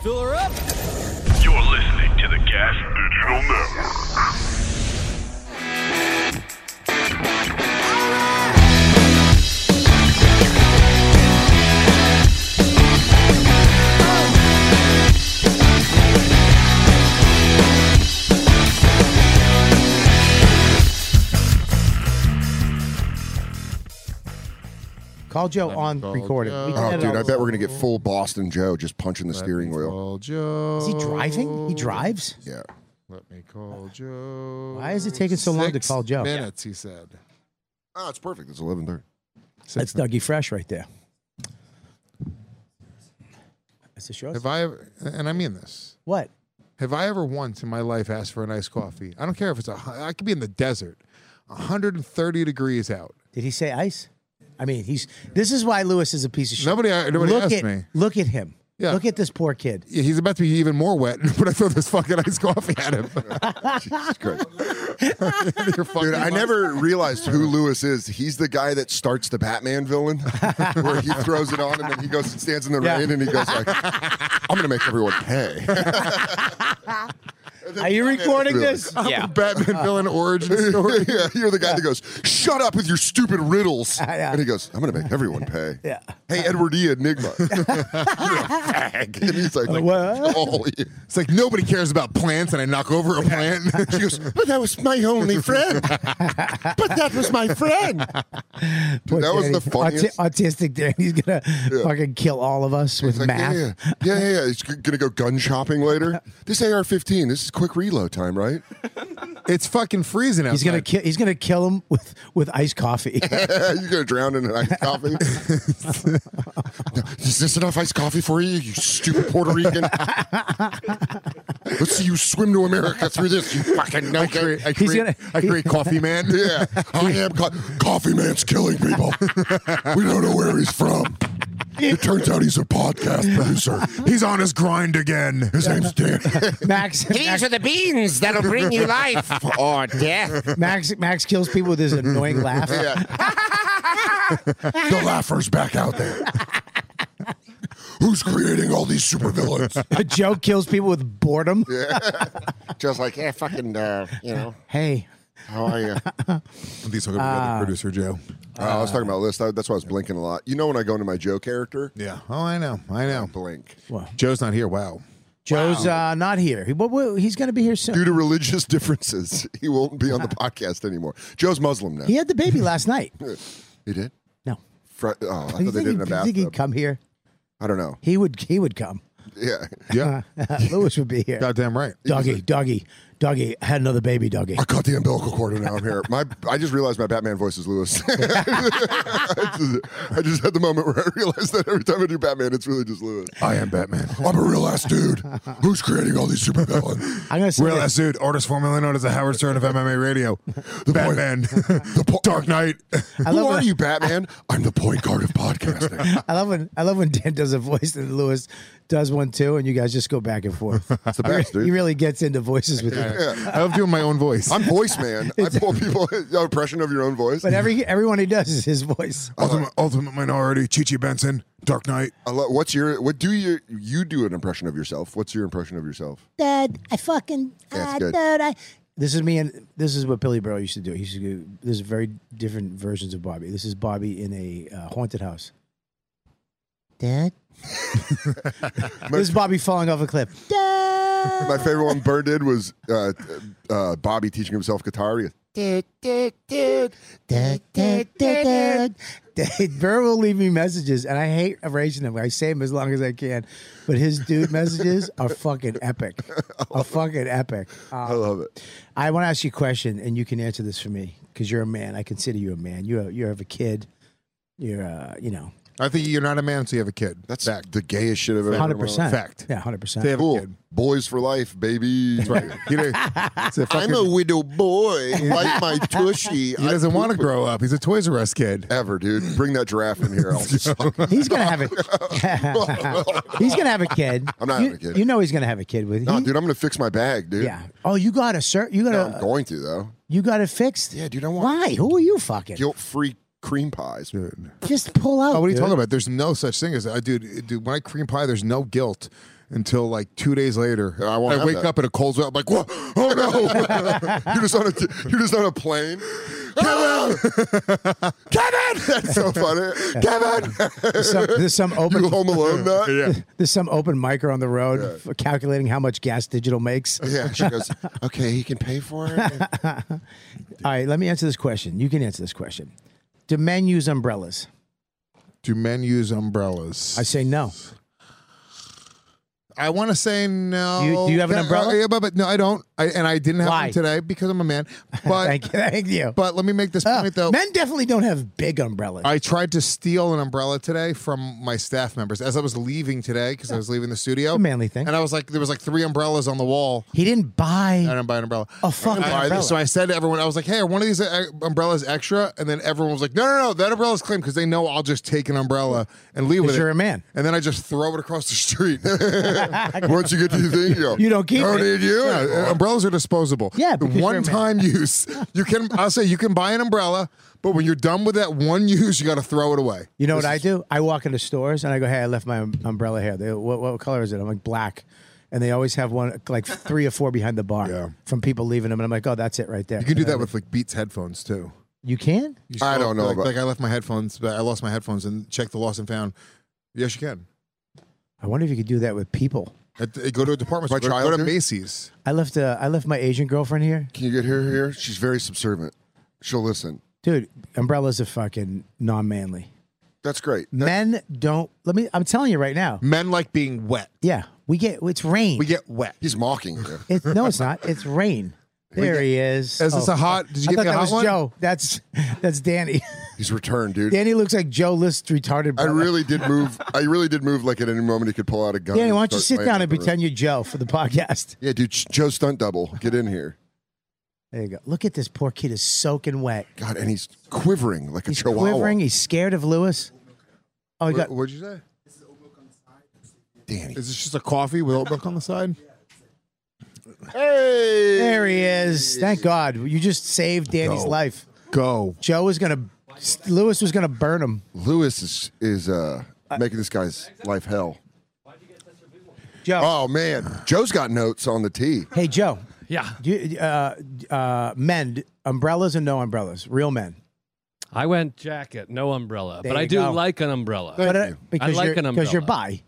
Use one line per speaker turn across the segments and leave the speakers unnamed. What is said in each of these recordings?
Fill her up.
You're listening to the Gas Digital Network.
Call Joe on
call
recording.
Joe.
We
Oh,
can
Oh,
edit
dude,
all
I
this.
bet we're gonna get full Boston Joe just punching the steering
Let me
wheel.
Call Joe.
Is he driving?
Oh,
He drives?
Yeah.
Let me call Joe.
Why is it taking so long to
oh, Six
call Joe?
Minutes, he said.
Oh, it's perfect. It's eleven thirty.
Six
That's Dougie Fresh right there. That's the show.
Have I ever, and I mean this,
What?
have I ever once in my life asked for an iced coffee? I don't care if it's a, hu- I could be in the desert, 130 degrees out.
Did he say ice? I mean, he's. This is why Lewis is a piece of shit.
Nobody,
uh,
nobody
look
asked
at
me.
look at him.
Yeah.
Look at this poor kid.
Yeah, He's about to be even more wet, but I throw this fucking iced coffee at him. You're fucking
Dude, I
nuts.
never realized who Lewis is. He's the guy that starts the Batman villain, where he throws it on and then he goes and stands in the
Yeah.
rain and he goes like, "I'm gonna make everyone pay."
Are you recording
Really?
this? Oh,
The Batman villain origin story.
yeah, you're the guy that goes, "Shut up with your stupid riddles,"
yeah.
and he goes, "I'm gonna make everyone pay."
Yeah.
Hey, Edward E. Enigma. You're a fag. And he's like,
What?
"Oh, yeah."
It's like nobody cares about plants, and I knock over a plant.
She goes, but that was my only friend. but that was my friend.
Poor
that was
Danny.
the funniest-
Auti- autistic Danny. He's gonna fucking kill all of us with
It's like, yeah,
math.
yeah, yeah, yeah, yeah. He's g- gonna go gun shopping later. This AR-15. This is quick reload time, right?
It's fucking freezing outside.
He's gonna kill. He's gonna kill him with with iced coffee.
You're gonna drown in an iced coffee. is this enough iced coffee for you? You stupid Puerto Rican. Let's see you swim to America through this. You fucking no good.
I
He's
create,
gonna-
I create coffee man.
Yeah, I am. Co- Coffee Man's killing people. We don't know where he's from. It turns out he's a podcast producer.
He's on his grind again.
His name's Dan.
Max, Max,
These are the beans that'll bring you life or death.
Max, Max kills people with his annoying laugh.
the laugher's back out there. Who's creating all these supervillains?
Joe kills people with boredom.
Just like,
eh,
yeah, fucking, uh, you know,
Hey,
how are you?
These are gonna be other producer Joe.
I was talking about this. That- That's why I was blinking a lot. You know when I go into my Joe character?
Yeah. Oh, I know. I know.
Blink.
Joe's not here. Wow.
Joe's uh, not here. He, what, what- he's gonna be here soon.
Due to religious differences, he won't be on the podcast anymore. Joe's Muslim now.
He had the baby last night.
He did?
No.
Fr- oh, I
Do you
thought they
think,
did
he,
in a
you think he'd
bathtub.
come here?
I don't know.
He would. He would come.
Yeah.
Uh,
Yeah.
Lewis would be here.
Goddamn right.
Doggy, doggy, doggy. I had another baby, doggy.
I cut the umbilical cord and now I'm here. My, I just realized my Batman voice is Lewis. I, just, I just had the moment where I realized that every time I do Batman, it's really just Lewis.
I am Batman.
I'm a real ass dude. Who's creating all these supervillains?
I'm gonna say
Real
that-
ass dude, artist formerly known as the Howard Stern of MMA radio. The Batman. the Dark Knight.
love
Who are
that-
you, Batman? I'm the point guard of podcasting.
I love when I love when Dan does a voice and Lewis does one too, and you guys just go back and forth.
That's the best,
he
dude.
really gets into voices with you.
I love doing my own voice.
I'm voice man. I pull people the impression of your own voice.
But every everyone he does is his voice.
ultimate, ultimate minority, Chichi Benson, Dark Knight.
I lo- what's your what do you you do an impression of yourself? What's your impression of yourself?
Dad, I fucking
That's good.
I. This is me, and this is what Billy Burrow used to do. He used to do. There's very different versions of Bobby. This is Bobby in a uh, haunted house. Dad. this is Bobby falling off a cliff. Dad.
My favorite one Burr did was uh, uh, Bobby teaching himself guitar. He goes,
Dude, dude, dude.
da, da, da, da. Da- Burr will leave me messages, and I hate erasing them. I save them as long as I can, but his dude messages are fucking epic, are fucking epic.
I
Uh,
love it.
I want to ask you a question, and you can answer this for me because you're a man. I consider you a man. You you have a kid. You're uh, you know,
I think you're not a man, so you have a kid.
That's
Fact.
the gayest shit I've ever. heard
hundred
in my life.
percent.
Fact.
Yeah, hundred
They
percent.
have a
Cool.
kid.
Boys for life, baby. That's right.
You know, it's a
I'm
fucking-
a widow boy. like my tushy. Uh,
he doesn't want to grow up. He's a Toys R Us kid.
ever, dude. Bring that giraffe in here. I'll just-
He's gonna have a he's gonna have a kid.
I'm not
you,
having a kid.
You know he's gonna have a kid with
no,
he-
dude, I'm gonna fix my bag, dude.
Yeah. Oh, you got a sir. You got
No, I'm
a
going to though.
you got it fixed.
Yeah, dude, I want
Why? Who are you fucking?
guilt-free cream pies.
Just pull out.
Oh, what are you
dude.
uh, talking about? There's no such thing as I dude, dude. When I cream pie, there's no guilt. until like two days later.
I won't
I
have
wake
that.
up in a cold sweat. I'm like, what? Oh no!
you're just on a t- you're just on a plane. Kevin, Kevin, that's so funny. Kevin,
There's some, there's some
you
open
home alone nut?
yeah.
there's some open micer on the road f- calculating how much gas digital makes.
Yeah, she goes. Okay, he can pay for it.
All right, let me answer this question. You can answer this question. Do men use umbrellas?
Do men use umbrellas?
I say no.
I want to say no.
Do you- do you have an
Uh,
umbrella?
yeah, but, but no, I don't. I, and I didn't have
Why?
one today because I'm a man. But
Thank you. Thank you.
but let me make this
Uh,
point though.
men definitely don't have big umbrellas.
I tried to steal an umbrella today from my staff members as I was leaving today because I was leaving the studio.
a manly thing.
And I was like, there was like three umbrellas on the wall.
he didn't
I
buy
didn't buy an umbrella.
a fucking
I-
umbrella.
So I said to everyone, I was like, "Hey, are one of these uh, umbrellas extra?" And then everyone was like, "No, no, no, that umbrella's claimed because they know I'll just take an umbrella and leave with
Because
it."
you're a man.
And then I just throw it across the street.
Once you get to your thing, you, go,
You don't keep
Don't
it."
need you.
Yeah, uh, umbrellas are disposable.
Yeah, because you're a
one
man.
time use. You can. I'll say you can buy an umbrella, but when you're done with that one use, you got to throw it away.
You know what I do? I walk into stores and I go, "Hey, I left my um- umbrella here. They, go, what, what color is it?" I'm like, "Black," and they always have one, like three or four behind the bar
Yeah.
from people leaving them. And I'm like, "Oh, that's it right there."
You can do that with like Beats headphones too.
You can?
You
I
still-
don't know
Like,
about-
like I left my headphones, but I lost my headphones and checked the lost and found. Yes, you can.
I wonder if you could do that with people.
At- uh, go to a department
My
store. Go- Go
child
to
did?
Macy's.
I left. Uh, I left my Asian girlfriend here,
Can you get her here? She's very subservient. She'll listen.
dude. Umbrellas are fucking non-manly.
That's great.
Men don't. Let me. I'm telling you right now.
Men like being wet.
Yeah, we get. It's rain.
Hmm? We get wet.
He's mocking you.
It, no, it's not. It's rain. There he is.
Is this
Oh,
a hot? Did you
I
get
thought
me a
that
hot
was
one?
Joe. That's that's Danny.
He's returned, dude.
Danny looks like Joe List retarded.
I
brother.
really did move. I really did move. Like at any moment, he could pull out a gun.
Danny,
and
why don't you
start
sit down and
laying in the room.
pretend you're Joe for the podcast?
Yeah, dude. Joe stunt double. Get in here.
There you go. Look at this poor kid is soaking wet.
God, and he's quivering like a
He's
chihuahua.
quivering. He's scared of Lewis. Oh, he got.
What, would you say?
Danny.
Is this just a coffee with oat milk on the side?
Hey.
There he is. Thank God. You just saved Danny's
Go.
life.
Go.
Joe was gonna. Lewis was gonna burn him.
Lewis is is uh, making this guy's life hell.
Joe.
Oh man, Joe's got notes on the tee.
Hey, Joe.
Yeah,
Do you, uh, uh, men, umbrellas and no umbrellas. Real men.
I went jacket, no umbrella,
There
but I
you
do
go.
like an umbrella.
But, uh,
you.
because
I like
you're,
an
Because you're
umbrella.
bi.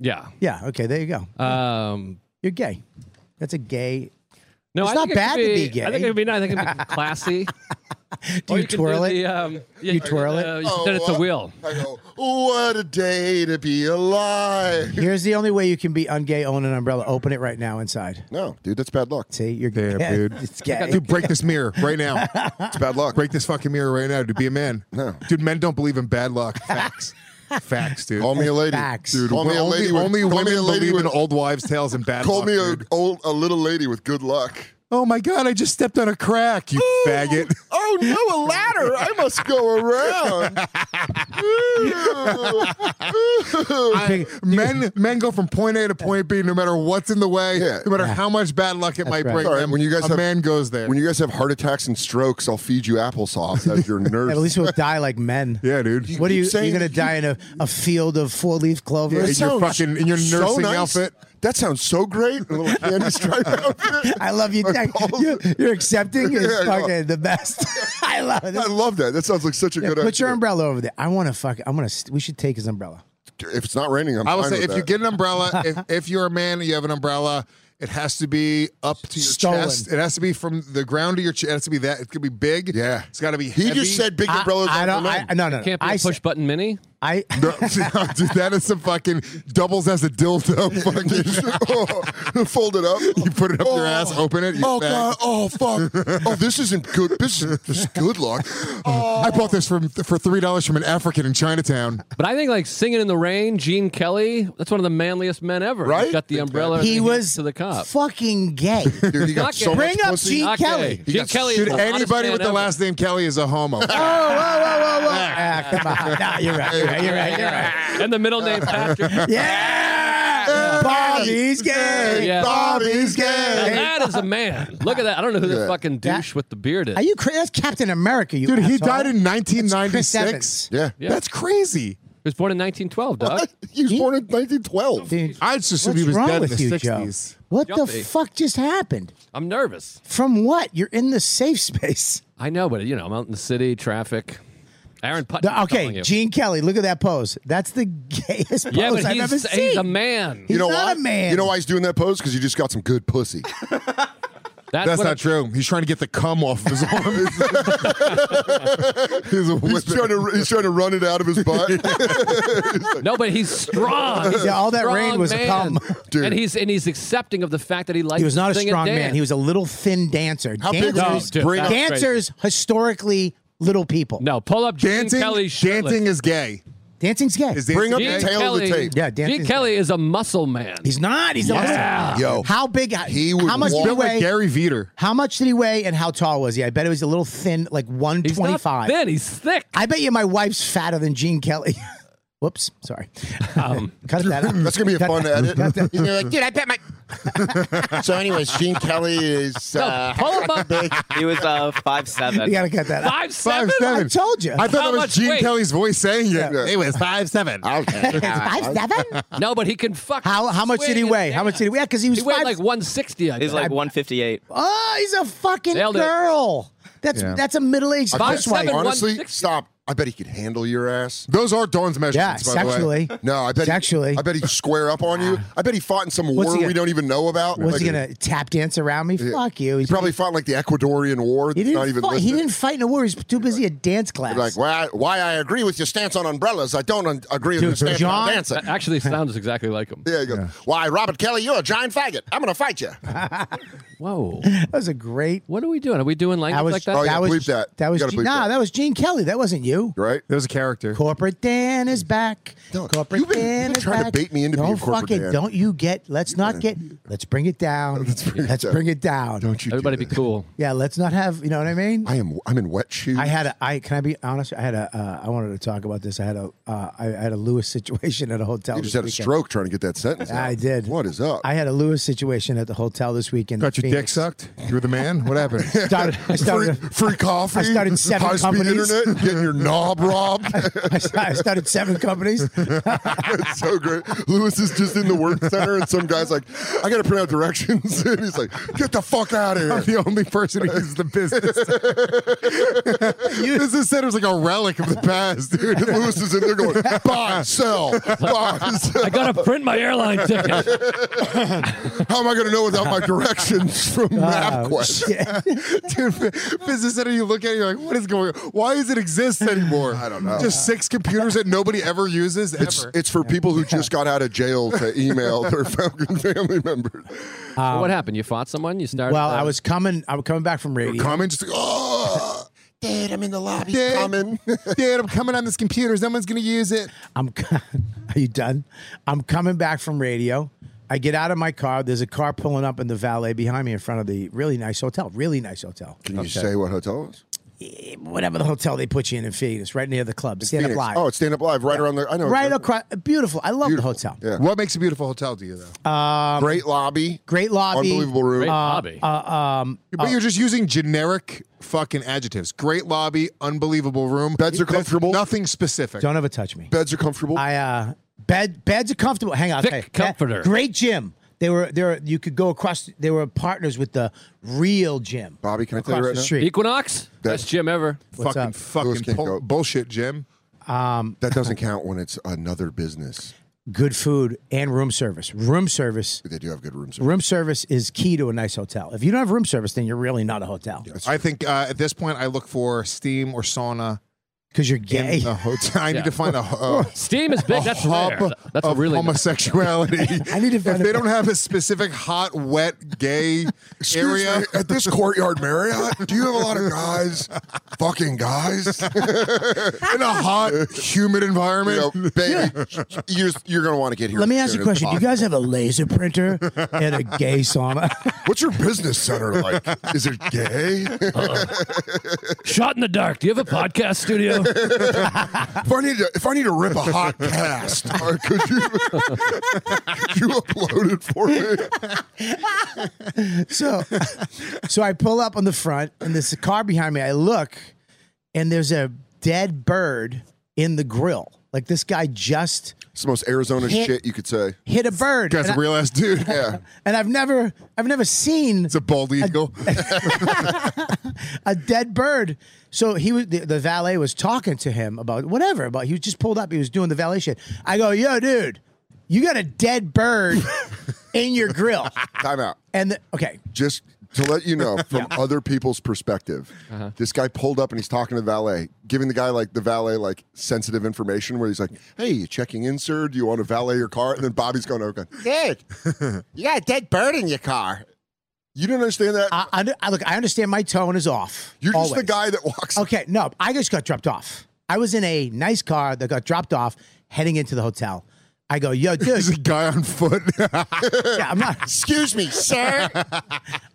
yeah.
Yeah. Okay. There you go.
Um,
You're gay. That's a gay.
no,
It's
I
not
think it could
bad to
be,
be gay.
I think it would be nice. I think it'd be classy.
Do you, twirl it?
um,
You twirl it? Oh,
You said it's a
uh,
wheel.
I go, what a day to be alive.
Here's the only way you can be ungay. Own an umbrella. Open it right now inside.
No, dude, that's bad luck.
See, you're
Damn,
gay.
dude.
It's gay.
Dude, break this mirror right now.
It's bad luck.
break this fucking mirror right now. Dude, be a man.
No.
Dude, men don't believe in bad luck. Facts. Facts, dude.
Call me a lady,
Facts.
dude. Call me a
only
lady. with-
only
call
women
me a lady
believe
with,
in old wives' tales and bad
Call
luck.
me a
dude.
old, a little lady with good luck.
Oh my god, I just stepped on a crack, you faggot.
Oh no, a ladder! I must go around.
men men go from point A to point B no matter what's in the way,
Yeah.
no matter how much bad luck it might
right.
bring
All right,
them.
when you guys
a
have-
man goes there.
when you guys have heart attacks and strokes, I'll feed you applesauce as your nurse.
At least we'll die like men.
yeah, dude.
What are you?
keep saying-
You're gonna die in a, a field of four leaf clovers.
in Yeah, your fucking- in your
so
nursing
nice.
outfit.
That sounds so great. A little candy stripe outfit.
I love you. Thank
balls-
you. You're accepting is
Yeah, I know.
fucking the best. I love it.
I love that. That sounds like such a
Yeah,
good
put
idea.
your umbrella over there. I want to fuck. I'm gonna. st- We should take his umbrella.
If it's not raining, I'm
I will
fine
say
with
if you
that.
get an umbrella, if, if you're a man and you have an umbrella, it has to be up to your
Stolen.
chest. It has to be from the ground to your chest. It has to be that. It could be big.
Yeah.
It's got to be
He
heavy.
just said big
I-
umbrellas.
I,
are
don't.
for
I,
men.
no, no, no.
Can't be
I
a
said-
push button mini.
I.
No, dude, that is some fucking doubles as a dildo. Fucking,
oh, fold it up.
you put it up your
Oh.
ass, open it. You fag.
Oh god. Oh fuck. Oh, this isn't good. This is this is good luck.
I bought this from for three dollars from an African in Chinatown.
But I think like singing in the rain, Gene Kelly. That's one of the manliest men ever. He's
Right?
got the umbrella. and
He
hands
was
to the cop.
fucking gay.
Dude, he got
Not
so
gay.
much
Bring up
pussy.
Gene
Not
Kelly.
gay.
He
Gene
got
Kelly. is
Dude,
the hottest
anybody
man
with the
ever.
last name Kelly is a homo.
whoa, whoa, whoa, whoa, whoa. Ah, come on. No, you're right. You're right. You're right. You're right.
and the middle name Patrick.
Yeah. Bobby's gay.
Yeah.
Bobby's
Now
gay.
that is a man. Look at that. I don't know who this fucking douche with the beard is.
Are you crazy? That's Captain America. You
Dude, he
asshole.
died in
Chris
1996.
Evans.
Yeah.
Yeah.
That's crazy.
was born in 1912, Doug.
He was born in 1912.
Dude,
I'd just assume
what's
he was
wrong
dead in
with
the
you,
'60s.
Joe? What
Jumpy.
the fuck just happened?
I'm nervous.
From what? You're in the safe space.
I know, but you know, I'm out in the city, traffic. Aaron Putnam.
The-
telling
okay,
you.
Gene Kelly. Look at that pose. That's the gayest
yeah,
pose
but
I've
he's,
ever
he's
seen.
a man.
He's
you know
not
why?
a man.
You know why he's doing that pose? Because you just got some good pussy.
That's,
That's
what
not
I'm-
true. He's trying to get the cum off of his arm. He's a
he's
whip it.
trying to he's trying to run it out of his butt.
No, but he's strong. He's a
Yeah, all that
strong
rain was a
man.
cum.
Dude.
And he's and he's accepting of the fact that he likes.
He was not a
to sing
strong
and
man.
dance.
He was a little thin dancer.
How big was
dancers,
his No, dude, brain? that's
dancers historically little people.
No, pull up Gene
dancing.
Kelly.
dancing is gay.
Dancing's gay.
Is
Bring up
Gene
dancing gay?
the tail
Kelly,
of the tape.
Yeah,
Gene
dancing's
Kelly is a muscle man.
He's not. He's
Yeah.
a
Yo.
How big?
He was
how much
walking
did he
Built like
weigh?
Gary Veter.
How much did he weigh? And how tall was he? I bet it was a little thin, like one
He's not
twenty-five.
thin. He's thick.
I bet you my wife's fatter than Gene Kelly. Whoops, sorry.
Um,
Cut that out.
That's gonna be a fun edit.
You're like, dude, I bet my. so, anyways, Gene Kelly is. Uh,
Pull him up.
He was uh five seven.
You gotta cut that out.
Five seven.
seven.
I told you.
I thought
How
that
much
was Gene
weight?
Kelly's voice saying it.
Yeah.
It was five seven.
Five seven?
No, but he can fuck.
How how much did he
swing and
weigh? How much
dance.
did he weigh? Because he was
He weighed
five.
like 160. I
He's
think.
like one fifty eight.
oh, he's a fucking
Nailed it.
girl. That's
Yeah.
that's a middle aged
I bet-
Five, seven,
housewife.
one-
honestly,
160.
stop. I bet he could handle your ass.
Those are Dawn's
Yeah,
measurements, by
sexually.
the way.
No, I bet he-
Sexually.
I bet he'd square up on you. I bet he fought in some
What's
war
he gonna-
we don't even know about.
Was
Ah. Like,
he gonna tap dance around me? Fuck you.
He
He's
probably fought in, like the Ecuadorian war.
he
that's
didn't,
not even
fight, he
listed.
didn't fight in a war. He's too busy at dance class.
Like why? Why I agree with your stance on umbrellas? I don't un- agree with your stance
John-
on dancing.
That actually sounds exactly like him.
Yeah, you go. Why, Robert Kelly? You're a giant faggot. I'm gonna fight you.
Whoa.
that was a great.
What are we doing? Are we doing language
That was
like that?
Oh, yeah,
was
bleep that.
That was
You gotta
Gene,
bleep
nah.
that.
That was Gene Kelly. That wasn't you.
Right?
There was a character.
Corporate Dan is back.
Don't-
corporate
you've been-
Dan
you've been
is
trying to
back.
bait me into
don't
being corporate
fucking,
Dan.
Don't you get? Let's not get. Let's bring it down. Let's bring, it, down.
Don't you? do
Everybody be
that.
cool.
Yeah. Let's not have. You know what I mean?
I am. I'm in wet shoes.
I had a. I can I be honest? I had a. Uh, I wanted to talk about this. I had a. Uh, I had a Lewis situation at a hotel.
You
this
just had a
weekend.
stroke trying to get that sentence. out.
I did.
What is up?
I had a Lewis situation at the hotel this weekend.
Got
in
your dick
Phoenix.
sucked. You were the man. What happened?
Started, I
free,
started.
free coffee.
I started seven
high
companies.
speed internet. Getting your knob robbed.
I started seven companies.
It's so great. Lewis is just in the work center, and some guy's like, "I got to print out directions," and he's like, "Get the fuck out
I'm
of here."
the only person who uses the business. business center's like a relic of the past, dude.
And Lewis is in there going, "Buy, sell, buy, sell."
I gotta print my airline ticket.
How am I going to know without my directions from
Ah,
MapQuest?
Uh, Yeah.
Dude, business center, you look at it, you're like, what is going on? Why does it exist anymore? I
don't know.
Just six computers that nobody ever uses ever.
It's, it's for people who just got out of jail to email their fucking family members.
So what happened? You fought someone? You started?
Um, Well,
uh,
I was coming. I was coming back from radio.
Comment just like, oh,
"Ah!" Dad, I'm in the lobby.
Dad.
Coming.
dude, I'm coming on this computer. Someone's going to use it.
I'm. co- Are you done? I'm coming back from radio. I get out of my car. There's a car pulling up in the valet behind me in front of the really nice hotel. Really nice hotel.
Can you say what hotel it was?
Eh, Whatever the hotel they put you in in Phoenix, right near the club. Stand up
Phoenix.
live.
Oh, it's stand up live right around the. I know.
right across. Beautiful. I love
Beautiful.
the hotel. Um,
Yeah.
What makes a beautiful hotel to you, though?
Great lobby.
Great lobby.
Unbelievable room.
uh,
great hobby.
Oh.
but you're just using generic fucking adjectives. Great lobby, unbelievable room.
Beds are
That's
comfortable.
Nothing specific.
Don't ever touch me.
Beds are comfortable.
I uh, bed beds are comfortable. Hang on,
Thick
okay.
comforter.
Great gym. They were there. You could go across. They were partners with the real gym.
Bobby, can I tell
across
you
the
right now?
street.
Equinox, best gym ever.
fucking
up?
Lewis
fucking
can't
pol-
go.
bullshit, Jim.
Um,
That doesn't count when it's another business.
Good food and room service. Room service.
They do have good room service.
Room service is key to a nice hotel. If you don't have room service, then you're really not a hotel
I think uh, at this point, I look for steam or sauna
because you're
in
gay.
a hotel. I need to find a, a,
Steam is big.
a
That's
hub
rare. That's a
of
really.
homosexuality.
I need to find
if they
a-
don't have a specific hot, wet, gay
Excuse
area.
me, at this courtyard Marriott, do you have a lot of guys, fucking guys?
in a hot, humid
You know,
environment.
baby, you're, you're going to want to get here.
Let me
as
ask you a
soon as
question. Do you guys have a laser printer and a gay sauna?
possible. What's your business center like? Is it gay?
Shot in the dark. Do you have a podcast studio?
if I need to, if I need to rip a hot cast, uh, could you could you upload it for me?
so, so I pull up on the front, and there's a car behind me. I look, and there's a dead bird in the grill. Like this guy just
It's the most Arizona
Hit-
shit you could say.
hit a bird.
Guy's
and,
a real ass dude.
I,
Yeah.
and I've never I've never seen
It's a bald eagle.
a dead bird. So he was the, the valet was talking to him about whatever about he was just pulled up. He was doing the valet shit. I go, yo, dude, you got a dead bird in your grill.
Time out.
And the, okay,
Just to let you know from other people's perspective,
Uh-huh.
this guy pulled up and he's talking to the valet, giving the guy like the valet like sensitive information where he's like, "Hey, you checking in, sir? Do you want to valet your car?" And then Bobby's going, "Okay,
Dude, you got a dead bird in your car.
you didn't understand that.
I, I, I- look, I understand my tone is off.
You're just
always.
the guy that walks."
Okay, no, I just got dropped off. I was in a nice car that got dropped off heading into the hotel. I go, yo, dude,
There's a guy on foot.
yeah, I'm not.
Excuse me, sir.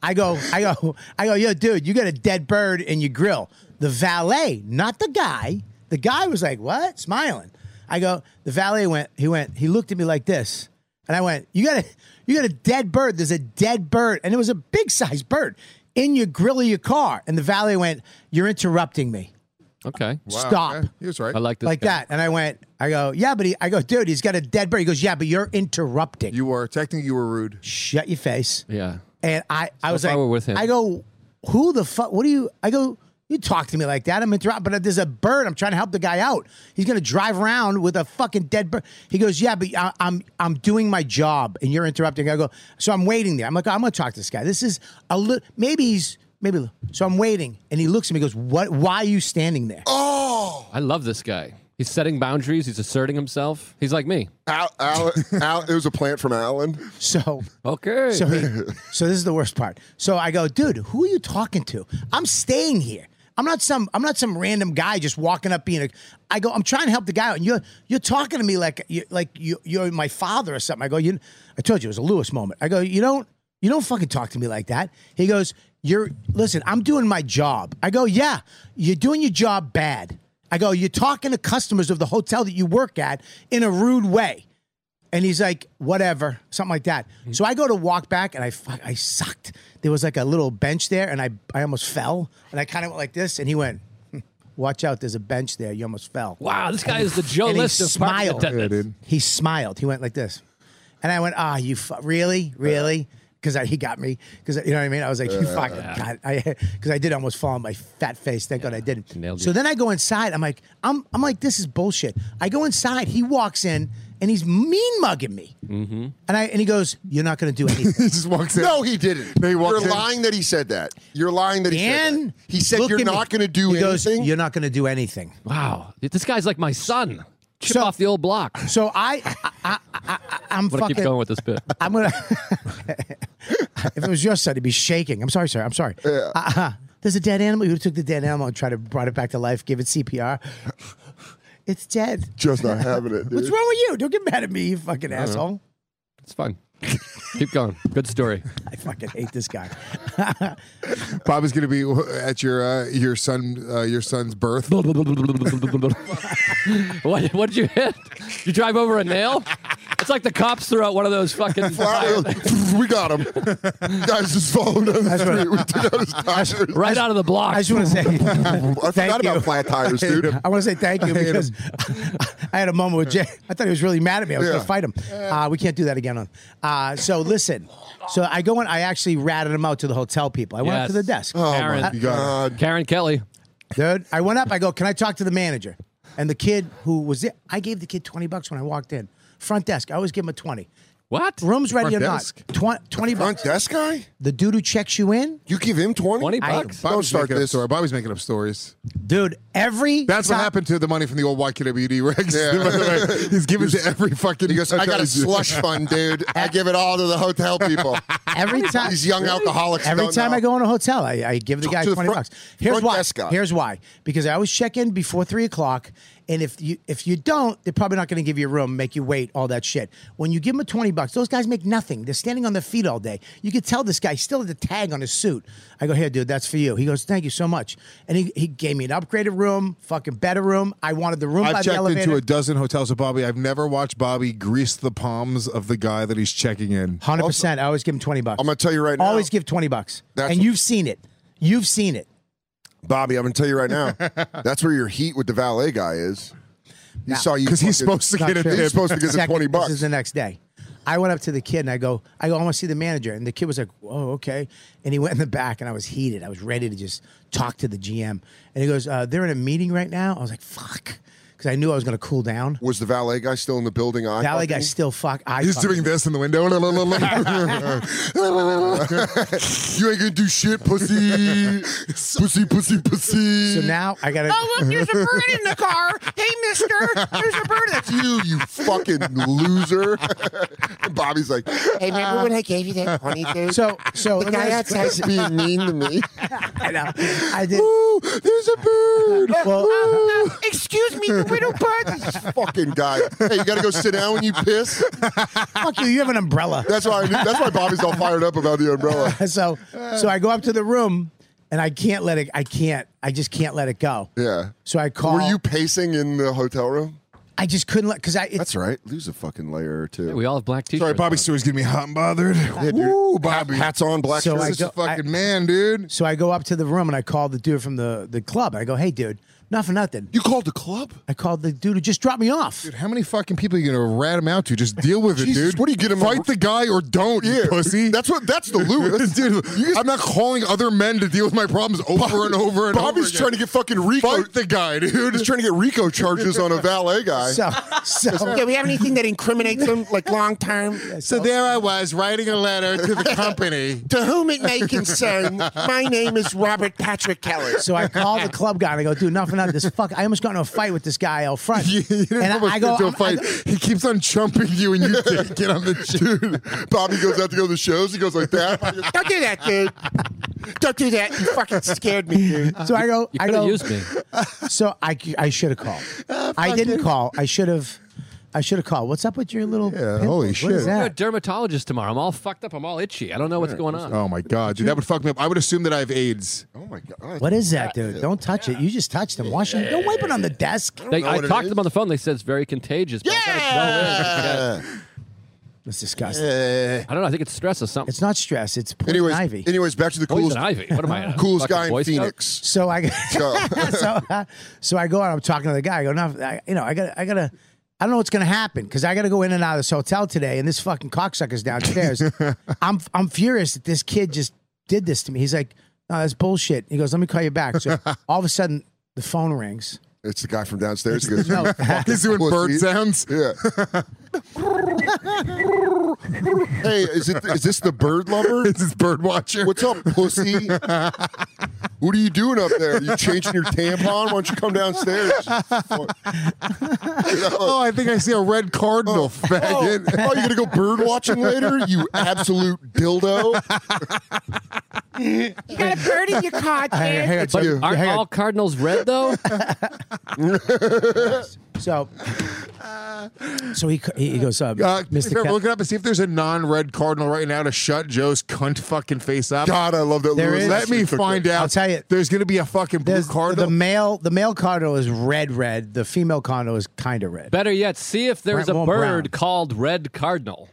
I go, I go, I go, yo, dude, you got a dead bird in your grill. The valet, not the guy. The guy was like, what? Smiling. I go, the valet went, he went, he looked at me like this. And I went, you got a, you got a dead bird. There's a dead bird. And it was a big sized bird in your grill of your car. And the valet went, you're interrupting me.
Okay.
Stop.
Okay, He was right.
I like this.
like
guy.
that. And I went, I go, yeah, but he, I go, dude, he's got a dead bird. He goes, yeah, but you're interrupting.
You were technically you were rude.
Shut your face.
Yeah.
And I, I was
if I
like,
were with him.
I go, who the fuck? What do you? I go, you talk to me like that. I'm interrupting. But there's a bird. I'm trying to help the guy out. He's gonna drive around with a fucking dead bird. He goes, yeah, but I, I'm I'm doing my job, and you're interrupting. I go, so I'm waiting there. I'm like, I'm gonna talk to this guy. This is a little. Maybe he's maybe. a little- So I'm waiting, and he looks at me. and Goes, what? Why are you standing there?
Oh.
I love this guy. He's setting boundaries. He's asserting himself. He's like me.
Al, Al, Al, it was a plant from Alan.
So
Okay.
So, he, so this is the worst part. So I go, dude, who are you talking to? I'm staying here. I'm not some. I'm not some random guy just walking up being a. I go. I'm trying to help the guy out, and you're you're talking to me like you like you you're my father or something. I go. You. I told you it was a Lewis moment. I go. You don't. You don't fucking talk to me like that. He goes. You're listen. I'm doing my job. I go. Yeah. You're doing your job bad. I go. You're talking to customers of the hotel that you work at in a rude way. And he's like, whatever, something like that. So I go to walk back and I, fuck, I sucked. There was like a little bench there and I, I almost fell. And I kind of went like this and he went, "Hmm, watch out, there's a bench there. You almost fell.
wow, this guy is the Joe
And he
List of parking
smiled.
attendants.
He smiled. He went like this. And I went, ah, you, fu- really? Really? Because he got me. Because, you know what I mean? I was like, you fucking got I Because I did almost fall on my fat face. Thank God I didn't.
nailed
so
you.
then I go inside. I'm like, I'm, I'm like, this is bullshit. I go inside. He walks in and he's mean mugging me. Mm-hmm. And I and he goes, you're not going to do anything.
He just walks in.
No, he didn't.
No, he walked in.
You're lying that he said that. You're lying that he said
Dan,
that. He said
look
you're
at me."
not going to do
he goes,
anything.
You're not going to do anything.
Wow. This guy's like my son. Chip
So-
off the old block. I'm
So I, I, I, I, I I'm
going to
fucking.
keep going with this bit.
I'm gonna. if it was your son, he'd be shaking. I'm sorry, sir. I'm sorry. Uh-huh. There's a dead animal. You would've took the dead animal and tried to brought it back to life, give it CPR. It's dead.
Just not having it.
What's
dude.
wrong with you? Don't get mad at me, you fucking asshole.
It's fun. keep going. Good story.
I fucking hate this guy.
Bob is going to be at your uh, your son uh, your son's birth.
what, what'd you hit? You drive over a nail? It's like the cops threw out one of those fucking.
Flat wheel- we got him. Guys just followed down the street. We took out his tires.
right out of the block.
I just want to say,
I forgot
you.
about flat tires, dude.
I want to say thank you because I had a moment with Jay. I thought he was really mad at me. I was
Yeah.
going to fight him. Uh, we can't do that again. On uh, so listen. So I go in. I actually ratted him out to the hotel people. I went up
Yes.
to the desk.
Oh,
Uh,
Karen,
You got him.
Karen Kelly.
dude. I went up. I go, can I talk to the manager? And the kid who was there, I gave the kid 20 bucks when I walked in. Front desk, I always give him a 20.
What?
Room's ready
Front
or
desk?
not, tw- 20
Front
bucks.
desk guy?
The dude who checks you in,
You give him 20?
20
I-
bucks?
Bobby's
start
making up
this.
Story. Bobby's making up stories.
dude, every
That's what
time-
happened to the money from the old YKWd Rex.
Yeah.
By the way, he's giving to every fucking.
He goes, I got a slush fund, dude. I give it all to the hotel people.
Every time-
These young alcoholics.
Every
don't
time
know.
I go in a hotel, I, I give the
Talk
guy
to the
twenty
front-
bucks. Here's
front
why.
desk guy.
Here's why. Because I always check in before three o'clock, and if you if you don't, they're probably not going to give you a room, make you wait, all that shit. When you give them a twenty bucks, those guys make nothing. They're standing on their feet all day. You could tell this guy still had the tag on his suit. I go, here, dude, that's for you. He goes, thank you so much, and he, he gave me an upgraded room, fucking better room. I wanted the room by
I've
the
checked
elevator.
into a dozen hotels with Bobby. I've never watched Bobby grease the palms of the guy that he's checking in.
Hundred percent. I always give him twenty bucks.
I'm gonna tell you right now-
Always give twenty bucks.
That's-
And you've seen it. You've seen it.
Bobby, I'm going to tell you right now. that's where your heat with the valet guy is. He saw you
Because he's
fucking-
supposed to
Not
get it.
true.
He's supposed to get the
Second-
twenty bucks.
This is the next day. I went up to the kid and I go, I go, I want to see the manager. And the kid was like, Oh, okay. And he went in the back and I was heated. I was ready to just talk to the GM. And he goes, uh, They're in a meeting right now. I was like, Fuck. Because I knew I was going to cool down.
was the valet guy still in the building? I
That like I
fucking-
still fuck. I
He's
fucking-
doing this in the window.
You ain't gonna do shit, pussy, pussy, pussy, pussy.
So now I got to.
Oh,
look, there's a bird in the car. Hey, mister, there's a bird. That's you, you fucking loser. And Bobby's like,
Hey, remember when I gave you that honeydew?
So, oh, so
the guy outside's being mean to me.
I know. I did.
ooh, there's a bird.
Well,
Ooh.
Excuse me, the widow
This fucking guy. Hey, you gotta go sit down when you piss.
ah, fuck you. You have an umbrella.
That's why. I, that's why Bobby's all fired up about the umbrella.
So, so I go up to the room and I can't let it. I can't. I just can't let it go.
Yeah.
So I call.
Were you pacing in the hotel room?
I just couldn't let because I. It's,
That's right. Lose a fucking layer or two.
We all have black t-shirts.
Sorry, Bobby
on.
Stewart's getting me hot and bothered.
dude.
Woo, Bobby.
Hats on, black
So
shirt.
I
This is
go-
a fucking man, dude.
So I go up to the room and I call the dude from the, the club. I go, hey, dude, not for nothing.
You called the club?
I called the dude who just dropped me off.
How many fucking people are you gonna rat him out to? Just deal with it,
Jesus,
dude.
what do you get him
Fight
a-
the guy or don't, you pussy.
That's what. That's the Lewis,
dude. I'm not calling other men to deal with my problems over and over and over.
Bobby's
again.
trying to get fucking Rico.
fight the guy, dude.
He's trying to get Rico charges on a valet guy.
So, so,
Do we have anything that incriminates him, like long term?
So there I was writing a letter to the company.
To whom it may concern, my name is Robert Patrick Keller.
so I call the club guy and I go, dude, not for nothing. This fuck, I almost got into a fight with this guy out front.
You didn't
and
almost
I, I go,
get into a
I'm- I
fight.
go-
he keeps on jumping you, and you can't get on the
Dude, Bobby goes out to go to the shows. He goes like that.
Don't do that, dude. Don't do that. You fucking scared me, dude.
so I go,
You
I
could have
go,
used me.
so I, I should have called.
Ah,
I didn't call. I should have, I should have called. What's up with your little?
Yeah,
pimples?
holy
What is
shit.
I'm a
that?
dermatologist tomorrow. I'm all fucked up. I'm all itchy. I don't know what's going on.
Oh my god, dude, that would fuck me up. I would assume that I have AIDS.
Oh my god.
What is that, dude? Don't touch it. You just touched him. Wash it. Don't wipe it on the desk.
They,
know
I
what it
talked to
is.
them on the phone. They said it's very contagious. but I gotta go in. Yeah.
That's disgusting.
I don't know. I think it's stress or something.
It's not stress. It's poison
Anyways,
ivy.
anyways, back to the
Poison
coolest,
ivy. What am I? a
coolest
fucking
guy
Boy
in
Scout?
Phoenix.
So I
Go.
so uh, so I go out. I'm talking to the guy. I go, no, I, you know, I got, to I got to. I don't know what's gonna happen because I gotta go in and out of this hotel today, and this fucking cocksucker's downstairs. I'm I'm furious that this kid just did this to me. He's like, no, that's bullshit. He goes, let me call you back. So all of a sudden, the phone rings.
It's the guy from downstairs. He goes,
Oh,
No,
He's doing
Pussy.
bird sounds.
Yeah. hey, is it is this the bird lover?
This is bird watcher.
What's up, pussy? what are you doing up there? You changing your tampon? Why don't you come downstairs? Fuck.
Oh, I think I see a red cardinal.
Oh,
faggot.
oh, you're gonna go bird watching later? You absolute dildo!
You got a bird in your car,
Hey, hey,
kid.
it's
But
you.
aren't
Hang on.
all cardinals red though?
So, so he c- he goes, uh,
Uh,
Mr.
Trevor,
Keller-
look it up and see if there's a non-red cardinal right now to shut Joe's cunt fucking face up.
God, I love that.
There
Louis
is-
Let me
took
find
that.
out.
I'll tell you.
There's gonna be a fucking blue
There's-
cardinal.
The male the male cardinal is red red. The female cardinal is kind of red.
Better yet, see if there's
Brent
a
won't
bird
brown.
called red cardinal.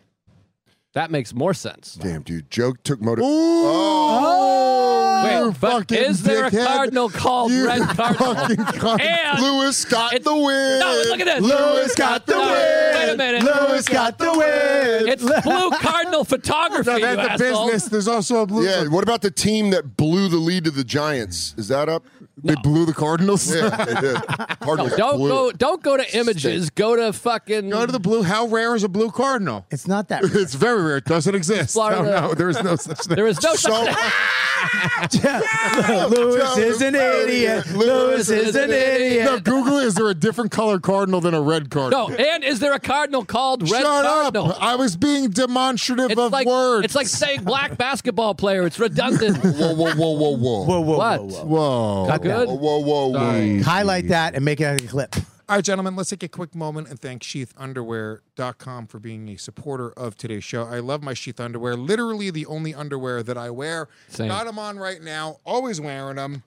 That makes more sense.
Damn, dude, Joe took motive.
Oh,
Wait,
you
but
fucking
is there a
dickhead.
cardinal called
You
red cardinal?
fucking cunt.
And
Lewis got
It-
the win.
No, but look at this.
Lewis got the
No,
win.
Wait a minute.
Lewis got the win.
It's blue cardinal photography.
No,
you
that's a
asshole.
business. There's also a blue.
Yeah, what about the team that blew the lead to the Giants? Is that up?
They blew the Cardinals.
Yeah, they did. Cardinals
Don't
blew
go.
it.
Don't go to images. Go to fucking.
Go to the blue. How rare is a blue cardinal?
It's not that. red.
It's very rare. It doesn't exist.
Florida.
No, no, there is no such thing.
There is no
So,
such
Lewis is an idiot. Lewis is an
no,
idiot.
Google. Is there a different color cardinal than a red cardinal?
no. And is there a cardinal called red
Shut
cardinal?
up! I was being demonstrative
It's
of
like
words.
it's like saying black basketball player. It's redundant.
whoa, whoa, whoa, whoa, whoa,
Whoa, whoa,
What?
whoa, whoa.
whoa.
Not good.
whoa, whoa, whoa.
Sorry.
Highlight that and make it out a clip.
All right, gentlemen, let's take a quick moment and thank sheathunderwear.com for being a supporter of today's show. I love my sheath underwear, literally the only underwear that I wear.
Same.
Got them on right now, always wearing them.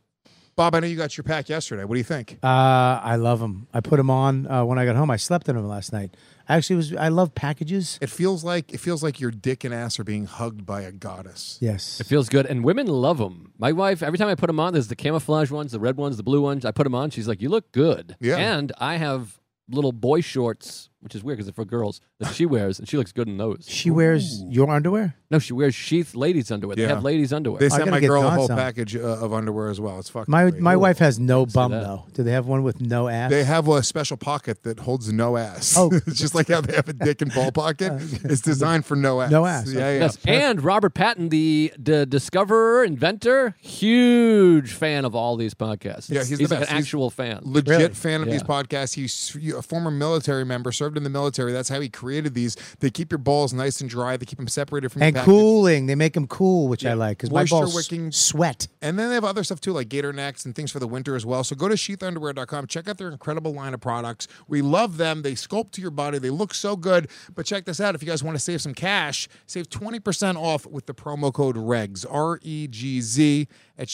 Bob, I know you got your pack yesterday. What do you think?
Uh, I love them. I put them on uh, when I got home. I slept in them last night. I actually was. I love packages.
It feels like it feels like your dick and ass are being hugged by a goddess.
Yes.
It feels good, and women love them. My wife, every time I put them on, there's the camouflage ones, the red ones, the blue ones. I put them on, she's like, "You look good."
Yeah.
And I have little boy shorts, which is weird because they're for girls that she wears, and she looks good in those.
She wears your underwear.
No, she wears sheath ladies underwear. They
Yeah.
have ladies underwear.
They
I
sent
gotta
my
get
girl a
Don
whole
some.
package uh, of underwear as well. It's fucking
My
great.
my wife has no bum
that.
though. Do they have one with no ass?
They have a special pocket that holds no ass.
Oh. Uh,
it's just like how they have a dick and ball pocket. It's designed for no ass.
No ass,
Yeah, yeah.
Yes, and Robert Patton, the d- discoverer, inventor, huge fan of all these podcasts.
Yeah, he's the
like
best.
an
He's-
actual fan.
Legit fan of
Yeah.
these podcasts. He's a former military member, served in the military. That's how he created these. They keep your balls nice and dry. They keep them separated from
and
your package.
cooling. They make them cool, which I like because my
Moisture
balls
wicking-
sweat.
And then they have other stuff too, like gator necks and things for the winter as well. So go to sheathunderwear.com, check out their incredible line of products. We love them. They sculpt to your body, they look so good. But check this out if you guys want to save some cash, save 20% off with the promo code REGS, R E G Z, at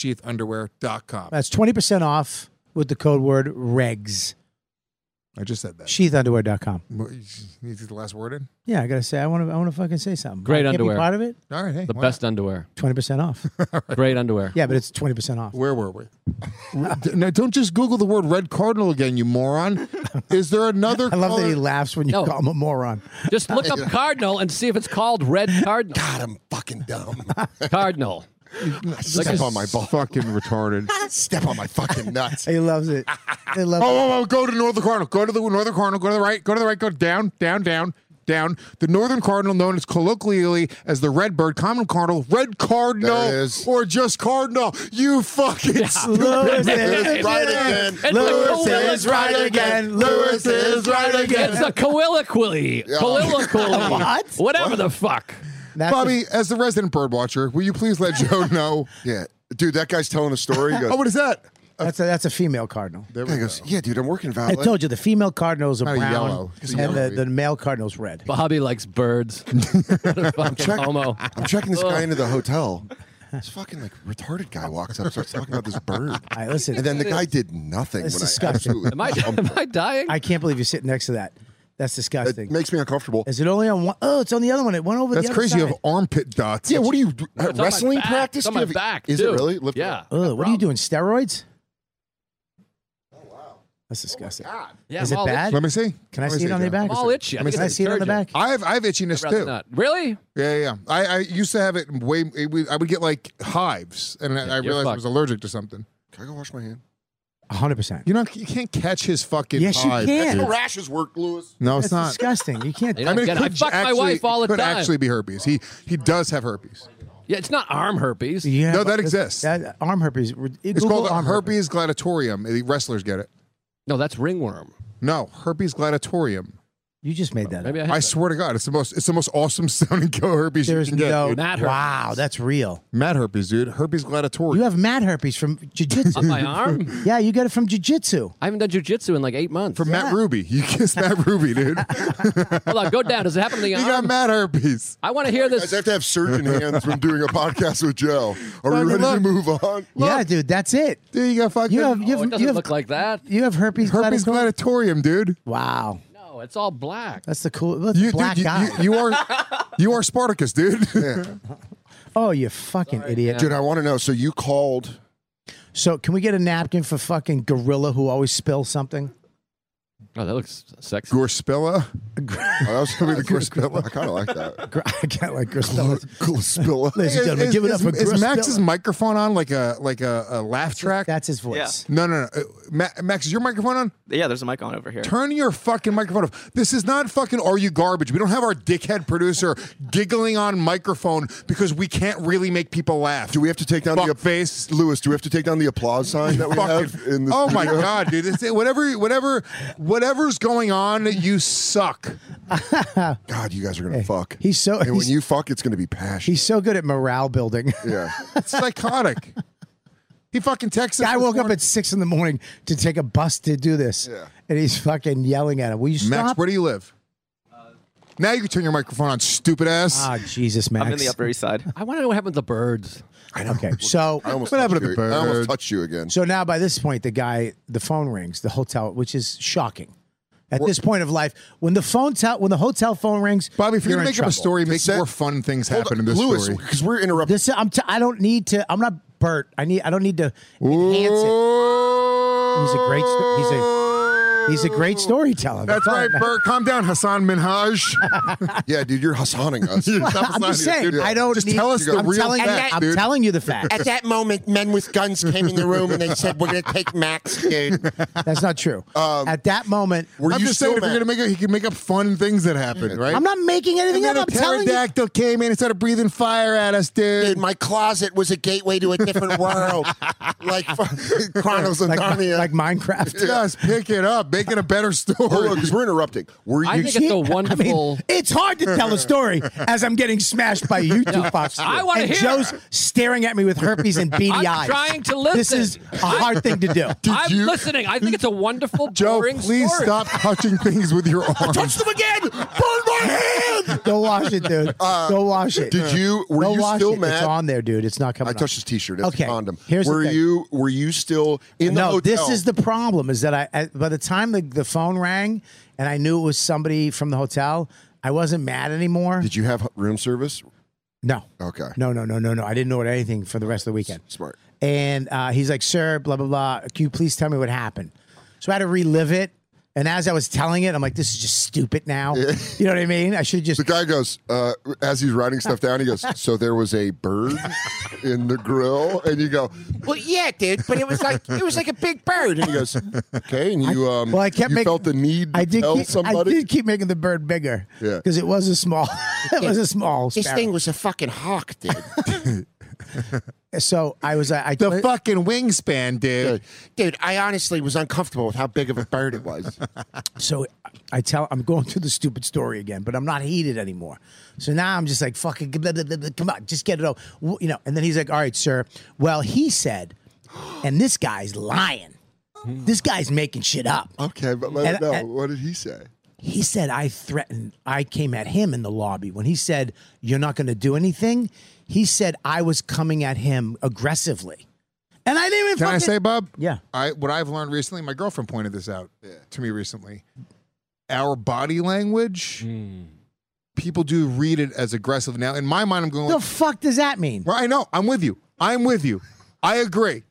sheathunderwear.com.
That's twenty percent off with the code word regs.
I just said that.
Sheathunderwear.com.
You need to get the last word in?
Yeah, I gotta say, I want to, I want to fucking say something.
Great
I can't
underwear.
Be part of it.
All right, hey.
The
why
best underwear.
Twenty percent off.
Great underwear.
yeah, but it's twenty percent off.
not? Where were we? now, don't just Google the word red cardinal again, you moron. Is there another
I love that he
color-
laughs when you
No.
call him a moron.
Just look up Cardinal and see if it's called Red Cardinal.
God, I'm fucking dumb.
Cardinal.
Step
a
on my ball.
Fucking retarded.
Step on my fucking nuts.
He loves it. He loves
Oh, oh, oh, go to Northern Cardinal. Go to the Northern Cardinal. Go to the right. Go to the right. Go down, down, down, down. The Northern Cardinal, known as colloquially as the Redbird, common Cardinal, Red Cardinal,
There it is.
or just Cardinal. You fucking stupid.
Lewis
It's
is right
right again.
It's
Lewis
a
is right again. Lewis is right again.
It's a colloquy. Colloquy.
What?
Whatever the fuck.
That's
Bobby, as the resident bird watcher, will you please let Joe know?
Yeah, dude, that guy's telling a story. He goes,
oh, what is that?
A, that's a that's a female cardinal.
There
he goes, yeah, dude, I'm working
I
valet.
told you the female cardinals are
Not a
brown
yellow. It's a
and
yellow.
the, the male cardinals red.
Bobby likes birds. What a fucking
checking-
homo.
I'm checking this
Oh.
guy into the hotel. This fucking like retarded guy walks up, starts talking about this bird,
All right, listen.
and then the guy did nothing.
It's
when
disgusting.
I absolutely-
Am I, am I dying?
I can't believe you're sitting next to that. That's
it
disgusting.
makes me uncomfortable.
Is it only on one? Oh, it's on the other one. It went over
That's
the other
crazy. You
side.
have armpit dots.
Yeah, what do you
It's on my
wrestling
back.
practice?
It's on
You
my
have-
back.
Is
too.
it really? Lift it
yeah.
up.
Ugh, what are you doing? Steroids? That's disgusting.
Yeah,
Is
I'm
it
all
bad?
Let me see.
Can I
Let me
see it on the
Joe.
back?
I'm all itchy. I
Can
think
I
it's
see it on the
detergent.
back?
I have I have itchiness
Rather
too.
not. Really?
Yeah, yeah. yeah. I, I used to have it way. It, would- I would get like hives, and I, I
you're
realized I
fucked.
was allergic to something.
Can I go wash my hand?
100%.
You know, you can't catch his fucking.
Yes, you
hive,
can.
dude.
Your rashes work, Lewis.
No, it's
That's
not.
disgusting. You can't.
You don't get it. I
j-
fuck my wife all the
it could
time.
actually be herpes. He he does have herpes.
Yeah, it's not arm herpes.
Yeah,
No, that
it's-
exists.
That arm herpes.
It's called herpes gladiatorium. The wrestlers get it.
No, that's ringworm.
No, herpes gladiatorium.
You just made that. up.
Maybe I,
I
have
swear to God, it's the most it's the most awesome sounding kill herpes
There's
you can get.
no
dude.
Mad herpes.
wow. That's real.
Mad herpes, dude. Herpes
You
gladiatorium.
have mad herpes from
on my
jujitsu.
arm.
yeah, you got it from jujitsu.
I haven't done jujitsu in like eight months.
From
Yeah.
Matt Ruby. You kissed Matt Ruby, dude. he
Hold on, go down. Does it happen to the
got
arm?
mad herpes.
I want to hear
Guys,
this. Oh,
I have to have surgeon hands when doing a podcast with Joe. Are we ready to move on?
Yeah, dude, that's it.
Dude, you got fucking
You have you
Oh, it
have,
doesn't
you have,
look like that.
you have herpes.
herpes
gladiator-
gladiatorium, dude.
Wow,
No, it's all black.
that's the cool that's
You,
a
dude,
black
you-
guy.
you, you are you are Spartacus, dude.
oh, you fucking idiot.
Dude, I want to know. So you called.
So, can we get a napkin for fucking gorilla who always spills something?
Oh, that looks sexy.
Gorspilla.
Oh, that was gonna be the Grispilla. I kind of like that.
Gr- I can't like gorilla.
Grispilla.
Ladies and gentlemen,
Is-
give it up
is-
for
Is
gorilla.
Max's microphone on like a like a, a laugh track?
That's his voice.
No, no, no. Uh, Ma- Max, is your microphone on?
Yeah, there's a mic on over here.
Turn your fucking microphone off. This is not fucking Are You Garbage. We don't have our dickhead producer giggling on microphone because we can't really make people laugh.
Do we have to take down
Fuck
the
face.
Lewis? Do we have to take down the applause sign that we have
Fucking-
in the
oh my
studio?
god, dude! It's, whatever, whatever, whatever's going on, you suck.
God, you guys are gonna fuck.
he's so-
And when
he's-
you fuck, it's gonna be passion.
He's so good at morale building.
yeah.
It's psychotic. he fucking texted.
I
this
woke up
morning.
at six in the morning to take a bus to do this,
Yeah.
and he's fucking yelling at him. Will you stop?
Max. Where do you live? now you can turn your microphone on, stupid ass.
Ah, Jesus, Max.
I'm in the Upper East Side.
I want to know what happened to the birds.
Okay, so
I almost
What happened to
touched
the
you. I
bird?
almost touched you again.
so now by this point, the guy, the phone rings, the hotel, which is shocking. At this point of life, when the phone tel- when the hotel phone rings,
Bobby, if you're,
in
gonna make up a
trouble.
story, make
Cassette-
more fun things
Hold
happen
on,
in this
Lewis,
story.
because we're interrupting.
This I'm. T- I don't need to. I'm not Bert. I need. I don't need to enhance it. He's a great. Sto- he's a. He's a great storyteller.
That's
Come on,
right,
man.
Bert. Calm down, Hassan Minhaj.
Yeah, dude, you're hassaning us.
I'm just saying, I don't
Just
need-
tell us the
I'm
real
telling,
facts,
I'm
dude.
telling you the fact.
At that moment, men with guns came in the room and they said, "We're going to take Max, dude."
That's not true. At that moment,
Um, Were
I'm
you
just saying,
still
if you're
mad?
gonna make it, he can make up fun things that happened, right?
I'm not making anything
And then
up.
a
I'm telling you.
pterodactyl came in and started breathing fire at us,
Dude,
dude.
my closet was a gateway to a different world, like fucking Chronos of
Like,
Narnia.
like Minecraft.
Just pick it up, make it a better
Hold on,
story.
because we're interrupting. Were
I
you?
think it's a
I mean,
wonderful.
it's hard to tell a story as I'm getting smashed by you two fox.
I wanna
and
hear.
Joe's staring at me with herpes and beady
I'm
eyes.
trying to
This
listen.
is a hard thing to do.
I'm listening. I think it's a wonderful,
Joe,
boring
please
story.
stop touching things with your arms.
them again. Burn my hand. Uh,
Go wash it, dude. Go wash it.
Did you? Were
Go
you
wash
still
it.
mad?
It's on there, dude. It's not coming.
I
up.
touched his T-shirt. It's
Okay,
a condom.
here's the
were
thing.
you? Were you still in the
no,
hotel?
this is the problem. Is that I, I by the time the, the phone rang and I knew it was somebody from the hotel, I wasn't mad anymore.
Did you have room service?
no,
Okay.
no, no, no, no, no. I didn't order anything for the rest of the weekend.
Smart.
And uh, he's like, "Sir, blah blah blah. Can you please tell me what happened?" So I had to relive it. And as I was telling it, I'm like, "This is just stupid now." You know what I mean? I should just
The guy goes uh, as he's writing stuff down. He goes, "So there was a bird in the grill," and you go,
well, yeah, dude, but it was like it was like a big bird.
and he goes, "Okay." And you, um,
Well, I kept
you
making-
felt the need. To
I did.
tell
Keep,
somebody.
I did keep making the bird bigger.
Yeah.
because it was a small. it was a small.
This
sparrow.
thing was a fucking hawk, dude.
So I was. I, I
The fucking wingspan, dude.
Dude, I honestly was uncomfortable with how big of a bird it was.
So I tell, I'm going through the stupid story again, but I'm not heated anymore. So now I'm just like, fucking, blah, blah, blah, blah, come on, just get it over, W- you know. And then he's like, all right, sir. Well, he said, and this guy's lying. This guy's making shit up.
Okay, but let
And-
it know.
and-
what did he say?
He said I threatened. I came at him in the lobby when he said, "You're not going to do anything." He said I was coming at him aggressively, and I didn't even.
Can I
fucking-
say, Bob?
Yeah.
I what I've learned recently, my girlfriend pointed this out to me recently. Our body language, people do read it as aggressive. Now, in my mind, I'm going.
The
Like,
fuck does that mean?
well, I know. I'm with you. I'm with you. I agree.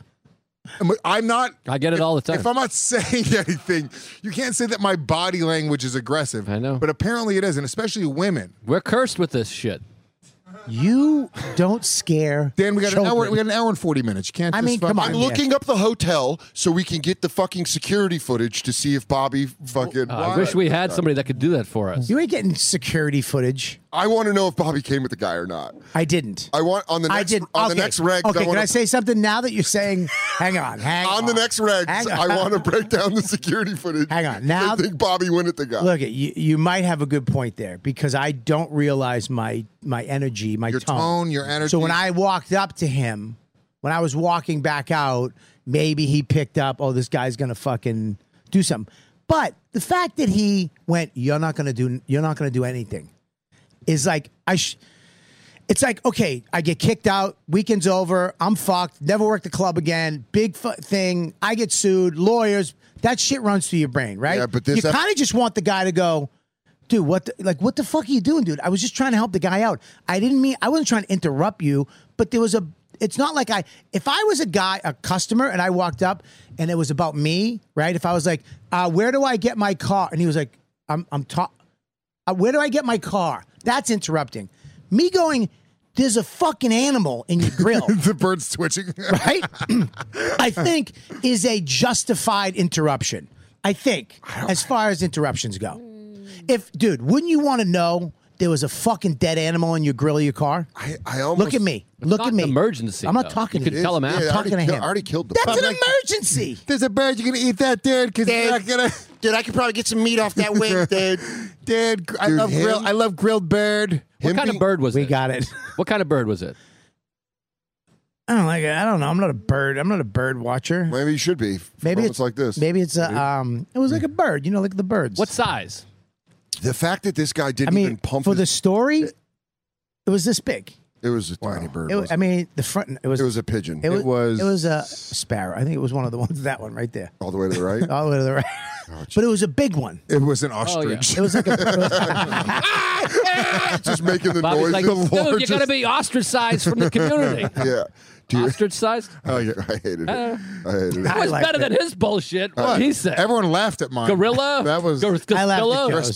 I'm- I'm not
I get it all the time.
If I'm not saying anything, you can't say that my body language is aggressive.
I know.
But apparently it is, and especially women.
We're cursed with this shit.
You don't scare.
Dan, we got an hour
children.
we got an hour and 40 minutes. You can't
I
just
mean, come
fucking-
on.
I'm
Yeah.
looking up the hotel so we can get the fucking security footage to see if Bobby
Oh,
fucking.
Uh, I wish we had somebody that could do that for us.
You ain't getting security footage.
I want to know if Bobby came with the guy or not.
I didn't.
I want on the
I
next
didn't.
on
Okay.
the next reg.
Okay,
I
can
wanna,
I say something now that you're saying? Hang on, hang on.
on the next reg?
Hang
I
on.
want to break down the security footage.
Hang on. Now-
I think Bobby went at the guy.
Look, you, you might have a good point there because I don't realize my my energy, my
Your tone, your energy.
So when I walked up to him, when I was walking back out, maybe he picked up. Oh, this guy's gonna fucking do something. But the fact that he went, you're not gonna do, you're not gonna do anything, is like I. Sh- it's like okay, I get kicked out. Weekend's over. I'm fucked. Never work the club again. Big fu- thing. I get sued. Lawyers. That shit runs through your brain, right?
Yeah, but this
you
ep-
kind of just want the guy to go, dude. What? The, like, what the fuck are you doing, dude? I was just trying to help the guy out. I didn't mean. I wasn't trying to interrupt you, but there was a. It's not like I. If I was a guy, a customer, and I walked up and it was about me, right? If I was like, uh, where do I get my car? And he was like, I'm, I'm talking. Uh, where do I get my car? That's interrupting. Me going, there's a fucking animal in your grill,
the bird's twitching.
right? I think is a justified interruption. I think, as far as interruptions go. If, dude, wouldn't you want to know there was a fucking dead animal in your grill of your car?
I, I almost
Look at me. Look
not
at
an
me.
emergency,
I'm not
though.
talking
You
to
could
you.
tell him
Yeah,
after.
I
I'm
already,
talking to
kill-
him.
I already killed the.
That's
fuck.
an emergency.
There's a bird, you're gonna eat that, dude, because you're not
Dude,
gonna
dude, I could probably get some meat off that wing, dude.
Dude, gr- I
Dude,
love
him-
grill I love grilled bird.
What
him
kind of
being-
bird was
We
it?
got it.
What kind of bird was it?
I don't like it. I don't know. I'm not a bird. I'm not a bird watcher.
Maybe you should be. for
Maybe
moments
it's
like this.
Maybe it's a. Um, it was like a bird. You know, like the birds.
What size?
the fact that this guy
I
didn't even
mean,
pump
for the
his,
story, it was this big.
It was a tiny bird.
It was, I
wasn't
mean, the front. It was.
it was a pigeon.
It
was-
It was a sparrow. I think it was one of the ones. That one right there,
all the way to the right.
all the way to the right. but it was a big one.
It was an ostrich.
It was like a.
Just making the
Bobby's
noise.
like, dude, you
largest-
got to be ostracized from the community.
Yeah. you-
Ostrich sized?
I, I hated it.
Uh,
I hated it.
That was
liked
better than his bullshit. What he said.
Everyone laughed at mine.
Gorilla.
That was
Gor-
I laughed at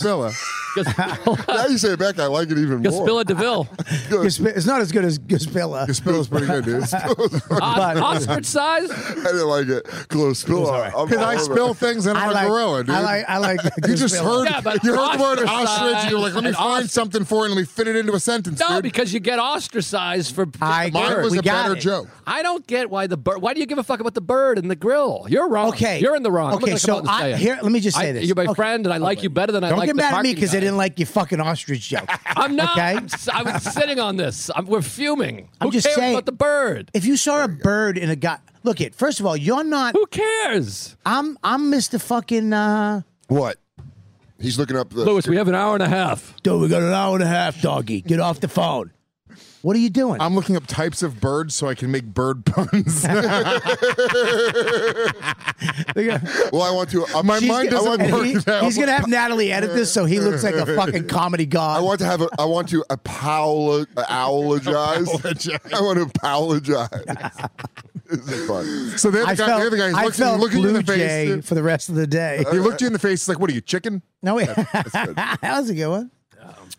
Gaspilla.
Joe's.
Gaspilla.
Gaspilla.
Now you say it back, I like it even more.
Gaspilla Deville.
Gasp- It's not as good as Gaspilla.
Gaspilla's pretty good, dude. Gaspilla's fucking-
O-
But-
ostrich sized?
I didn't like it. Gaspilla. I'm
Because
all
I
over it.
spill things and I'm
I
a
like,
gorilla, dude.
I like. I like.
you just
Gaspilla.
heard
Yeah, but
you heard the word
ostracized
ostrich and you were like, let me
and
find
ostr-
something for it and let me fit it into a sentence,
No,
dude.
because you get ostracized for.
I
the
got
mine
it.
bird.
was
We
a
got
better
it.
joke.
I don't get why the bird. Why do you give a fuck about the bird and the grill? You're wrong.
Okay,
you're in the wrong. I'm
Okay,
gonna
so
come out and say
I,
it.
here, let me just say
I-
this.
You're my
Okay.
friend, and I like you better than I
Don't
like
get
the
mad at me
parking
because I
guy.
didn't like your fucking ostrich joke.
I'm not.
Okay.
I'm, s- I'm sitting on this. I'm, we're fuming.
I'm
Who
just
cares
saying-
about the bird?
if you saw a bird in a guy, look it. First of all, you're not.
Who cares,
I'm. I'm Mr. Fucking. uh
What? He's looking up the.
Lewis? We have an hour and a half.
Dude, we got an hour and a half, doggy. Get off the phone. What are you doing?
I'm looking up types of birds so I can make bird puns.
well, I want to.
My
I
She's gonna-
mind doesn't
and
work
he-
now.
He's gonna have Natalie edit this so he looks like a fucking comedy god.
want to have a. I want to apolo- apologize.
Apologize.
I want to apologize. this is fun.
So there the
I
guy,
felt,
the other guy, he's
I
looking,
felt
looking you
Blue
in the
Jay
face.
for the rest of the day.
He looked you in the face. He's like, what are you, chicken?
No, wait. that was a good one.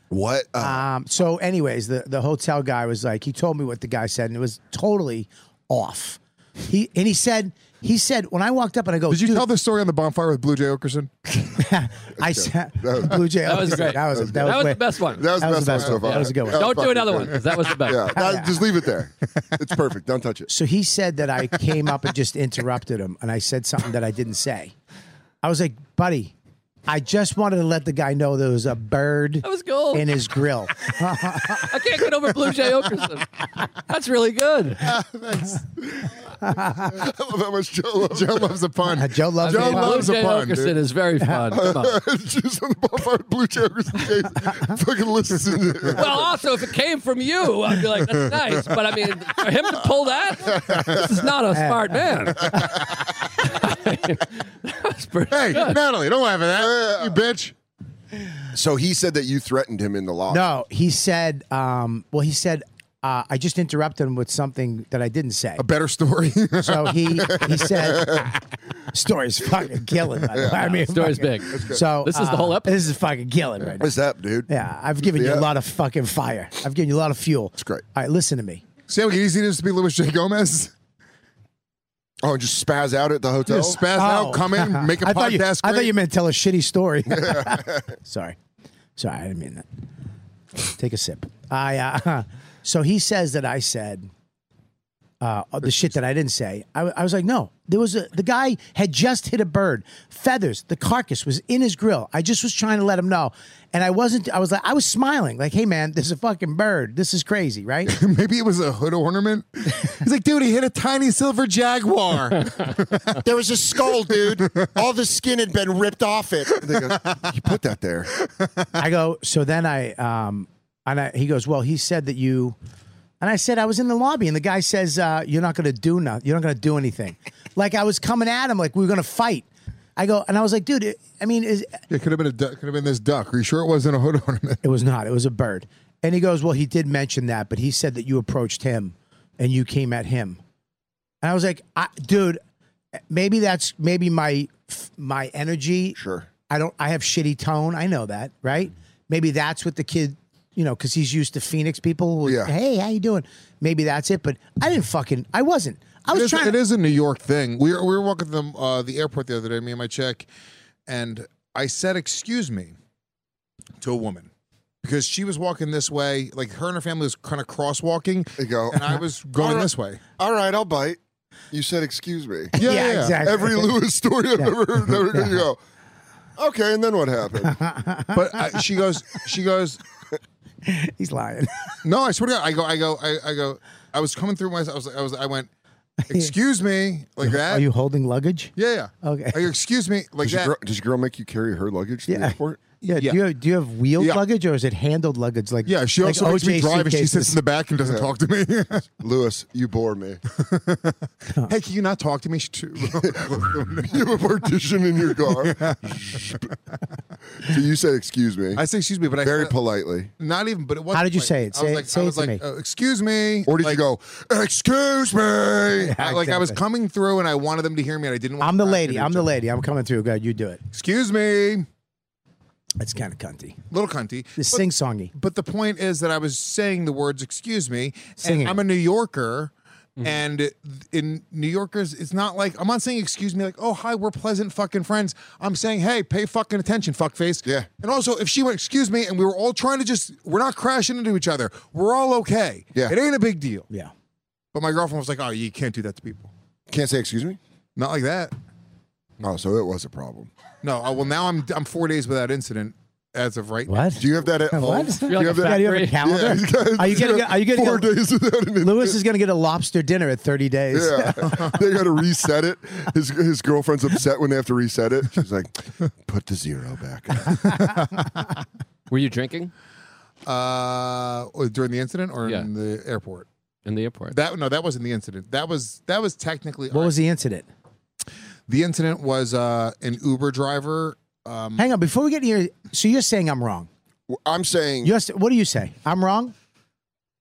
What? Uh,
Um, so, anyways, the, the hotel guy was like, he told me what the guy said, and it was totally off. He and he said, he said when I walked up and I go,
Did you
"Dude,"
tell this story on the bonfire with Blue Jay Okerson?
I said, Blue Jay.
That was great.
That was
That was
way-
the best one.
that was
that
the
was
best one so far.
That was a good one.
That
Don't
was
do
fucking
another
good.
one. 'cause That was the best.
Yeah, that, just leave it there. It's perfect. Don't touch it.
So he said that I came up and just interrupted him, and I said something that I didn't say. I was like, buddy, I just wanted to let the guy know there was a bird
That was cool.
in his grill.
I can't get over Blue Jay Okerson. That's really good.
I love how much Joe loves
Joe loves a pun.
Uh, Joe loves
Joe
it.
Blue
loves a
Jay
pun. dude.
Okerson is very fun. Come on.
just on the bonfire with Blue Jay Okerson. Case. Fucking listen to it.
Well, also, if it came from you, I'd be like, that's nice. But I mean, for him to pull that, this is not a smart man. That's pretty
Hey,
good.
Natalie, don't laugh at that, you bitch.
So he said that you threatened him in the law.
No, he said, um, well, he said, uh, I just interrupted him with something that I didn't say.
A better story.
So he he said, story's fucking killing. by the way. I mean,
Story's
fucking-
big.
So
This is the
uh,
whole episode.
This is fucking killing right now.
What's up, dude?
Yeah, I've given you
Yeah.
a lot of fucking fire. I've given you a lot of fuel. It's
great.
All right, listen to me.
See how easy it is to be Louis J. Gomez?
Oh, and just spaz out at the hotel. Oh.
Just spaz out, come in, make a
Oh. I
podcast.
thought you, I
great.
thought you meant tell a shitty story. Sorry. Sorry, I didn't mean that. Take a sip. I uh, so he says that I said uh, the shit that I didn't say. I, I was like, no, there was a the guy had just hit a bird, feathers, the carcass was in his grill. I just was trying to let him know, and I wasn't. I was like, I was smiling, like, hey man, there's a fucking bird. This is crazy, right?
Maybe it was a hood ornament. He's like, dude, he hit a tiny silver jaguar.
There was a skull, dude. All the skin had been ripped off it.
They go, you put that there.
I go, so then I, um, and I, he goes, well, he said that you, and I said, I was in the lobby and the guy says, uh, you're not going to do nothing. You're not going to do anything. like I was coming at him. Like we were going to fight. I go, and I was like, dude, it, I mean, is,
it could have been a duck. Could have been this duck. Are you sure it wasn't a hood ornament?
it was not, it was a bird. And he goes, well, he did mention that, but he said that you approached him and you came at him. And I was like, I, dude, maybe that's maybe my, my energy
Sure.
I don't. I have shitty tone. I know that, right? Maybe that's what the kid, you know, because he's used to Phoenix people. who-
Yeah.
Hey, how you doing? Maybe that's it. But I didn't fucking. I wasn't. I was
it is,
trying.
it
to,
is a New York thing. We were, we were walking to the, uh, the airport the other day, me and my chick, and I said, "Excuse me," to a woman because she was walking this way. Like her and her family was kind of crosswalking,
They go,
and I was going this way.
all right, I'll bite. You said, excuse me.
Yeah,
Yeah, yeah, yeah.
exactly.
Every Lewis story I've ever heard, never gonna go, okay, and then what happened?
But uh, she goes, she goes.
He's lying.
No, I swear to God, I go, I go, I, I go. I was coming through my. I was, I was, I went. Excuse me, like
Are
that.
you holding luggage?
yeah, yeah.
Okay.
I go, excuse me, like
Does your,
that.
girl, does your girl make you carry her luggage to
Yeah.
the airport?
Yeah.
Yeah.
Do you have, do you have wheeled
Yeah.
luggage or is it handled luggage? Like
Yeah, she also
like
makes me
OJ
drive, and she
suitcases?
sits in the back and doesn't talk to me.
Lewis, you bore me.
hey, can you not talk to me? She too-
you have a partition in your car. so you said, "Excuse me,"
I say excuse me, but I uh,
very politely.
Not even, but it was.
How did you say it?
I was
Say it-
like,
say
I
it
was
to
like,
me.
uh, excuse me,
Or did
like,
you go, "Excuse me"?
I- like I was
Exactly.
coming through, and I wanted them to hear me, and I didn't. Want
I'm
to
the
crash
lady.
into
I'm
each
the
other.
lady. I'm coming through. God, you do it.
Excuse me,
That's kind of cunty.
little cunty.
This
But-
sing songy.
But the point is that I was saying the words "excuse me."
Singing.
And I'm a New Yorker, and th- in New Yorkers, it's not like I'm not saying "excuse me" like "oh hi, we're pleasant fucking friends." I'm saying "hey, pay fucking attention, fuckface."
Yeah.
And also, if she went "excuse me," and we were all trying to just, we're not crashing into each other. We're all okay.
Yeah.
It ain't a big deal.
Yeah.
But my girlfriend was like, "Oh, you can't do that to people.
Can't say "Excuse me."
Not like that."
Oh, so it was a problem.
No. I, well, now I'm I'm four days without incident as of right.
What?
Do you have that at home?
What?
Do
You're like
you have
a
that?
fat-
Yeah, do you have a
Yeah,
Yeah,
calendar?
he's got-
Are you gonna? get- Are you gonna?
four
Get,
days without an
Lewis is gonna get a lobster dinner at 30 days.
Yeah, they got to reset it. His his girlfriend's upset when they have to reset it. She's like, "Put the zero back."
Were you drinking
Uh, during the incident or
Yeah.
in the airport?
in the airport?
That no, that wasn't the incident. That was that was technically
What was the incident?
the incident was uh, an Uber driver. Um,
Hang on. Before we get to your, so you're saying I'm wrong.
I'm saying,
You're, s- what do you say? I'm wrong.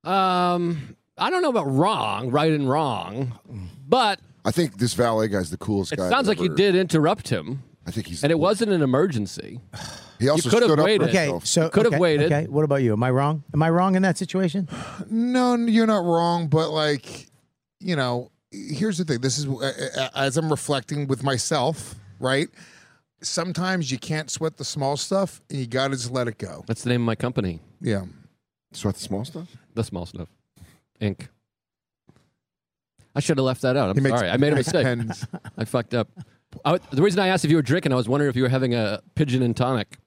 um, I don't know about wrong, right and wrong, but
I think this valet guy's the coolest
it
guy. I've
sounds like you
ever-
did interrupt him,
I think he's.
and it wasn't an emergency.
He also
could've
stood up. for
waited.
Okay.
himself.
So
could have
okay,
waited.
Okay. What about you? Am I wrong? Am I wrong in that situation?
no, you're not wrong, but like, you know, here's the thing. This is uh, as I'm reflecting with myself, right? Sometimes you can't sweat the small stuff, and you gotta just let it go.
That's the name of my company,
Yeah.
sweat the small stuff.
The Small Stuff Inc. I should have left that out. I'm sorry. I made a
makes
mistake.
pens.
I fucked up. I, w- the reason I asked if you were drinking, I was wondering if you were having a pigeon and tonic.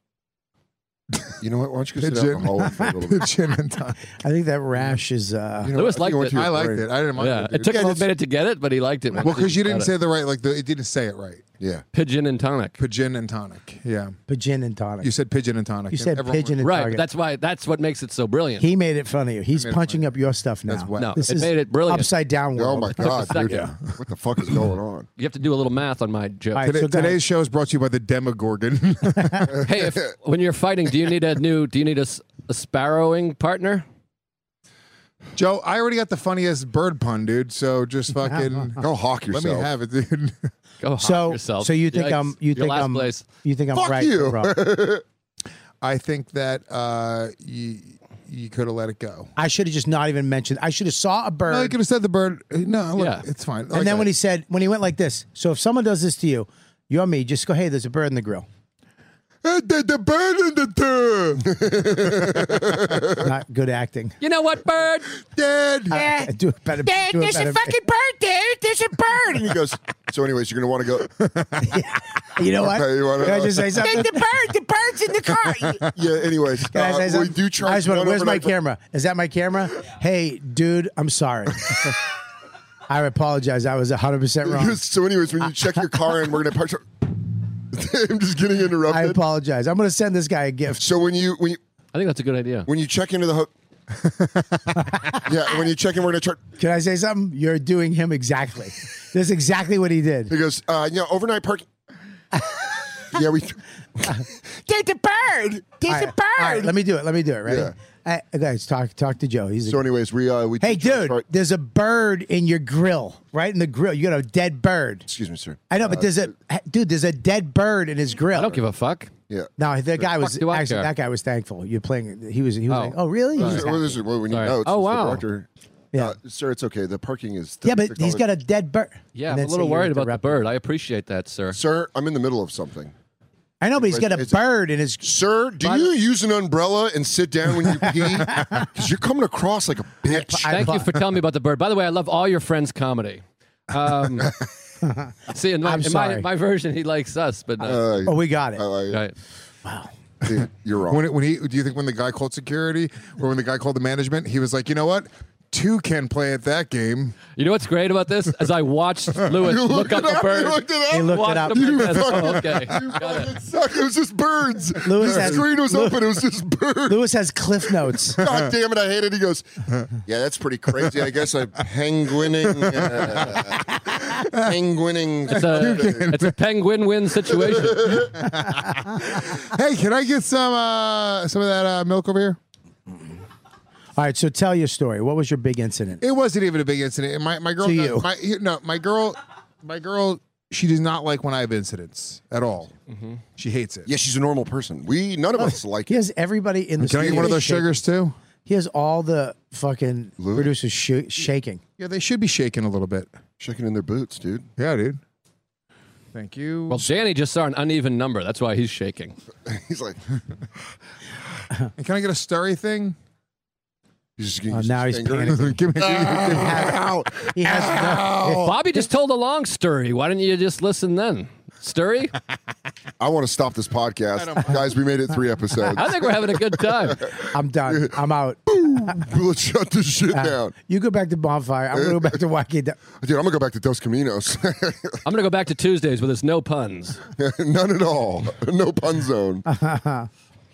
You know what? Why don't you go sit out in the
Pigeon.
hallway for a little bit?
Gin and tonic.
I think that rash is. Uh,
You know
Lewis
what? I think
liked
went
it.
to your
I liked
brain.
it. I didn't mind.
Yeah,
dude.
it took
Yeah,
him a
that's-
minute to get it, but he liked it.
well because you didn't
Got it.
say the right like the, it didn't say it right.
Yeah.
pigeon and tonic.
Pigeon and tonic. Yeah,
gin and tonic.
you said pigeon and tonic.
You
and
said
everyone
pigeon
went-
and
Right,
target.
but that's why that's what makes it so brilliant.
he made it fun of you. He's
made it
punching up your stuff now.
That's whack. No,
this
it
is
made it brilliant.
Upside down
Oh
world.
my god, dude.
second.
What the fuck is going on?
You have to do a little math on my joke.
All right,
Today,
so go ahead.
today's show is brought to you by the Demogorgon.
Hey, if, when you're fighting, do you need a new? Do you need a, s- a sparrowing partner?
Joe, I already got the funniest bird pun, dude. So just fucking
Go hawk
let
yourself.
me have it, dude.
Go hop
So,
yourself.
so you think
Yikes.
I'm? You
You're
think
last
I'm?
place?
You think I'm
Fuck
right?
you.
or wrong?
I think that uh, you you could have let it go.
I should have just not even mentioned. I should have saw a bird.
No, you could have said the bird. No, look,
Yeah.
it's fine.
and then when he said, when he went like this, so if someone does this to you, you're me. Just go, hey, there's a bird in the grill.
the, the bird in the tub.
Not good acting.
You know what, bird?
Dead.
I do it better. do it better.
bird, dude. There's a bird.
He goes. So, anyways, you're gonna want to go.
You know what?
Okay, you wanna-
Can I just say something?
bird. The bird's in the car.
Yeah. Anyways,
Can I
uh,
say
we
something?
do charge.
I just wanna-
one
where's my
overnight-
camera? Is that my camera? Hey, dude, I'm sorry. I apologize. I was 100% wrong.
So, anyways, when you check your car in, we're gonna park. I'm just getting
I
interrupted.
apologize. I'm going to send this guy a gift.
so when you when you
I think that's a good idea.
when you check into the ho- yeah, when you check in, we're gonna charge.
Can I say something? You're doing him exactly. That's exactly what he did.
He goes, uh, you know, overnight parking. yeah, we.
Dude, the bird. There's
All right, all right, let me do it. Let me do it. Ready?
Yeah.
All right, guys, talk talk to Joe. He's a
So, anyways, we uh, we.
Hey,
do charge
dude,
right-
there's a bird in your grill, right in the grill. You got a dead bird.
Excuse me, sir.
I know, but there's a dude. There's a dead bird in his grill.
I don't give a fuck.
Yeah.
no, the guy was
fuck do I
actually
care?
that guy was thankful. You're playing. He was. He was.
Oh.
Like, oh, really? He was
This is- well, this is what we need
Sorry.
notes.
Oh,
It's the
wow.
director.
Yeah.
Uh, sir, it's okay. The parking is.
yeah, but he's got a dead bird.
Yeah,
And
I'm a
then
little
say you're
worried about the
interrupting.
bird. I appreciate that, sir.
Sir, I'm in the middle of something.
I know, but he's got a
It's-
bird in his.
Sir, do you use an umbrella and sit down when you pee? Because you're coming across like a bitch.
I-
Thank you for telling me about the bird. By the way, I love all your friends' comedy. Um, see, in my,
I'm
in my-
sorry.
my version, he likes us, but uh,
Uh,
Oh, we got it.
I like it.
right.
Dude, You're wrong.
when, it, when he do you think when the guy called security or when the guy called the management, he was like, you know what?
Two can play at that game.
You know what's great about this? As I watched Lewis look
looked
up
it
the
up,
bird.
You looked it up.
He looked it
Watched
up.
the bird. Oh, okay. Got
It
it.
sucked. It was just birds.
Lewis
the
has-
screen was
Lew-
open. It was just birds.
Lewis has cliff notes.
God damn it! I hate it. He goes,
Yeah, that's pretty crazy. I guess I'm penguining. Uh, penguining.
It's a, it's a penguin win situation.
Hey, can I get some uh, some of that uh, milk over here?
All right, so tell your story. What was your big incident?
It wasn't even a big incident. And My my girl,
To you.
My, no, my girl, my girl, she does not like when I have incidents at all.
Mm-hmm.
She hates it.
"Yeah, she's a normal person. We none of us like
He
it."
has everybody in the
Can I get
studio
one of those
shaking.
sugars too?
He has all the fucking producers sh- shaking.
Yeah, they should be shaking a little bit.
Shaking in their boots, dude.
Yeah, dude. Thank you.
Well, Danny just saw an uneven number. That's why he's shaking.
He's like,
And can I get a starry thing?
he's just getting
Oh,
used to
now
his
he's
finger.
panicking.
Give me. Oh,
Ow. He has
Oh,
no,
Bobby just told a long story. Why didn't you just listen then? Story?
I want to stop this podcast, guys. We made it three episodes.
I think we're having a good time.
I'm done. I'm out.
Let's shut this shit
Uh,
down,
You go back to bonfire. I'm gonna go back to YK.
dude. I'm gonna go back to Dos Caminos.
I'm going to go back to Tuesdays with it's no puns.
None at all. No pun zone.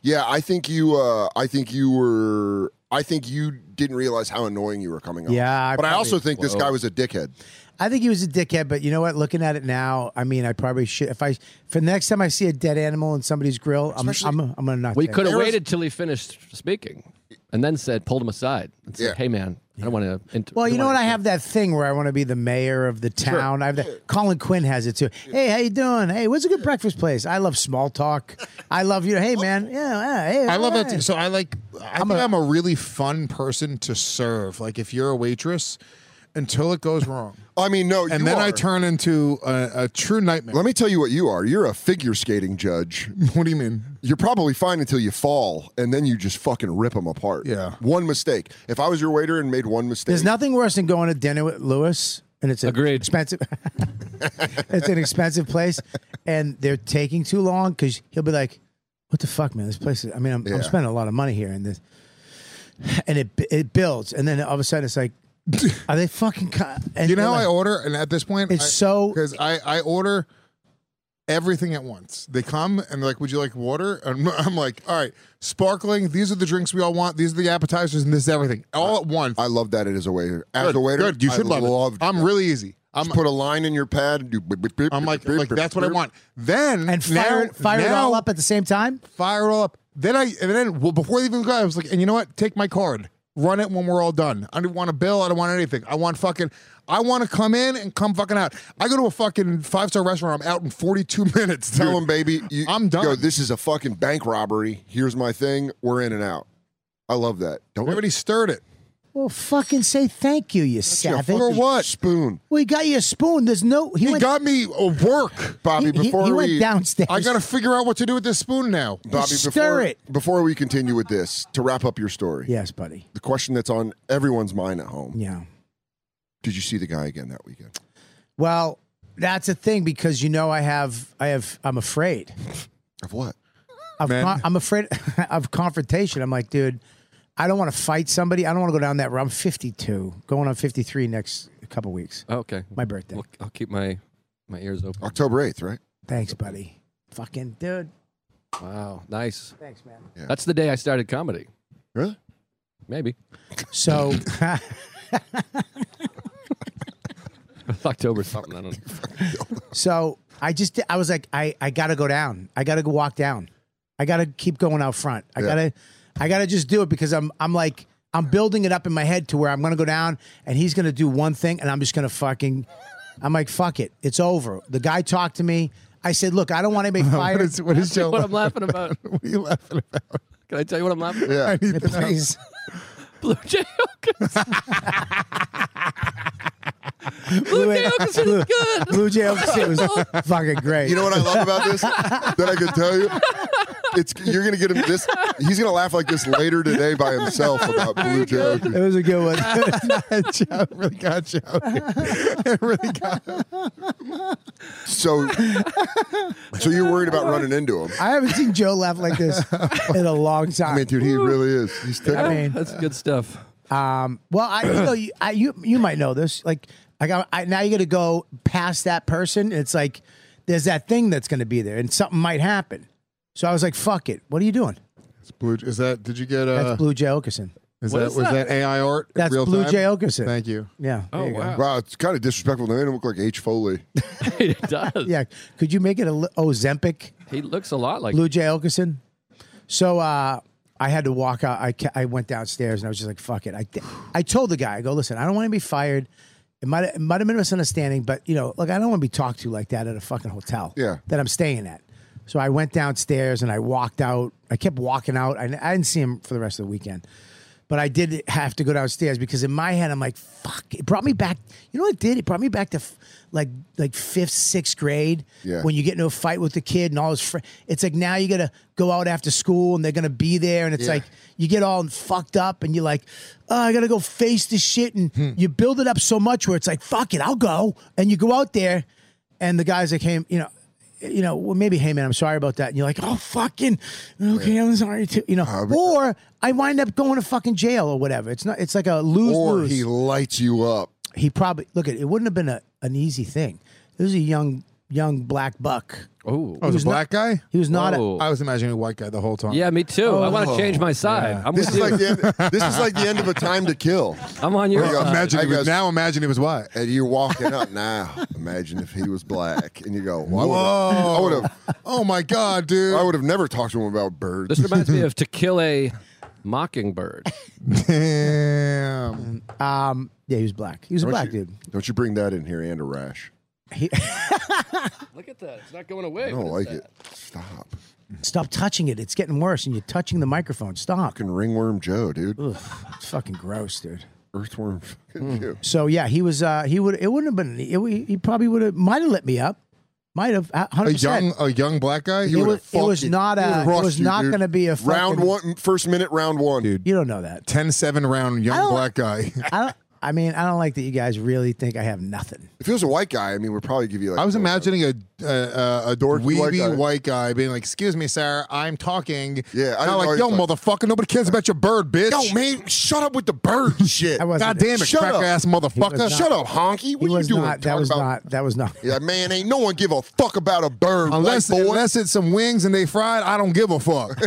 yeah, I think you. Uh, I think you were. I think you didn't realize how annoying you were coming off.
Yeah, I
but I
probably-
also think this guy was a dickhead.
I think he was a dickhead, but you know what? Looking at it now, I mean, I probably should. If I for the next time I see a dead animal in somebody's grill, I'm I'm, I'm gonna knock.
We
that
could have
There was-
waited till he finished speaking and then said, pulled him aside and said,
Yeah.
hey, man, I don't want to. Inter-
Well, you
don't
know what?
wanna-
I have that thing where I want to be the mayor of the town. I have that. Colin Quinn has it too. Hey, how you doing? Hey, what's a good breakfast place? I love small talk. I love you. Hey, man. Yeah. yeah hey,
Oh. I love
all
that. Too.
right.
So I like. I think i I'm a really fun person to serve. Like if you're a waitress, until it goes wrong,
I mean, no.
and
you
then I
are.
turn into a, a true nightmare.
Let me tell you what you are. You're a figure skating judge.
what do you mean?
You're probably fine until you fall, and then you just fucking rip them apart.
Yeah.
One mistake. If I was your waiter and made one mistake,
There's nothing worse than going to dinner with Lewis, and it's an
Agreed.
expensive. it's an expensive place, and they're taking too long because he'll be like, "What the fuck, man? This place. Is, I mean, I'm,
Yeah.
I'm spending a lot of money here, and this, and it it builds, and then all of a sudden it's like, are they fucking? Co-? And
You know how
they're
I
like,
order, and at this point,
It's so-
because I I order everything at once. They come and they're like, "Would you like water?" And I'm, I'm like, "All right, sparkling. These are the drinks we all want. These are the appetizers, and this is everything all at once."
I love that it is a waiter. As
Good,
a waiter,
good. You should
I
love
love
it. I'm really easy. I'm
Just put a line in your pad. And do bip, bip, bip,
I'm like,
bip,
I'm like
bip,
that's what I
bip.
want. Then
and fire
now-
fire it
now-
all up at the same time.
fire it all up. Then I and then well before they even go, I was like, and you know what? Take my card. Run it when we're all done. I don't want a bill. I don't want anything. I want fucking. I want to come in and come fucking out. I go to a fucking five star restaurant. I'm out in 42 minutes. Dude.
Tell him, baby. You,
I'm done.
Go, this is a fucking bank robbery. Here's my thing. We're in and out. I love that. Don't
Everybody stirred it.
Well, fucking say thank you, you savage.
for
We
what spoon?
got you a spoon. There's no. He,
He
went.
got me a work.
he,
Bobby,
he- he
before
went
we
downstairs.
I gotta figure out what to do with this spoon now.
Bobby,
Stir
before,
it.
before we continue with this, to wrap up your story,
yes, buddy.
the question that's on everyone's mind at home:
Yeah.
Did you see the guy again that weekend?
Well, that's a thing because you know I have I have I'm afraid.
Of what?
Of
Men.
con- I'm afraid of confrontation. I'm like, dude, I don't want to fight somebody. I don't want to go down that road. I'm 52, going on 53 next couple weeks.
Oh, okay.
My birthday.
Well, I'll keep my, my ears open.
October eighth, right?
Thanks, buddy. Fucking dude.
Wow. Nice.
Thanks, man.
That's the day I started comedy.
Really?
Maybe.
So
It's October something. I don't know.
so I just I was like I I got to go down. I got to go walk down. I got to keep going out front. I got to I got to just do it because I'm I'm like I'm building it up in my head to where I'm going to go down and he's going to do one thing and I'm just going to fucking I'm like fuck it. It's over. The guy talked to me. I said, "Look, I don't want anybody
What
fired."
is, what is Joe?
What I'm laughing about?
what are you laughing about?
Can I tell you what I'm laughing? About?
Yeah.
Please.
Blue Jay Okas. Blue
Blue-
Jay Okas is good.
Blue Jay Oakley was fucking great.
You know what I love about this that I could tell you? It's you're gonna get him this. He's gonna laugh like this later today by himself about
Oh
Blue Joe.
it was a good one.
Joe really got Joe. It really got.
So, so you're worried about running into him?
I haven't seen Joe laugh like this in a long time.
I mean, dude, he really is. He's
I
tickling.
mean,
That's good stuff.
Um, well, I, you know, you, I, you you might know this. Like, I got I, now. You got to go past that person. It's like there's that thing that's going to be there, and something might happen. So I was like, "Fuck it. What are you doing?"
It's blue. Is that? Did you get? Uh,
That's Blue Jay Okerson.
Is
What
that
is
was
that?
that AI art? in
That's
real
Blue
time?
Jay Okerson.
Thank you.
Yeah. there
Oh
you go.
wow,
Wow, it's kind of disrespectful. They don't look like H. Foley.
it does.
Yeah. Could you make it a li- Ozempic?
He looks a lot like
Blue Jay Okerson. So uh, I had to walk out. I, ca- I went downstairs and I was just like, fuck it. I, th- I told the guy, I go, listen, I don't want to be fired. It might it might have been a misunderstanding, but you know, look, I don't want to be talked to like that at a fucking hotel
Yeah.
that I'm staying at. So I went downstairs and I walked out. I kept walking out. I, I didn't see him for the rest of the weekend, but I did have to go downstairs because in my head I'm like, fuck. It brought me back. You know what it did? It brought me back to f- like like fifth, sixth grade
Yeah.
when you get into a fight with the kid and all his friends. It's like now you gotta go out after school and they're gonna be there, and it's like you get all fucked up and you're like, oh, I gotta go face this shit, and
Hmm.
you build it up so much where it's like, fuck it, I'll go, and you go out there, and the guys that came, you know. You know, well, maybe, hey man, I'm sorry about that. And you're like, oh fucking, okay, I'm sorry too. You know,
Uh,
or I wind up going to fucking jail or whatever. It's not. It's like a lose
or
lose
he lights you up.
he probably look at it wouldn't have been a, an easy thing. This is a young young black buck.
Oh,
Oh, it was
was
a black guy.
He was not a,
Whoa.
I was imagining a white guy the whole time.
yeah, me too. I
Oh.
want to change my side. I'm
This
with
is
you.
like the end, this is like the end of a time to kill.
I'm on your
There you go.
side.
Imagine
I
he was-
guess-
now. Imagine he was white.
And you're walking up now. Imagine if he was black, and you go, well,
Whoa!
I would have,
Oh my God, dude!
I would have never talked to him about birds.
This reminds me of To Kill a Mockingbird.
Damn.
um yeah, he was black. He was a black
you,
dude.
Don't you bring that in here and a rash?
He,
Look at that. It's not going away.
I don't like it. Stop.
stop touching it. It's getting worse and you're touching the microphone. Stop.
Fucking ringworm Joe, dude.
Ugh, Mm. it's fucking gross, dude.
Earthworm fucking Joe.
So yeah, he was uh he would it wouldn't have been it, he probably would have might have lit me up. Might have a
A
hundred percent.
young, a young black guy.
It was, it was not
He
a
would've
it
crossed
was
you,
not
dude.
going to be a fucking,
round one, first minute, round one, dude.
You don't know that.
10-7
I
round young
don't-
black guy.
I don't I mean, I don't like that you guys really think I have nothing.
If he was a white guy, I mean, we'd probably give you like.
I was imagining a a, a, a weeby
white
white
guy.
guy. being like, "Excuse me, sir, I'm talking."
Yeah, I
I
didn't know
like,
he
"Yo,
was like-
motherfucker, nobody cares about your bird, bitch."
Yo, man, shut up with the bird shit.
I wasn't
God damn it,
Shut
crack
up.
ass motherfucker!
not-
Shut up, honky.
He
What are you
was
doing?
not that
Talking
was
about-
not that was not
Yeah, man, ain't no one give a fuck about a bird,
Unless
white boy.
unless it's some wings and they fried, I don't give a fuck.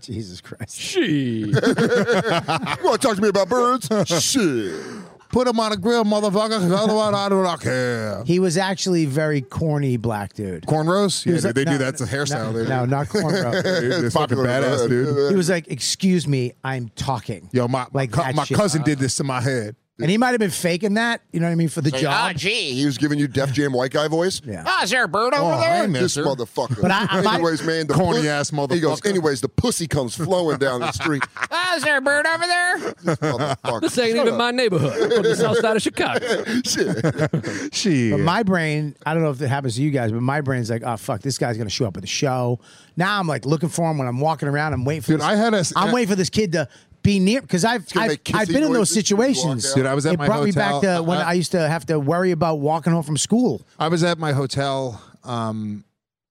Jesus Christ.
She.
you want to talk to me about birds? shit.
Put them on a grill, motherfucker. 'cause Otherwise, I do not care.
He was actually very corny black dude.
Cornrows? Yeah,
was
they,
like-
they do
no,
that. It's a hairstyle.
No,
they
no,
do.
not cornrow.
Dude, it's fucking badass, dude.
he was like, "Excuse me, I'm talking."
Yo, my
Like
my,
that
my
shit. uh.
cousin did this to my head.
and he might have been faking that. You know what I mean for the
ah,
job.
gee. He was giving you Def Jam white guy voice.
Yeah.
Ah, is there a bird over
there? hey,
this
mister.
motherfucker.
But I- I might-
anyways, man, the
Corny
pus-
ass
He goes,
motherfucker.
anyways, the pussy comes flowing down the street.
Ah, is there a bird over there?
motherfucker.
This ain't
Shut
even
up.
my neighborhood. I'm from the south side of Chicago.
Shit.
But my brain, I don't know if it happens to you guys, but my brain's like, "Oh fuck, this guy's gonna show up at the show." Now I'm like looking for him when I'm walking around. I'm waiting for.
Dude,
this,
I had a-
I'm waiting for this kid to be near because I've
gonna
I've,
make kissy
I've been in those
noises when you walk
situations.
out. Dude,
I was at
it
my
brought me back
hotel.
to when
I-
Uh-huh.
I used to have to worry about walking home from school.
I was at my hotel, um,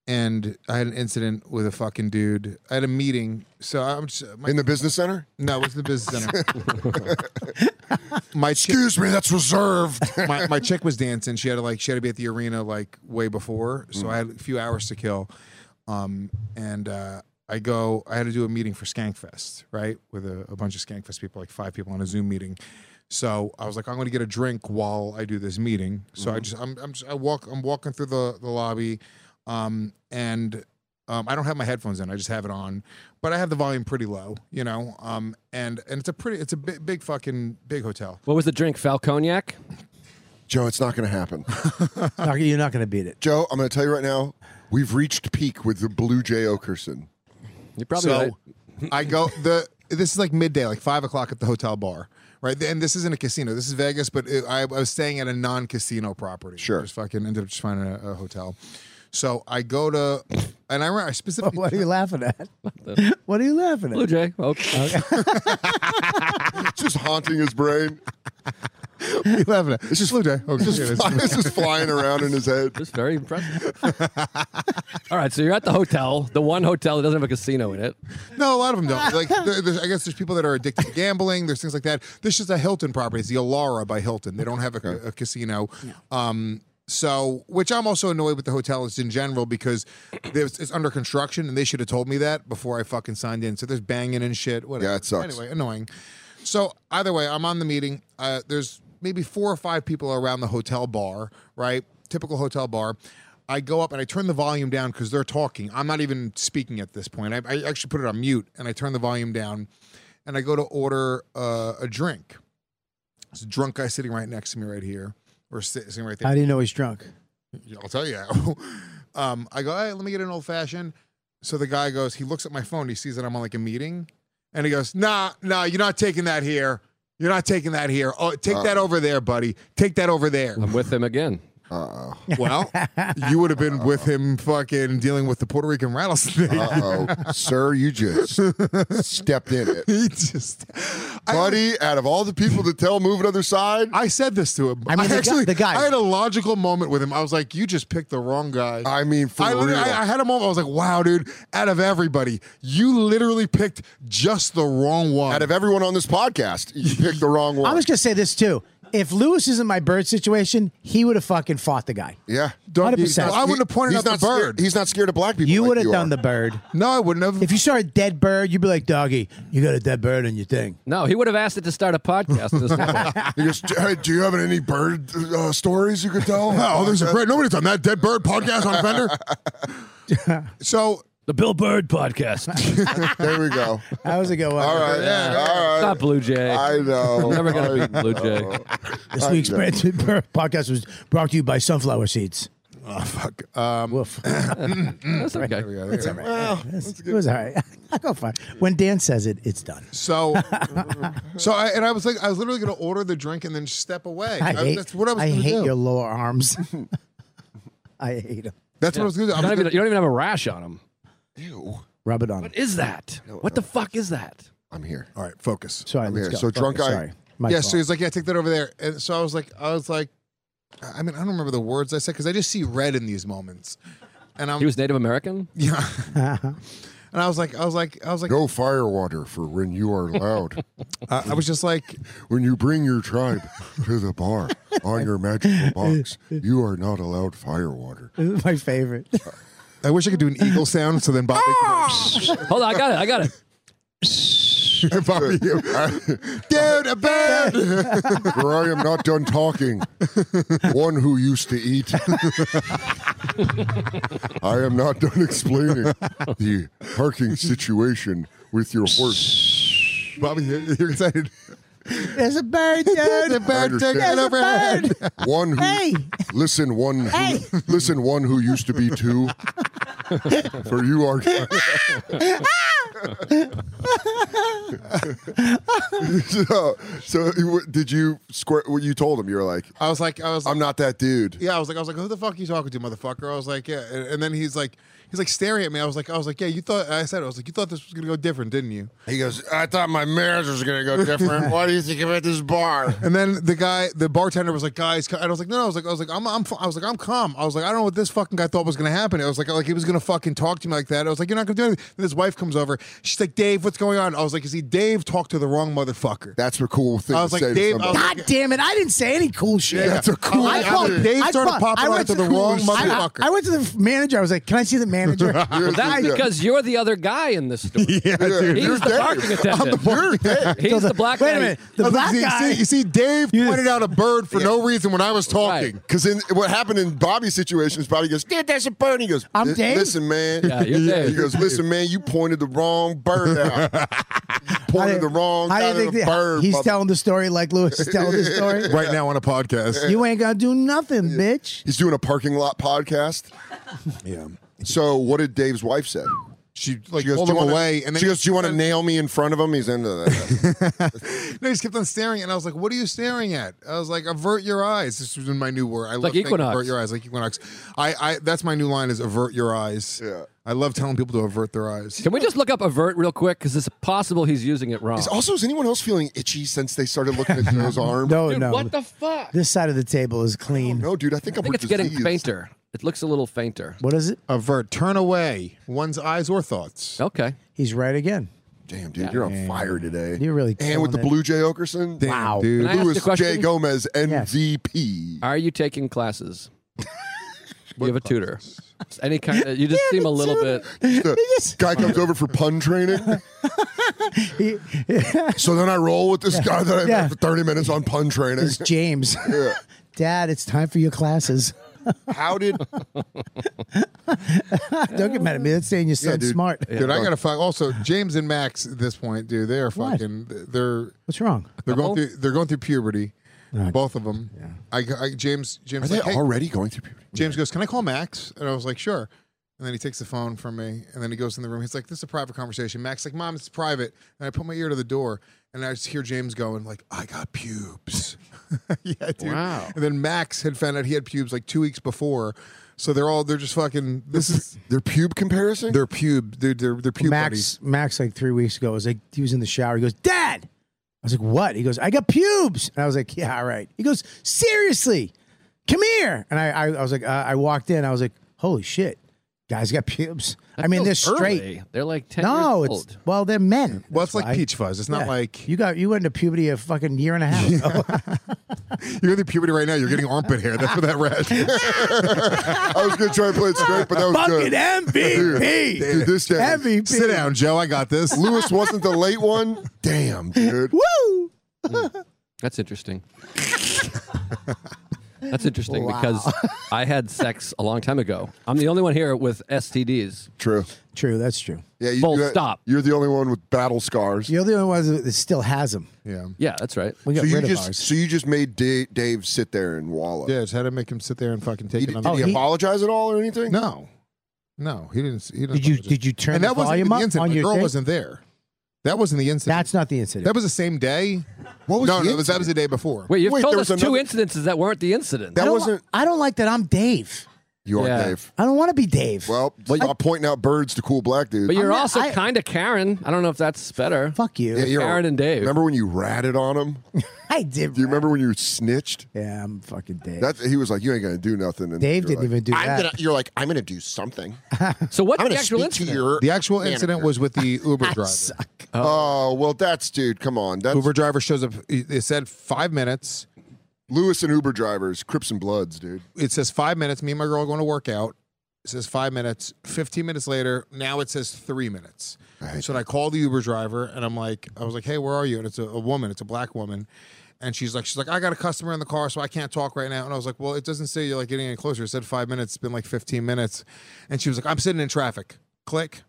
and I had an incident with a fucking dude. I had a meeting, so I'm just my,
In the business center?
no, it was the business center. my chick,
Excuse me, that's reserved.
my, my chick was dancing. She had to like she had to be at the arena like way before, so
Mm-hmm.
I had a few hours to kill. Um, and uh, I go, I had to do a meeting for Skankfest, right, with a, a bunch of Skankfest people, like five people on a Zoom meeting. So I was like, I'm going to get a drink while I do this meeting. So
Mm-hmm.
I just, I'm, I'm just, I walk, I'm walking through the the lobby, um, and um, I don't have my headphones in. I just have it on, but I have the volume pretty low, you know. Um, and and it's a pretty, it's a big, big fucking big hotel.
What was the drink? Falcognac?
Joe, it's not going to happen.
Not- You're not gonna beat it.
Joe, I'm going to tell you right now, we've reached peak with the Blue Jay Okerson.
You're probably
So
right.
I go the this is like midday, like five o'clock at the hotel bar, right? And this isn't a casino. This is Vegas, but it, I, I was staying at a non-casino property.
Sure.
just fucking ended up just finding a, a hotel. So I go to, and I remember I specifically.
What are you laughing at? What are you laughing
Blue Oh,
at?
Jay. Okay.
It's just haunting his brain.
We laughing at.
This is flu day.
Okay,
This
it is.
is, fly- this is flying around in his head.
It's very impressive. All right, so you're at the hotel, the one hotel that doesn't have a casino in it.
No, a lot of them don't. Like, there, there's, I guess there's people that are addicted to gambling. There's things like that. This is a Hilton property. It's the Alara by Hilton. They don't have a, a casino. Um, so, which I'm also annoyed with the hotel is in general because there's, it's under construction and they should have told me that before I fucking signed in. So there's banging and shit. Whatever.
Yeah, it sucks.
Anyway, annoying. So either way, I'm on the meeting. Uh, there's maybe four or five people around the hotel bar, right? Typical hotel bar. I go up and I turn the volume down because they're talking. I'm not even speaking at this point. I, I actually put it on mute and I turn the volume down, and I go to order uh, a drink. There's a drunk guy sitting right next to me, right here, or sit- sitting right there.
How do you know he's drunk?
Yeah, I'll tell you. how. um, I go, hey, let me get an old fashioned. So the guy goes, he looks at my phone, he sees that I'm on like a meeting, and he goes, nah, nah, you're not taking that here. You're not taking that here. Oh, take that over there, buddy. Take that over there.
I'm with him again.
Uh
Well, you would have been with him fucking dealing with the Puerto Rican rattlesnake.
oh, sir, you just stepped in it,
he just, I,
buddy. Out of all the people to tell, move another side.
I said this to him.
I mean, the guy- the guy-
I had a logical moment with him. I was like, you just picked the wrong guy.
I mean, for
I,
real.
literally- I, I had a moment. I was like, "Wow, dude! Out of everybody, you literally picked just the wrong one."
out of everyone on this podcast, you picked the wrong one.
I was gonna say this too. If Lewis isn't my bird situation, he would have fucking fought the guy.
yeah,
Don't you-
100%.
Well, I wouldn't have pointed
he's
out the
not
bird.
Scared, he's not scared of black people.
You
like
would have done
are.
the bird.
no, I wouldn't have.
If you saw a dead bird, you'd be like, "Doggy, you got a dead bird in your thing."
No, he would have asked it to start a podcast. This level.
He goes, hey, do you have any bird uh, stories you could tell?
oh, there's a great nobody's on that dead bird podcast on Fender. so
the Bill Bird podcast.
There we go.
That was a good one.
All right, all right.
Stop Blue Jay.
I know.
We're never
I
gonna beat Blue Jay.
know.
This
I
week's
know.
Bird to Bird podcast was brought to you by Sunflower Seeds.
oh, fuck.
Uh,
Um,
Woof.
That's okay.
It's all right. It's- it was all right. I go fine. When Dan says it, it's done.
so, so I and I was like, I was literally going to order the drink and then step away.
I hate.
that's what I was. gonna
hate
do.
your lower arms. I hate them.
That's what I was going to do. I
You don't, even,
was gonna-
you don't even have a rash on him.
Rub it on.
What is that? What the fuck is that?
I'm here.
all right, focus.
Sorry,
I'm
let's
here.
go.
So drunk
Okay,
guy-
Sorry. My
yeah,
fault.
so he's like, yeah, take that over there. And so I was like, I was like, I mean, I don't remember the words I said because I just see red in these moments. And I'm
He was Native American.
yeah. and I was like, I was like, I was like,
No fire water for when you are loud.
I, I was just like,
when you bring your tribe to the bar on your magical box, you are not allowed fire water.
This is my favorite.
I wish I could do an eagle sound. So then Bobby,
Ah!
Hold on, I got it. I got it.
Bobby, you- dude, a bird.
For I am not done talking. One who used to eat. I am not done explaining the parking situation with your horse.
Bobby, you're, you're excited.
There's a bird, dude.
The bird taking
understand. There's
There's a
over.
bird.
One who
Hey.
listen, one who, listen, one who used to be two. For you are so, so you- did you square what you told him? You were like,
I was like, I was,
I'm not that dude.
yeah, I was like, I was like, who the fuck you talking to, motherfucker? I was like, yeah. And, and then he's like, he's like staring at me. I was like, I was like, yeah, you thought I said, it. I was like, you thought this was gonna go different, didn't you?
He goes, I thought my marriage was going to go different. Why do you think about this bar?
And then the guy, the bartender was like, "Guys," and I was like, "No, no," I was like, "I was like, I'm, I'm, I was like, I'm calm." I was like, "I don't know what this fucking guy thought was gonna happen." I was like, "Like he was gonna fucking talk to me like that." I was like, "You're not gonna do anything." Then his wife comes over. She's like, "Dave, what's going on?" I was like, "Is he Dave talked to the wrong motherfucker?"
That's a cool thing
I was
to
like,
say
Dave,
to
I was
somebody.
God damn it! I didn't say any cool shit.
That's a cool
I
thing
called
to do.
Dave
I
started
fu-
popping
I
out
went
to the wrong motherfucker.
I, I went to the f- manager. I was like, "Can I see the manager?"
You're-
That's
yeah.
because you're the other guy in this story.
Yeah, dude.
He's
You're
the
Dave.
parking attendant.
You're Dave.
He's the black
Wait
guy.
a minute.
I
The
was like,
black
see,
guy.
See, you see, Dave pointed out a bird for no reason when I was talking.
Because in what happened in Bobby's situation is Bobby goes, Dad, that's a bird. He goes,
I'm
"Li-
Dave."
Listen, man.
Yeah, you're Dave.
He goes, listen, man. You pointed the wrong bird out. You pointed the wrong
I
kind
didn't
of
think that-
bird.
he's
mother-
telling the story like Lewis is telling the story.
Right now on a podcast.
You ain't gonna do nothing, bitch.
He's doing a parking lot podcast.
Yeah.
So what did Dave's wife say?
She like
She goes,
pulled
"Do
him
you wanna-"
away, and then
she goes, "Do you want to
and-
nail me in front of him?" He's into that.
no, he just kept on staring, and I was like, "What are you staring at?" I was like, "Avert your eyes." This was in my new word. I love saying
Equinox.
Avert your eyes, like equinox. I, I, that's my new line is avert your eyes.
Yeah.
I love telling people to avert their eyes.
Can we just look up avert real quick? Because it's possible he's using it wrong.
Is- also, is anyone else fealing itchy since they started looking at Joe's arm?
No,
Dude,
no.
what the fuck?
this side of the table is clean.
Oh, no, dude. I think I'm
I think
with
it's getting
disease.
fainter. It looks a little fainter.
What is it?
Avert, turn away one's eyes or thoughts.
Okay.
He's right again.
Damn, dude, you're on fire today.
You're really
and
killing
with the
it.
Blue Jay Okerson.
Damn,
Wow.
dude.
Can I ask
Louis
a question?
J. Gomez,
Yes.
MVP.
Are you taking classes? Do you have a tutor? Any kind of, you just seem a little bit.
The guy comes over for pun training.
He-
So then I roll with this guy that I met
Yeah.
for 30 minutes on pun training.
it's James. Dad, it's time for your classes.
How did
Don't get mad at me. That's saying your son's
dude.
smart.
Dude, I gotta fuck. Also, James and Max at this point, dude, they are
What?
fucking. They're
What's wrong?
they're going through they're going through puberty, both of them. I, I James James
are they
like, "Hey,
already going through puberty?
James goes, "Can I call Max?" And I was like, "Sure." And then he takes the phone from me, and then he goes in the room. He's like, "This is a private conversation." Max like, "Mom, it's private." And I put my ear to the door, and I just hear James going, "Like I got pubes." yeah, dude.
Wow.
And then Max had found out he had pubes like two weeks before, so they're all they're just fucking. This is
Their pube comparison?
their pube. They're they're, they're pube buddies.
Max, Max, like three weeks ago, was like he was in the shower. He goes, "Dad," I was like, "What?" He goes, "I got pubes," and I was like, "Yeah, all right." He goes, "Seriously, come here," and I, I, I was like, uh, I walked in, I was like, "Holy shit, guys got pubes." I mean, they're straight.
Early. They're like 10
No,
years
it's
old.
well, they're men.
Well,
That's
it's like
why.
peach fuzz. It's
Yeah.
not like
you got you went into puberty a fucking year and a half. ago.
you're in puberty right now. You're getting armpit hair. That's what that rash. is.
I was going to try and play it straight, but that was
fucking
good.
MVP.
Dude, this guy.
MVP.
Sit down, Joe. I got this.
Lewis wasn't the late one. Damn, dude.
Woo!
That's interesting. That's interesting because I had sex a long time ago. I'm the only one here with STDs.
True.
True, that's true.
Yeah, you,
Full
you-
stop.
You're the only one with battle scars.
You're the only one that still has them.
Yeah.
Yeah, that's right.
We got
So you
rid
just
of ours.
so you just made Da- Dave sit there and wallow.
Yeah, just had to make him sit there and fucking take
He,
it
did
on
did
the
he,
Oh, he-
apologize at all or anything?
No, no, he didn't. He didn't
Did you
apologize.
did you turn
and
the
that wasn't
volume
the
up
incident.
on
the
your
girl
thing?
wasn't there. That wasn't the incident.
That's not the incident.
that was the same day.
What was
no,
the
no, that was- that was the
incident?
day before.
Wait, you've
Wait,
told
there
us
was
two
another-
incidences that weren't the incident.
That
I don't
wasn't.
li- I don't like that I'm Dave.
You are
Yeah.
Dave.
I don't want to be Dave.
Well,
Well,
stop pointing out birds to cool black dudes.
but you're
I'm not-
also
I-
kind of Karen. I don't know if that's better.
fuck you.
Yeah, you're-
Karen and Dave.
Remember when you ratted on him?
I did.
Do you remember when you snitched?
Yeah, I'm fucking Dave.
That he was like, "You ain't gonna do nothing." And
Dave
you're
didn't
like,
even do that.
you're like, I'm gonna do something.
So what's
I'm
the
gonna
actual
speak to
incident?
your.
the actual incident was with the Uber driver.
Oh well, that's dude. Come on, that's
Uber driver shows up. It said five minutes.
Lewis and Uber drivers, Crips and Bloods, dude.
It says five minutes. Me and my girl are going to work out. It says five minutes. Fifteen minutes later, now it says three minutes. So then I call the Uber driver and I'm like, I was like, hey, where are you? And it's a, a woman. It's a black woman. And she's like, she's like, I got a customer in the car, so I can't talk right now. And I was like, well, it doesn't say you're like getting any closer. It said five minutes. It's been like 15 minutes. And she was like, I'm sitting in traffic. Click.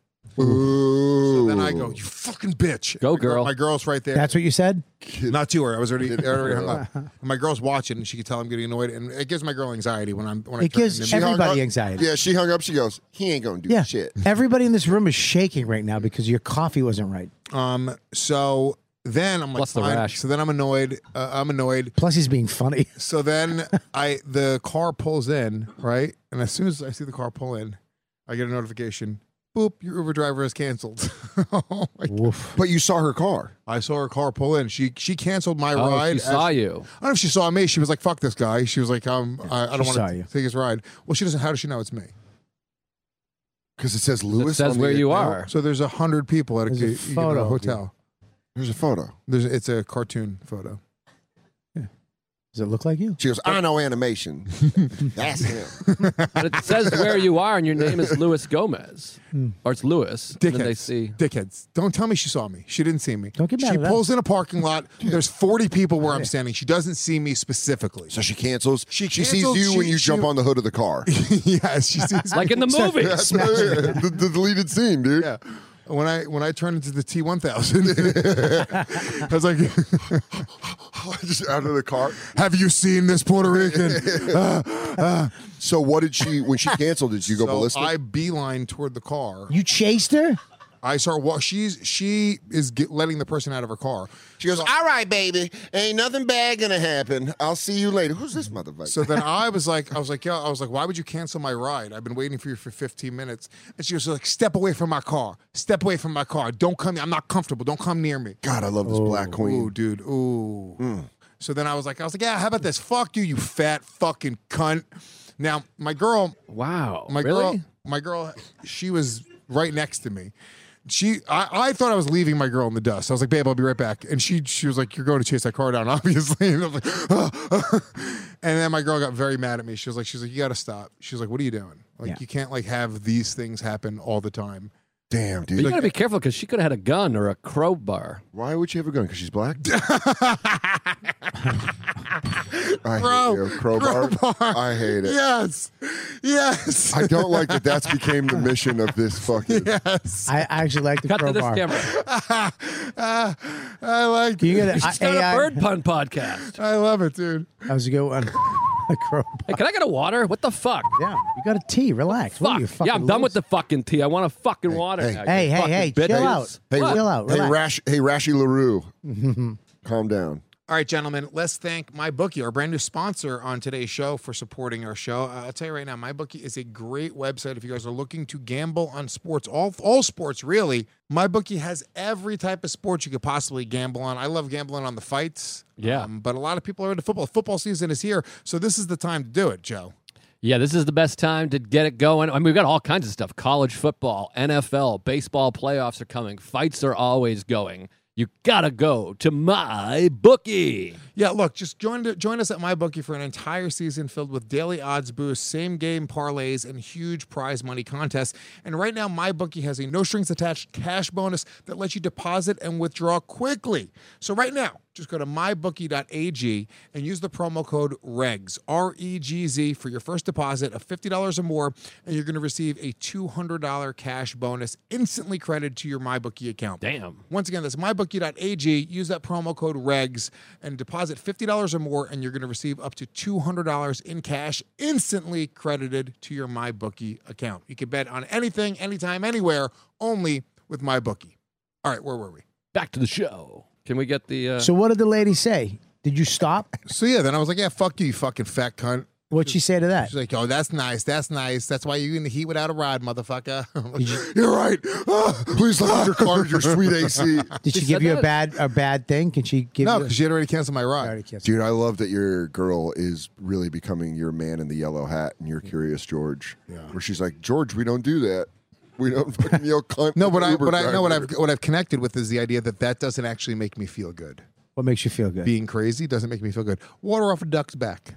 Ooh.
Then I go, you fucking bitch.
Go,
My girl-
girl.
My girl's right there.
That's what you said.
Not to her. I was already, I already hung up. And my girl's watching, and she could tell I'm getting annoyed, and it gives my girl anxiety when I'm when I
It
turn
gives
into-
She hung
everybody
up-
anxiety.
Yeah, she hung up. She goes, "He ain't gonna do
Yeah.
shit."
Everybody in this room is shaking right now because your coffee wasn't right.
Um. So then I'm like,
Plus the
fine.
rash.
so then I'm annoyed. Uh, I'm annoyed.
Plus, he's being funny.
So then I the car pulls in right, and as soon as I see the car pull in, I get a notification. Boop! Your Uber driver is canceled. oh my God.
Woof.
But you saw her car.
I saw her car pull in. She she canceled my
Oh,
ride.
she
as-
saw you.
I don't know if she saw me. She was like, "Fuck this guy." She was like, "Um, I, I don't
she saw
want to
you.
take his ride." Well, she doesn't. How does she know it's me?
Because it says
It
Lewis.
says
on the-
where you are.
So there's a hundred people at a,
There's a
you go to a
photo of
hotel.
There's a photo.
There's it's a cartoon photo.
Does it look like you?
She goes, "I know animation." That's him.
But it says where you are, and your name is Luis Gomez, or it's Lewis. And then they
Dickheads.
see.
Dickheads. Don't tell me she saw me. She didn't see me.
Don't get mad
She
at us.
pulls in a parking lot. There's 40 people where I'm standing. She doesn't see me specifically.
So she cancels. She,
canceled,
sees you
she-
when you
she-
jump on the hood of the car.
yes, she sees me.
Like in the movie.
That's the, the deleted scene, dude.
Yeah. When I when I turned into the T1000, I was like,
just out of the car.
Have you seen this Puerto Rican?
So what did she when she canceled? Did you go
so
ballistic?
I beeline toward the car.
You chased her?
I saw well, she's she is get, letting the person out of her car.
She goes,
"Ah!"
all right, baby, ain't nothing bad gonna happen. I'll see you later. Who's this motherfucker?
So then I was like, I was like, yeah, I was like, why would you cancel my ride? I've been waiting for you for 15 minutes. And she was like, step away from my car. Step away from my car. Don't come. I'm not comfortable. Don't come near me.
God, I love this
Oh.
black queen. Mm.
Ooh, dude. Ooh. So then I was like, I was like, yeah, how about this? Fuck you, you fat fucking cunt. Now, my girl,
Wow.
my
really?
girl, my girl, she was right next to me. She, I, I thought I was leaving my girl in the dust. I was like, babe, I'll be right back. And she, she was like, you're going to chase that car down, obviously. And I was like, and then my girl got very mad at me. She was like, she's like, you got to stop. She was like, what are you doing? Like,
Yeah.
you can't like have these things happen all the time.
Damn, dude.
But you gotta be careful because she could have had a gun or a crowbar.
Why would she have a gun? Because she's black. I
Bro,
hate you. Crowbar. I hate it.
Yes, yes,
I don't like that. That's became the mission of this fucking.
yes.
I actually like the
Cut to this
crowbar.
camera.
Ah, I like,
Can you get
She's
a,
got
AI?
a bird pun podcast.
I love it, dude.
That was a good one. a crowbar.
Hey, can I get a water? What the fuck?
Yeah, you got a T. Relax.
Fuck.
What are you
yeah, I'm
fucking
done with
loose?
the fucking tea. I want a fucking water. now, you
Hey, hey,
fucking
hey,
bitches.
chill out.
Hey,
chill out.
hey,
Relax. Mm-hmm.
Rash. Hey, Rashy Larue. Calm down.
All right, gentlemen, let's thank MyBookie, our brand new sponsor on today's show, for supporting our show. Uh, I'll tell you right now, MyBookie is a great website if you guys are looking to gamble on sports, all, all sports really. MyBookie has every type of sport you could possibly gamble on. I love gambling on the fights. um,
Yeah.
but a lot of people are into football. Football season is here, so this is the time to do it, Joe.
Yeah, this is the best time to get it going. I mean, we've got all kinds of stuff college football, NFL, baseball playoffs are coming, fights are always going. You gotta go to my bookie.
Yeah, look, just join join us at MyBookie for an entire season filled with daily odds boosts, same game parlays, and huge prize money contests. And right now, MyBookie has a no strings attached cash bonus that lets you deposit and withdraw quickly. So right now, just go to mybookie.ag and use the promo code REGS R E G Z for your first deposit of fifty dollars or more, and you're going to receive a two hundred dollar cash bonus instantly credited to your MyBookie account.
Damn.
Once again, that's mybookie.ag. Use that promo code REGS and deposit $50 or more, and you're going to receive up to $200 in cash instantly credited to your MyBookie account. You can bet on anything, anytime, anywhere, only with MyBookie. All right, where were we?
Back to the show. Can we get the. Uh,
So what did the lady say? Did you stop?
So, yeah, then I was like, yeah, fuck you, you fucking fat cunt.
What'd she say to that?
She's like, oh, that's nice. That's nice. That's why you in the heat without a rod, motherfucker. You're right. Ah,
Please let undercard your sweet AC.
Did she,
She
give
said
you a
that?
bad a bad thing? Can she give
no,
you?
because she had already canceled my
I
rod.
already kissed her.
Dude, I love that your girl is really becoming your man in the yellow hat and you're curious George. Yeah. Where she's like, George, we don't do that. We don't fucking yell cunt.
No,
at
but I,
Uber
but I know what
driver."
I've what I've connected with is the idea that that doesn't actually make me feel good.
What makes you feel good?
Being crazy doesn't make me feel good. Water off a duck's back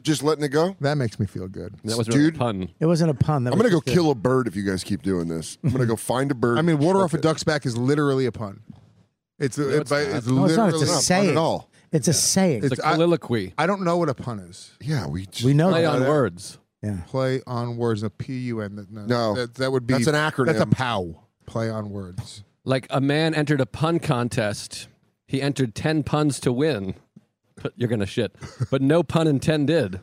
just letting it go.
that makes me feel good.
that was
dude.
a pun.
it wasn't a pun. That
I'm
was
gonna go
just a-
kill a bird if you guys keep doing this. I'm gonna go find a bird.
I mean, water
Fuck
off a
it.
duck's back is literally a pun. It's a, it's, it's,
No, it's not.
literally
It's a
not
saying.
pun at all.
It's a
It's
saying.
a
It's- I-
colloquy.
I don't know what a pun is.
Yeah, we just,
we know
Play
that.
on words.
Yeah.
Play on words. A P U N. that- No,
No.
that, that would be
That's an acronym.
That's a POW. Play on words.
Like a man entered a pun contest. He entered 10 puns to win. But You're going to shit. But no pun intended.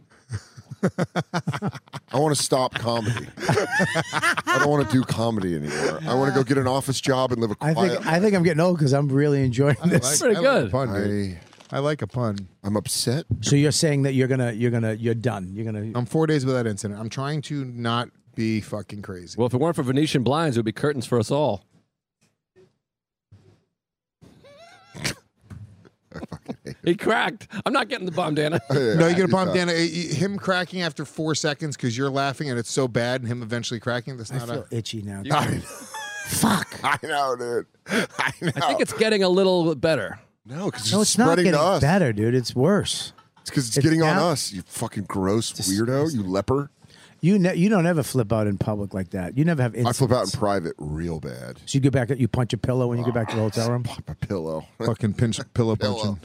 I want to stop comedy. I don't want to do comedy anymore. I want to go get an office job and live a
I
quiet.
think I think I'm getting old because I'm really enjoying this.
I like-
pretty
I
good.
Like a pun, dude.
I,
I like a pun.
I'm upset.
so you're saying that you're gonna you're gonna you're done. You're gonna
I'm four days without incident. I'm trying to not be fucking crazy.
Well, if it weren't for Venetian blinds, it would be curtains for us all. he cracked. I'm not getting the bomb, Dana.
No, you get a bump, Dan. Uh, y- Him cracking after four seconds because you're laughing and it's so bad, and him eventually cracking. That's
I
not
feel
a.
itchy now.
Fuck. I know, dude. I know.
I think it's getting a little better.
no, because it's,
No, it's not
spreading
getting
to us.
better, dude. It's worse.
It's because it's,
It's
getting
now-
on us. You fucking gross weirdo. You leper.
You ne- you don't ever flip out in public like that. You never have.
I
Incidents.
flip out in private real bad.
So you go back. You punch a pillow when you go back to the hotel room.
Pop a pillow.
Fucking pinch, pillow punching.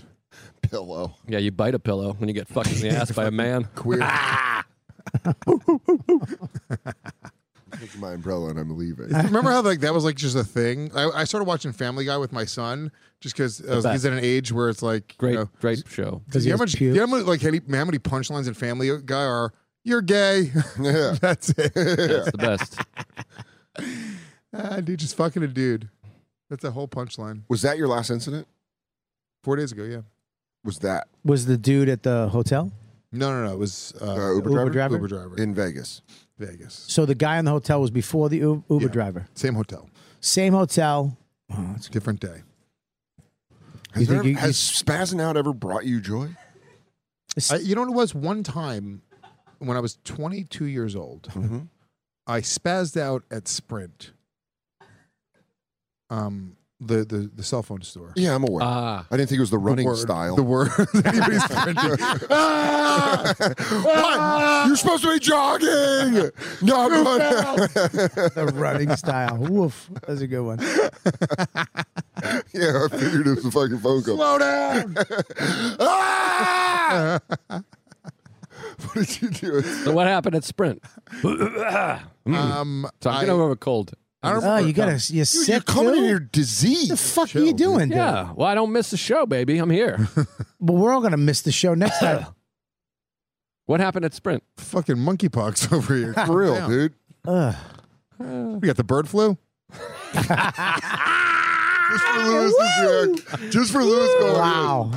pillow.
Yeah, you bite a pillow when you get fucked in the ass by a man.
Queer. taking my umbrella and I'm leaving.
Remember how like that was like just a thing? I, I started watching Family Guy with my son just because he's
best.
at an age where it's like
Great,
You know,
great show.
Because
you know
you
how much, you know how much, like how many, how many punchlines in Family Guy are "You're gay."
yeah.
That's it.
That's the best.
ah, dude, just fucking a dude. That's a whole punchline.
Was that your last incident?
Four days ago, yeah.
Was that
was the dude at the hotel.
No, no, no. It was uh,
uh,
Uber
Uber, driver?
driver?
Uber driver in
in Vegas?
Vegas,
So the guy in the hotel was before the U- Uber
Yeah.
driver.
same hotel,
Same hotel. Oh, that's-
different day.
think
Has, there-
you-
has spazzing out ever brought you joy?
I, you know what it was? One time when I was 22 years old,
Mm-hmm.
I spazzed out at Sprint, um, the the, the cell phone store.
Yeah, I'm aware.
Ah,
I didn't think it was the running
word,
style.
The word. Anybody's printing. Ah!
What? You're supposed to be jogging. No, I'm going.
the running style. Woof. That's a good one.
yeah, I figured it was a fucking phone call.
Slow down. Ah!
What did you do?
so what happened at Sprint? Mm.
um,
So I'm
I-
getting over a cold.
I don't
Oh,
remember.
you got to. You're sick.
You're coming in
dude?
here
The
diseased.
fuck are you doing? dude?
Yeah. Well, I don't miss the show, baby. I'm here.
But we're all gonna miss the show next time.
what happened at Sprint?
fucking monkeypox over here.
For real,
Damn.
dude.
Ugh.
We got the bird flu.
Just for Lewis this react. Just for Lewis going.
Wow.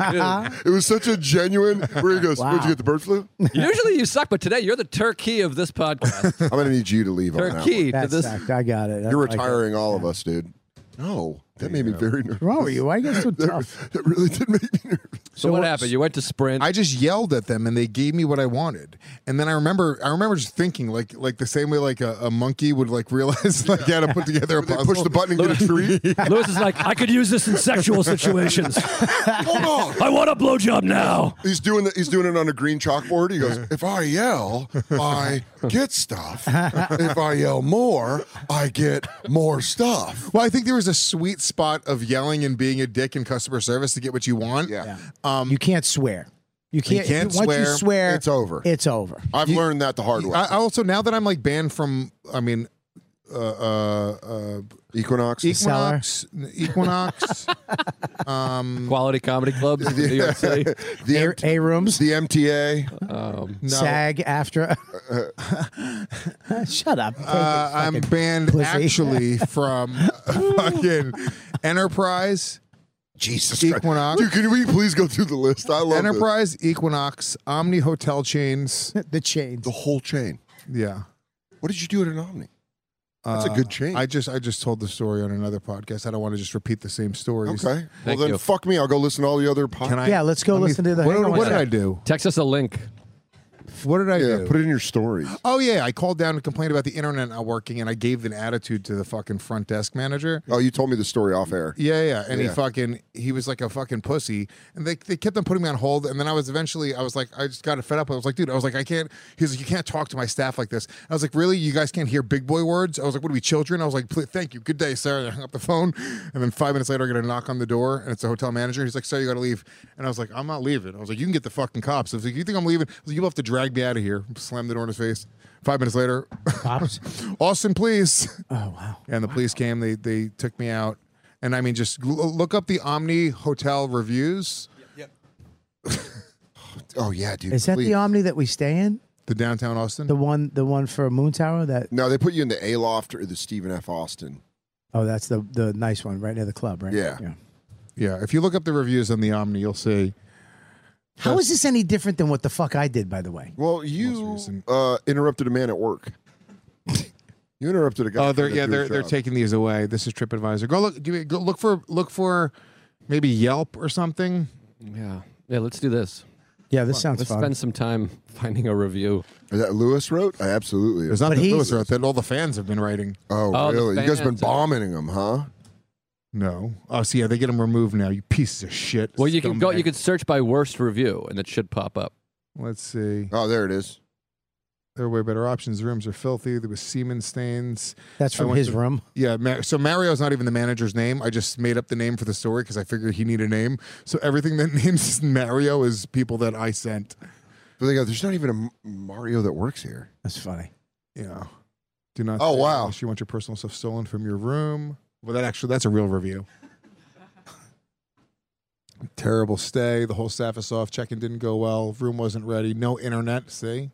It was such a genuine. Where he goes,
Wow.
where'd you get the bird flu?
Usually you suck, but today you're the turkey of this podcast.
I'm gonna need you to leave on that. One.
turkey to
That
this.
sucked. I got it. I
You're
like it.
retiring all of us, dude. No, that made me very nervous.
What's wrong with you? Why are you so tough?
That really did make me nervous.
So, what happened? You went to Sprint.
I just yelled at them and they gave me what I wanted. And then I remember I remember just thinking like like the same way like a, a monkey would like realize like how to put together a
They
puzzle.
push the button and get a treat.
Lewis is like, I could use this in sexual situations. Hold on. I want a blowjob now.
He's doing the, he's doing it on a green chalkboard. He goes, "If I yell, I get stuff. If I yell more, I get more stuff."
well, I think there was a sweet spot of yelling and being a dick in customer service to get what you want.
Yeah.
Um
You can't swear. You can't.
can't
once you
swear.
swear,
It's over.
It's over.
I've learned that the hard way.
I, I also now that I'm like banned from I mean uh uh, uh
Equinox.
Equinox Equinox um
Quality comedy clubs in New York City.
the,
A,
MT
a rooms,
the MTA.
Um,
SAG, after. Shut up.
Uh, I'm banned
pussy.
actually from fucking Enterprise,
Jesus
Equinox,
Dude, can we please go through the list? I love Enterprise.
Enterprise, Equinox, Omni Hotel Chains.
the chains.
the whole chain.
Yeah,
What did you do at an Omni? That's a
Uh,
good chain.
I just I just told the story on another podcast. I don't want to just repeat the same stories.
okay. Well,
Thank
then
you.
fuck me. I'll go listen to all the other podcasts.
Can I?
Yeah, let's go
let me-
listen to the- hang
What,
on
what
one
did I
sec.
do?
text us a link.
What did I
Yeah,
do?
put it in your stories.
oh yeah, I called down and complained about the internet not working, and I gave an attitude to the fucking front desk manager.
Oh, you told me the story off air.
Yeah, yeah. And
Yeah.
he fucking he was like a fucking pussy. And they, they kept on putting me on hold. And then I was eventually I was like, I just got fed up. I was like, dude, I was like, I can't he's like, you can't talk to my staff like this. I was like, really? You guys can't hear big boy words? I was like, what are we children? I was like, "Pl- thank you. Good day, sir. And I hung up the phone. And then five minutes later I get a knock on the door and it's the hotel manager. He's like, Sir, you gotta leave. And I was like, I'm not leaving. I was like, You can get the fucking cops. I was like, You think I'm leaving? I was like, You'll have to drag me out of here. Slam the door in his face. Five minutes later,
Pops?
Austin, please
Oh, wow.
and the police came. They they took me out, and I mean, just l- look up the Omni Hotel reviews,
Oh yeah, dude.
Is that
please.
the Omni that we stay in?
the downtown Austin.
The one, the one for Moon Tower. That
No, they put you in the A Loft or the Stephen F. Austin.
oh, that's the the nice one right near the club, right?
Yeah.
yeah, if you look up the reviews on the Omni, you'll see.
How is this any different than what the fuck I did? By the way,
Well, you
recent.
uh, interrupted a man at work. you interrupted a guy.
Oh, they're
trying to
yeah,
do
they're
his
they're
job.
taking these away. This is TripAdvisor. Go look. Do you, go look for look for maybe Yelp or something.
Yeah. Yeah, let's do this.
yeah, this sounds
Let's
fun.
spend some time finding a review.
Is that Lewis wrote? I absolutely.
There's not
But
that
he's-
Lewis wrote that. All the fans have been writing.
oh,
Oh, the
really? You guys been
fans.
bombing him, huh?
No. Oh, see, yeah, they get them removed now. You piece of shit.
Well, you can go.
scumbag.
You can search by worst review, and it should pop up.
Let's see.
Oh, there it is.
There are way better options. The rooms are filthy. There was semen stains.
That's
I
from
went
his
to-
room.
Yeah, Ma- so Mario's not even the manager's name. I just made up the name for the story because I figured he needed a name. So everything that names Mario is people that I sent.
But they go. There's not even a M- Mario that works here.
That's funny.
Yeah. Do not.
Oh,
stay
wow.
Unless you want your personal stuff stolen from your room. Well, that actually that's a real review. Terrible stay. The whole staff is off. Check-in didn't go well. Room wasn't ready. No internet. See,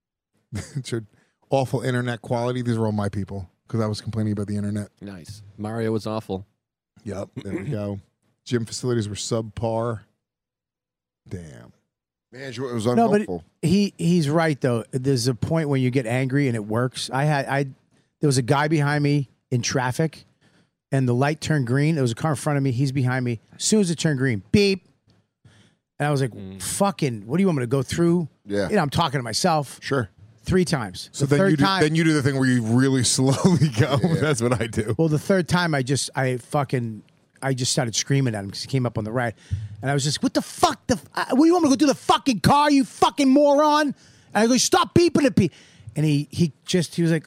it's your awful internet quality. These are all my people because I was complaining about the internet.
Nice. Mario was awful.
Yep. There we go. Gym facilities were subpar. Damn.
Management was
No, but-
unhelpful.
He he's right though. There's a point when you get angry and it works. I had I there was a guy behind me in traffic, and the light turned green. There was a car in front of me. He's behind me. As soon as it turned green, beep, and I was like, "Fucking, what do you want me to go through?"
Yeah.
you know, I'm talking to myself
Sure.
three times.
So
the
then
third
you do,
time,
then you do the thing where you really slowly go. That's what I do.
Well, the third time I just I fucking I just started screaming at him because he came up on the right, and I was just, "What the fuck? The uh, what do you want me to go do the fucking car? You fucking moron!" And I go, "Stop beeping at me!" And he he just he was like.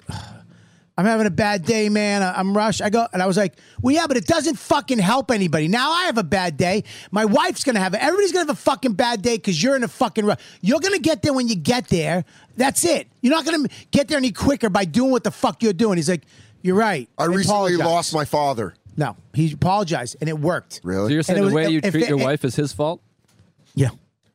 I'm having a bad day, man. I- I'm rushed. I go, and I was like, well, yeah, but it doesn't fucking help anybody. Now I have a bad day. My wife's gonna have it. Everybody's gonna have a fucking bad day because you're in a fucking rush. You're gonna get there when you get there. That's it. You're not gonna get there any quicker by doing what the fuck you're doing. He's like, you're right.
I recently
apologize."
lost my father.
No, he apologized, and it worked.
So
Really?
you're saying
it
the
was-
way you
if
treat
it-
your
it-
wife is his fault?
Yeah,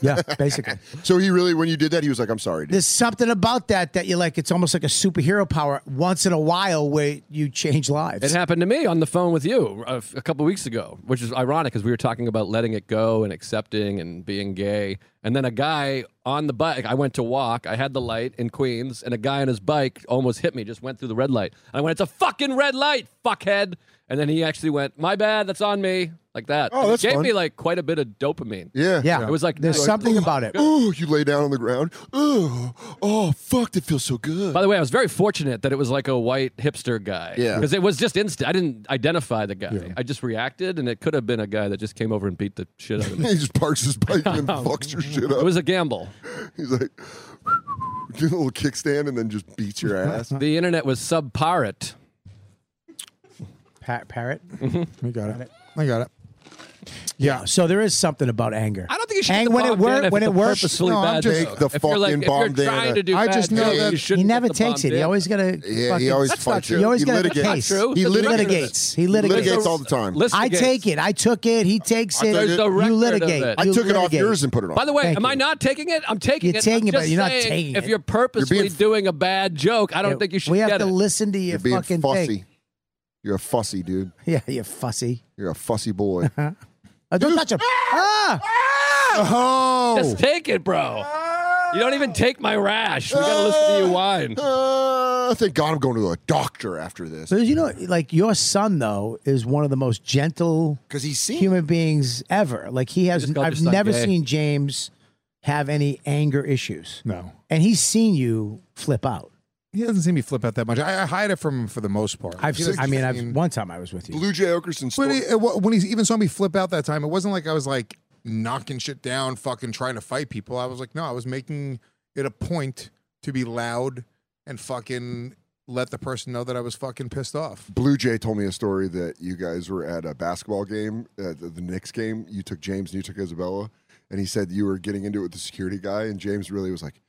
yeah, basically.
So he really, when you did that, he was like, "I'm sorry." Dude.
There's something about that that you're like, it's almost like a superhero power. Once in a while, where you change lives.
It happened to me on the phone with you a, a couple weeks ago, which is ironic because we were talking about letting it go and accepting and being gay. And then a guy on the bike, I went to walk, I had the light in Queens, and a guy on his bike almost hit me, just went through the red light. And I went, It's a fucking red light, fuckhead. And then he actually went, My bad, that's on me, like that.
Oh,
And it
that's
gave
fun.
me like quite a bit of dopamine.
Yeah.
yeah,
It was like,
there's
nice.
something about it.
Oh, you lay down on the ground. Oh, oh, fuck! That feels so good.
By the way, I was very fortunate that it was like a white hipster guy.
Yeah.
Because it was just instant. I didn't identify the guy. I just reacted, and it could have been a guy that just came over and beat the shit out of me.
he just parks his bike and fucks your shit
It
up.
was a gamble.
He's like, do a little kickstand and then just beats your ass.
The internet was subparrot.
Pa- parrot.
Mm-hmm.
I got it. I got it.
Yeah. So there is something about anger.
I don't think you should.
Ang-
get the
when
bomb
it worked-
Dan if
when
it's
it
a
works-
purposefully
No, I'm
bad
just-
joke.
Take the
if you're like,
fucking
if you're
bomb Dan.
trying to do
I
bad
just know
jokes,
that-
you
he
shouldn't
never
get the
takes
bomb
it. He
Dan.
always got a.
Yeah, he
fucking-
always
That's not-
fights you.
He always
He
got a
litigates.
case.
Not true.
He
He
litigates.
litigates. He litigates.
Litigates all the time.
Listen
I
to
take
Gates.
it. I took it. He takes it.
took it.
There's a record
You
of
litigate.
it.
I
You
took it off
litigate.
yours and put it on.
By the way,
Thank
am I
you.
not taking it? I'm taking
You're
it. I'm
taking it, but
just
you're not
saying,
taking
If
it.
you're purposely
You're being-
doing a bad joke, I don't think you should
We have
get
to
it.
listen to your
you're being
fucking
fussy.
thing.
You're a fussy dude.
Yeah, you fussy.
You're a fussy boy.
Oh, don't touch him. Ah!
Oh.
Just take it, bro. You don't even take my rash. We gotta listen to you whine.
uh, thank God I'm going to a doctor after this
So you know, like your son though is one of the most gentle
because he's seen.
human beings ever. Like he has,
just called your
I've
son
never
gay.
seen James have any anger issues,
No.
and he's seen you flip out.
He doesn't see me flip out that much. I, I hide it from him for the most part.
I've,
He
seen,
doesn't
I mean,
see
I've one time I was with you.
Blue Jay Okerson.
But
story-
he, uh, wh- when he even saw me flip out that time, it wasn't like I was like knocking shit down, fucking trying to fight people. I was like, no, I was making it a point to be loud and fucking let the person know that I was fucking pissed off.
Blue Jay told me a story that you guys were at a basketball game, uh, the, the Knicks game. You took James and you took Isabella, and he said you were getting into it with the security guy, and James really was like,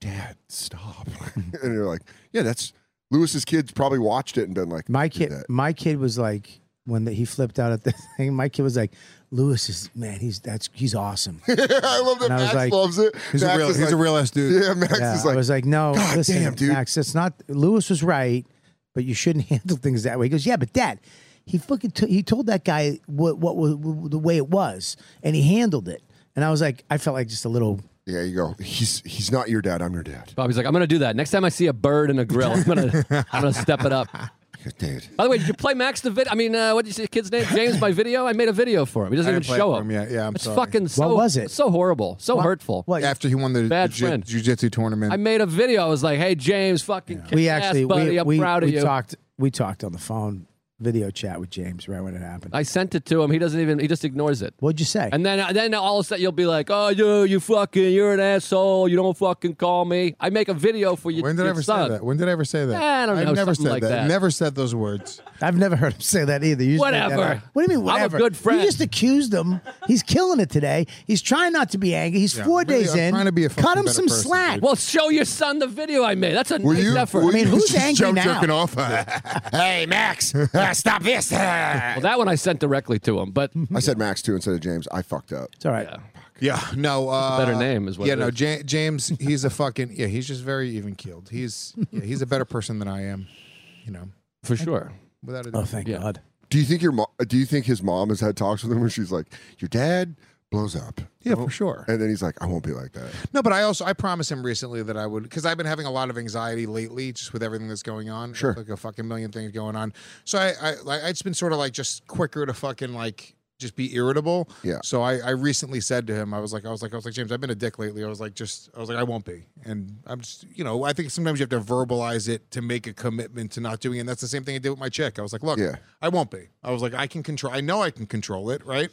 "Dad, stop!" and you're like, "Yeah, that's Lewis's kids probably watched it and been like,
My
do
kid,
that."
my kid was like when the, he flipped out at the thing. My kid was like, "Lewis is man, he's that's he's awesome." Yeah,
I love that
And I was
Max
like-
loves it.
He's
Max
a real,
is
he's a
like-
real ass dude.
Yeah, Max is
I
like,
was like, "No,
God
listen,
damn, dude."
Max, it's not." Lewis was right, but you shouldn't handle things that way. He goes, "Yeah, but Dad, he fucking t- he told that guy what what was the way it was, and he handled it." And I was like, I felt like just a little.
"Yeah, you go. He's he's not your dad. I'm your dad,
Bobby's like, I'm gonna do that. Next time I see a bird in a grill, I'm gonna I'm gonna step it up.
dude."
By the way, did you play Max the video? I mean, uh, what did you say? Kid's name? James, my video? I made a video for him. He doesn't
I
even
didn't play it
show
for
up.
him yet. Yeah, I'm
it's
sorry.
fucking. So,
was it?
So horrible. So hurtful.
What?
After he won the
Bad
jiu-
friend.
jiu-jitsu tournament.
I made a video. I was like, "Hey, James, fucking kick
we
ass,
actually
buddy.
we
I'm
we,
proud of
we
you."
talked we talked on the phone video chat with James right when it happened.
I sent it to him. He doesn't even. He just ignores it.
What'd you say?
And then, then all of a sudden, you'll be like, "Oh, you, you fucking, you're an asshole. You don't fucking call me. I make a video for you."
When did I
your
ever
son.
say that? When did I ever say that?
I don't know,
have never
something
said
like
that.
that.
Never said those words.
I've never heard him say that either. You just made that
Whatever.
up. What do you mean,
I'm a
whatever?
good friend.
You just accused him. He's killing it today. He's trying not to be angry. He's
Yeah,
four
really,
days
I'm
in.
trying to be a
Cut
fucking
him
better
some
person,
slack.
dude.
Well, show your son the video I made. That's a
Were
nice
you?
effort.
were
I mean,
you
who's
just
angry
Joe
now?
jerking off.
hey, Max, Ah, stop this.
well, that one I sent directly to him, but
I said Max too instead of James. I fucked up.
it's all right.
Yeah, no. Uh,
better name is what
Yeah,
it
no.
is.
Ja- James, he's a fucking. Yeah, he's just very even keeled. He's yeah, he's a better person than I am. You know,
for sure.
without a
Oh,
doubt.
thank
Yeah.
God.
Do you think your mo- do you think his mom has had talks with him where she's like, your dad blows up,
yeah, for sure.
and then he's like, I won't be like that.
No, but I also I promised him recently that I would because I've been having a lot of anxiety lately just with everything that's going on. Sure, like a fucking million things going on. So I I like it's been sort of like just quicker to fucking like just be irritable.
Yeah.
So I I recently said to him I was like I was like I was like James I've been a dick lately I was like just I was like I won't be and I'm just you know I think sometimes you have to verbalize it to make a commitment to not doing it. And that's the same thing I did with my chick. I was like look
Yeah.
I won't be. I was like I can control I know I can control it right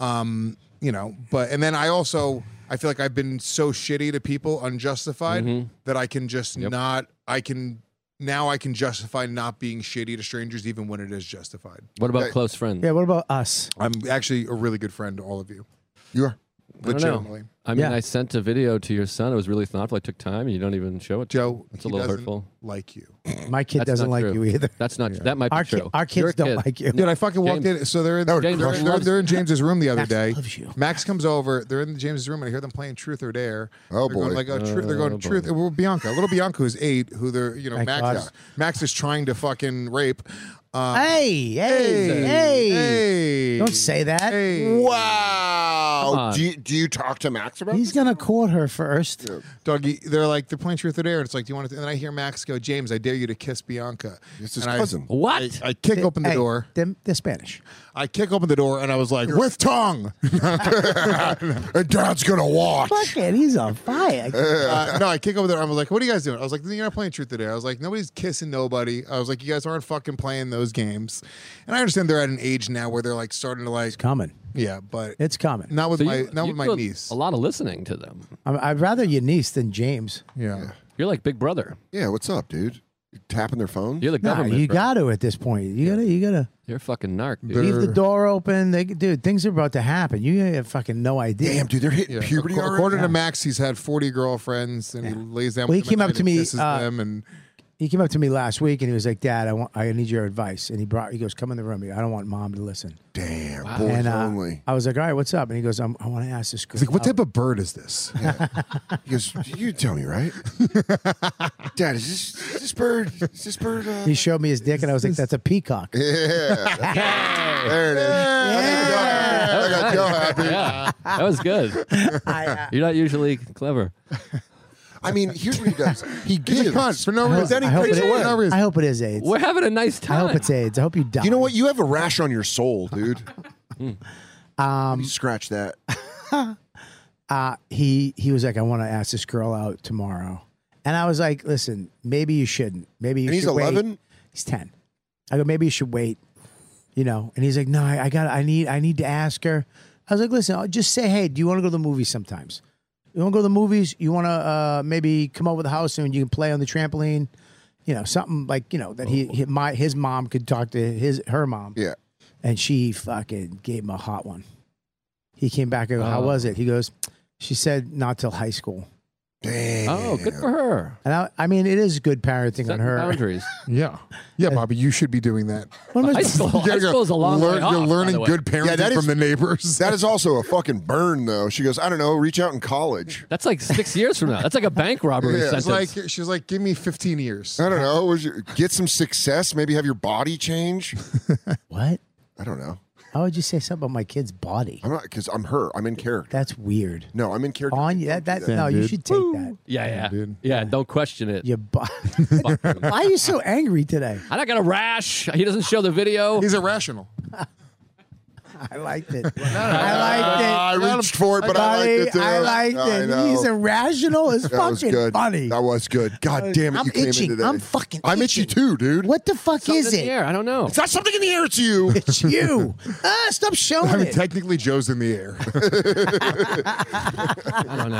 um, you know, but and then I also I feel like I've been so shitty to people unjustified
Mm-hmm.
that I can just not I can now I can justify not being shitty to strangers even when it is justified.
What about
Hey.
close friends?
Yeah, what about us?
I'm actually a really good friend to all of you.
You are.
I don't
Legitimately.
know. I mean,
Yeah.
I sent a video to your son. It was really thoughtful. I took time, and you don't even show it. to
Joe,
It's
he
a little
doesn't
hurtful.
Like you.
My kid
That's
doesn't
not
like
true.
you either.
That's not. That might be
Our,
true.
ki- our kids
Your
don't
kid-
like you.
Dude, I fucking walked
James-
in. So they're in, they're,
James
they're,
loves-
they're in James's room the other
Max
day.
loves you.
Max comes over. They're in James's room, and I hear them playing Truth or Dare.
Oh,
they're Going
boy.
like, oh, truth. They're going
Oh,
Truth.
boy.
Well, Bianca, little Bianca, who's eight, who they're you know
Thank God.
Max is, Max is trying to fucking rape. Um,
Hey, hey, hey,
hey.
Don't say that.
Hey.
Come
Wow.
on.
Do you, do you talk to Max about
He's
this?
gonna court her first.
Doggy, they're like they're playing truth or dare, and it's like, do you want to? And then I hear Max go, James, I dare you to kiss Bianca.
It's his
And I-
cousin.
What?
I kick open the
Hey,
door.
They're, they're Spanish.
I kick open the door, and I was like, with tongue.
and Dad's gonna watch.
Fuck it, he's on fire.
uh, no, I kick over there. I was like, "What are you guys doing?" I was like, "You're not playing truth today." I was like, "Nobody's kissing nobody." I was like, "You guys aren't fucking playing those games." And I understand they're at an age now where they're like starting to like,
Coming,
yeah, but
it's coming.
not with
So
my
you-
not
you
with my
do a-
niece.
A lot of listening to them.
I'm, I'd rather your niece than James.
Yeah,
You're like Big Brother.
Yeah, what's up, dude? You tapping their phone?
You're the
Nah,
government.
you
bro.
got to at this point. You gotta, you gotta
You're a fucking narc, dude.
leave the door open. They, dude, things are about to happen. You have fucking no idea.
Damn, dude, they're hitting
yeah.
puberty
Ac-
already.
According to Max, he's had forty girlfriends, and he lays down.
Well,
with
he came
them at
up
night
to
and
me,
kisses
uh,
them, and
He came up to me last week and he was like, "Dad, I want, I need your advice." And he brought, he goes, "Come in the room. I don't want mom to listen."
Damn, boys
and uh,
only.
I was like, "All right, what's up?" And he goes, I'm, "I want to ask this girl."
he's like, "What type of bird is this?"
He goes, you tell me, right? Dad, is this, is this bird? Is this bird? Uh...
He showed me his dick, and I was like, "That's a peacock."
Yeah, there it is. I got Joe happy.
yeah, that was good.
uh,
You're not usually clever.
I mean, here's what he does. He
He's a
gives.
cunt for no
I
reason.
hope, I hope it,
For no
I
reason.
hope it is AIDS.
We're having a nice
I
time.
hope it's AIDS. I hope you die.
You know what? You have a rash on your soul, dude. Um, scratch that.
Uh, he he was like, "I want to ask this girl out tomorrow," and I was like, "Listen, maybe you shouldn't. Maybe you
And he's
should wait."
11?
He's ten. I go, maybe you should wait. You know, and he's like, "No, I, I got. I need. I need to ask her." I was like, "Listen, I'll just say, hey, do you want to go to the movies sometimes? You want to go to the movies? You want to uh, maybe come over to the house and you can play on the trampoline." You know, something like you know that he, he my his mom could talk to his her mom,
Yeah.
and she fucking gave him a hot one. He came back and go, how
Oh.
was it? He goes, she said not till high school.
Damn.
oh, good for her.
And I, I mean, it is good parenting on
Setting
her.
boundaries.
Yeah, yeah, Bobby, you should be doing that.
What am I
High
supposed-
school, high
You're
school's a long
learn-
way off. by
You're
the
learning
way.
good
Yeah,
parenting
that is-
from the neighbors.
That is also a fucking burn, though. She goes, I don't know. Reach out in college.
That's like six years from now. That's like a bank robbery
Yeah,
sentence.
She's like, she's like, give me 15 years.
I don't know. Was your, get some success. Maybe have your body change.
What?
I don't know.
How would you say something about my kid's body?
I'm not because I'm her. I'm in character.
That's weird.
No, I'm in character.
On you, that, that no, you
dude.
should take that.
yeah, yeah, yeah, Don't question it.
Your bo- Why are you so angry today?
I don't got a rash. He doesn't show the video.
He's irrational.
I liked it.
I
I liked it.
reached for it, but I liked
Buddy,
it too.
I liked
I
it.
know.
He's irrational as
That was
fucking
good.
funny. Uh,
That was good. God damn it!
I'm
you came
itching.
in today.
I'm fucking
I'm itchy
itching.
too, dude.
What the fuck is
Something in
it?
the air. I don't know.
It's not something in the air. It's you.
It's you. ah, stop showing
I mean,
it.
technically, Joe's in the air.
I don't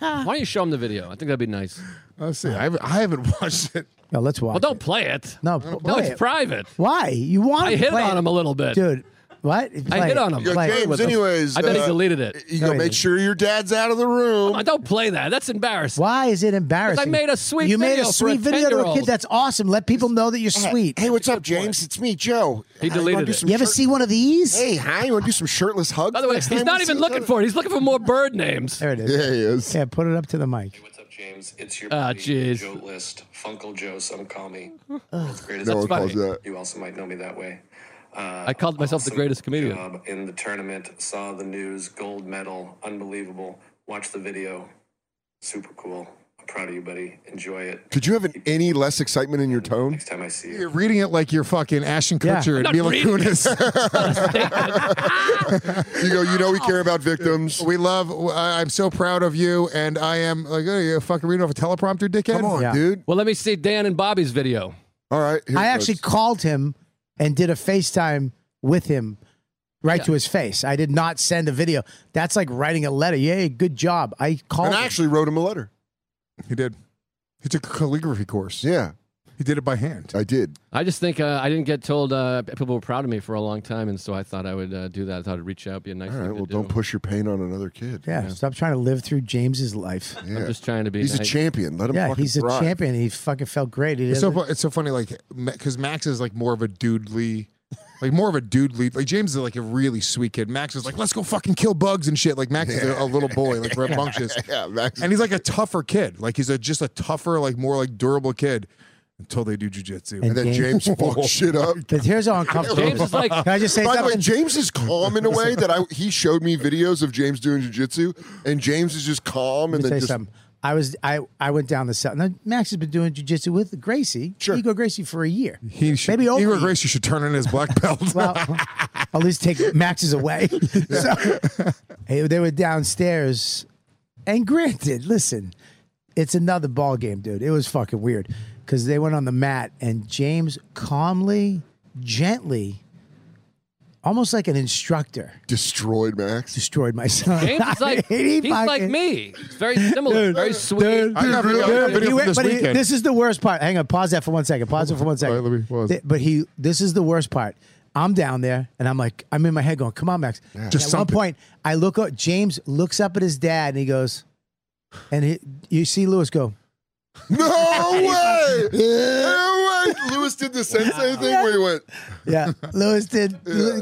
know. Why don't you show him the video? I think that'd be nice.
Let's see. I haven't, I haven't watched it.
no, let's watch.
Well, don't play it.
No, p-
no,
play
it's
it.
private.
Why? You want
I
to
hit
play
on
it.
him a little bit.
dude. What? Play
I hit
it.
on him.
You go,
Play it.
James, anyways.
I bet he
uh,
deleted it.
You go,
No, he
make
didn't.
sure your dad's out of the room.
Oh, don't play that. That's embarrassing.
Why is it embarrassing?
I made a sweet
You made
video
a
for a
sweet video to a
10-year-old.
kid. That's awesome. Let people know that you're sweet.
Hey, what's up, James? It's me, Joe.
He
Uh, you wanna
deleted
do
it.
some
You ever
shirt-
see one of these?
Hey, hi. You want to do some shirtless hugs?
By the way,
next
he's
time
not
we
even
see
looking
each
for it. He's looking for more bird names.
There it is.
other? Yeah, he is.
Yeah, put it up to the mic.
What's up, James? It's your
Ah,
buddy,
jeez.
Joe List, Funkle Joe. Some call me. World's greatest
No one
funny.
calls you that.
You also might know me that way. Uh,
I called myself the
awesome
greatest comedian.
job in the tournament. Saw the news, gold medal, unbelievable. Watched the video, super cool. I'm proud of you, buddy. Enjoy it.
Could you have an, any less excitement in your tone?
Next time I see
You're
you,
reading it like you're fucking Ashton
Yeah.
Kutcher and
not
Mila
reading
Kunis.
You go. You know we care about victims.
we love. I- I'm so proud of you, and I am like, oh, you're fucking reading off a teleprompter, dickhead.
Come on,
Yeah.
dude.
Well, let me see Dan and Bobby's video.
All right. here
I
it
actually
goes.
called him and did a FaceTime with him right to his face. I did not send a video. That's like writing a letter. Yay, good job. I called.
and I
him.
actually wrote him a letter.
He did. He took a calligraphy course.
Yeah,
He did it by hand.
I did.
I just think uh, I didn't get told uh, people were proud of me for a long time, and so I thought I would uh, do that. I thought I'd reach out, be a nice
All
thing
right.
to
Well,
do.
don't push your pain on another kid.
yeah, stop trying to live through James's life.
Yeah.
I'm just trying to be.
he's a
nice.
champion. Let him.
Yeah,
fucking
he's a
thrive.
champion. He fucking felt great. He
It's so,
didn't.
fu- it's so funny, like, because Max is like more of a dudely, like more of a dudely. Like James is like a really sweet kid. Max is like, let's go fucking kill bugs and shit. Like Max is a, a little boy, like rambunctious.
Yeah, Max.
and he's like a tougher kid. Like he's a just a tougher, like more like durable kid until they do jujitsu.
and then James fucked shit up.
But here's how uncomfortable.
James is like-
Can I just say
By the way,
something?
James is calm in a way that I he showed me videos of James doing jujitsu, and James is just calm and
Let me
then
tell you
just
something. I was I I went down the south. Now Max has been doing jujitsu with Gracie,
Sure.
Igor Gracie for a year.
He should,
maybe over. a
Igor
year.
Gracie should turn in his black belt.
Well, at least take Max's away. So, hey, they were downstairs, and granted, listen, it's another ball game, dude. It was fucking weird because they went on the mat, and James calmly, gently, almost like an instructor,
destroyed Max.
destroyed my son.
James is like
And he
he's like
fucking-
me. It's very similar,
Dude,
very sweet.
I got video- I got video
He
from
went-
this
but he-
weekend.
this is the worst part. Hang on, pause that for one second. Pause it for one second.
All right, let me pause.
Th- But he, this is the worst part. I'm down there, and I'm like, I'm in my head going, "Come on, Max." And
Just
at
something.
one point, I look. up James looks up at his dad, and he goes, and he, you see Lewis go,
No way! no way! Lewis did the sensei thing where he went.
"Yeah, Lewis did.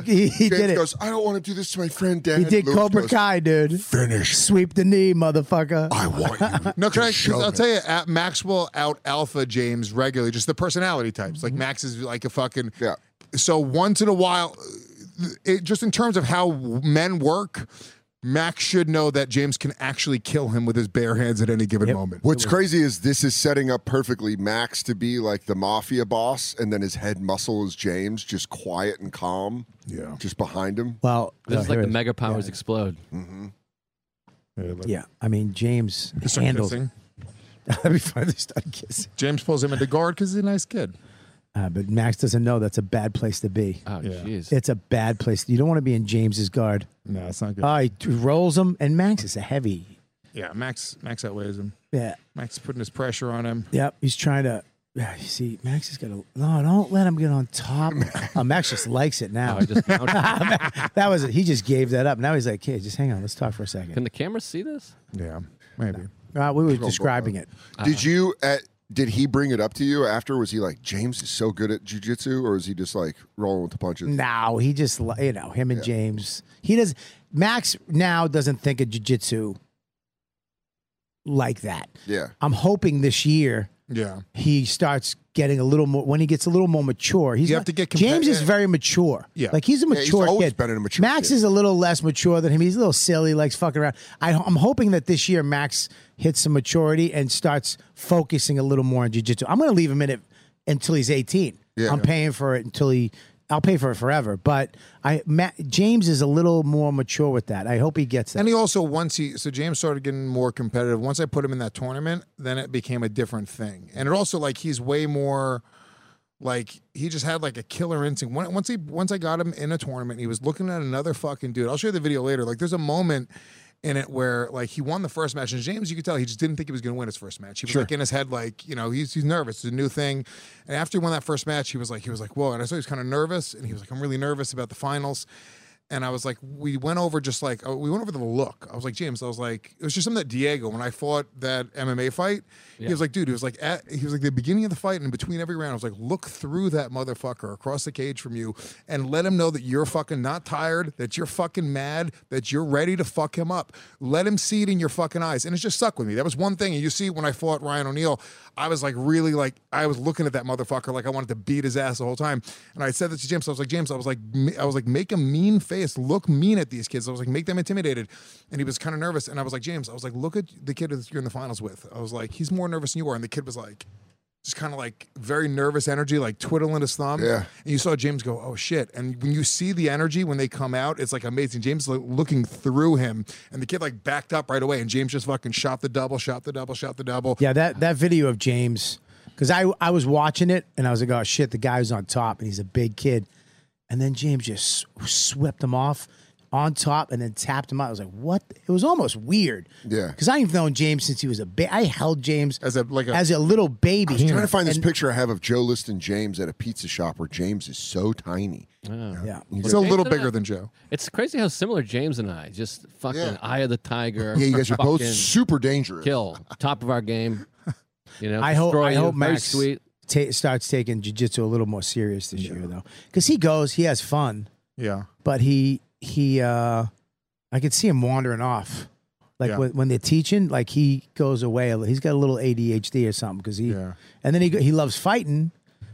He, he
James
did it.
goes, I don't want to do this to my friend, Dad.
he did
Lewis
Cobra
goes,
Kai, dude.
Finish.
Sweep the knee, motherfucker.
I want you.
No, can I,
to shove
I'll
it."
tell you, at Max will out alpha James regularly, just the personality types. Like Max is like a fucking.
Yeah.
So once in a while, uh, it, just in terms of how men work, Max should know that James can actually kill him with his bare hands at any given moment.
What's crazy is this is setting up perfectly Max to be like the mafia boss, and then his head muscle is James, just quiet and calm.
Yeah.
Just behind him.
Well,
This
no,
is like
here
the
it
mega powers explode.
Yeah, I mean James
They start
handled.
kissing.
That'd be funny. They started kissing,
James pulls him into guard because he's a nice kid.
uh, but Max doesn't know that's a bad place to be.
Oh, jeez.
It's a bad place. You don't want to be in James's guard.
No, it's not good.
Oh, he rolls him, and Max is a heavy.
yeah, Max Max outweighs him.
Yeah,
Max is putting his pressure on him.
yep. He's trying to. Yeah, you see, Max is gonna. No, don't let him get on top. Oh, Max just likes it now.
Oh,
I just mounted-
that was it. He just gave that up. Now he's like, "Hey, just hang on. Let's talk for a
can
second.
the camera see this?
Yeah, maybe.
Uh, we were describing it.
Uh-huh.
Did you at did he bring it up to you after? Was he like, James is so good at jujitsu, or is he just like rolling with the punches?
No, he just li- you know him and James. He does. Max now doesn't think of jujitsu like that.
Yeah.
I'm hoping this year
Yeah.
he starts getting a little more when he gets a little more mature. He's
You have
not-
to get compet-
James is
yeah.
very mature.
Yeah.
like he's a
he's
mature
always
kid.
been a mature
Max
kid.
is a little less mature than him. He's a little silly, likes fucking around. I, I'm hoping that this year Max hits some maturity and starts focusing a little more on jujitsu. I'm going to leave him in it until he's 18.
Yeah.
I'm paying for it until he I'll pay for it forever. But I Matt, James is a little more mature with that. I hope he gets that.
And he also once he so James started getting more competitive. Once I put him in that tournament, then it became a different thing. And it also like he's way more like he just had like a killer instinct. When- Once he once I got him in a tournament, he was looking at another fucking dude. I'll show you the video later. Like there's a moment in it where like he won the first match and James you could tell he just didn't think he was going to win his first match. He was like in his head like, you know, he's he's nervous, it's a new thing. And after he won that first match, he was like he was like, "Whoa." And I saw he was kind of nervous and he was like, "I'm really nervous about the finals." and I was like, we went over just like oh, we went over the look. I was like, James, I was like, it was just something that Diego when I fought that MMA fight, he was like, dude, he was like, at, he was like the beginning of the fight and in between every round, I was like, look through that motherfucker across the cage from you and let him know that you're fucking not tired, that you're fucking mad, that you're ready to fuck him up. Let him see it in your fucking eyes, and it just stuck with me. That was one thing, and you see when I fought Ryan O'Neal, I was like really like I was looking at that motherfucker like I wanted to beat his ass the whole time, and I said this to James. I was like, James, I was like, m- I was like, make a mean face, look mean at these kids. I was like, make them intimidated, and he was kind of nervous. And I was like, James, I was like, look at the kid that you're in the finals with. I was like, he's more nervous than you are, and the kid was like. Just kind of like very nervous energy, like twiddling his thumb.
Yeah.
And you saw James go, oh shit. And when you see the energy when they come out, it's like amazing. James is like looking through him, and the kid like backed up right away. And James just fucking shot the double, shot the double, shot the double.
Yeah, that that video of James, because I I was watching it and I was like, oh shit, the guy was on top and he's a big kid, and then James just s- swept him off on top and then tapped him out. I was like, what? It was almost weird.
Yeah.
because I've known James since he was a ba- I held James
As a- like a-
as a little baby.
I'm trying to find this picture I have of Joe List and James at a pizza shop where James is so tiny.
Yeah.
He's a little
Jason,
bigger than Joe.
It's crazy how similar James and I just fucking
Yeah.
eye of the tiger.
Yeah, you guys are both
fucking
super dangerous.
kill top of our game. You know,
I hope
destroy
I
you.
hope
Very
Max
sweet.
ta- starts taking jujitsu a little more serious this year though, because he goes, he has fun,
Yeah.
but he he uh I could see him wandering off. Like
Yeah.
when, when they're teaching, like he goes away. a li- He's got a little ADHD or something because he,
Yeah.
and then he go- he loves fighting,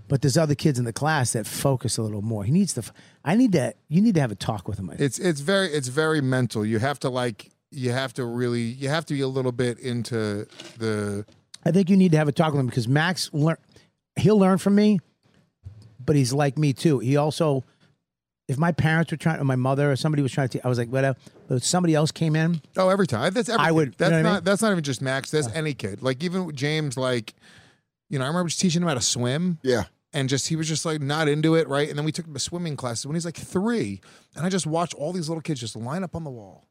but there's other kids in the class that focus a little more. He needs to. f- I need to. You need to have a talk with him. I think.
It's it's very it's very mental. You have to like you have to really you have to be a little bit into the
I think you need to have a talk with him because Max learn he'll learn from me, but he's like me too. He also if my parents were trying or my mother or somebody was trying to I was like whatever but if somebody else came in
oh every time that's every
I
kid.
would- you
that's
know what I
not
mean?
that's not even just Max that's any kid like even with James like you know I remember just teaching him how to swim
Yeah.
and just he was just like not into it, right? And then we took him to swimming classes when he's like three, and I just watched all these little kids just line up on the wall,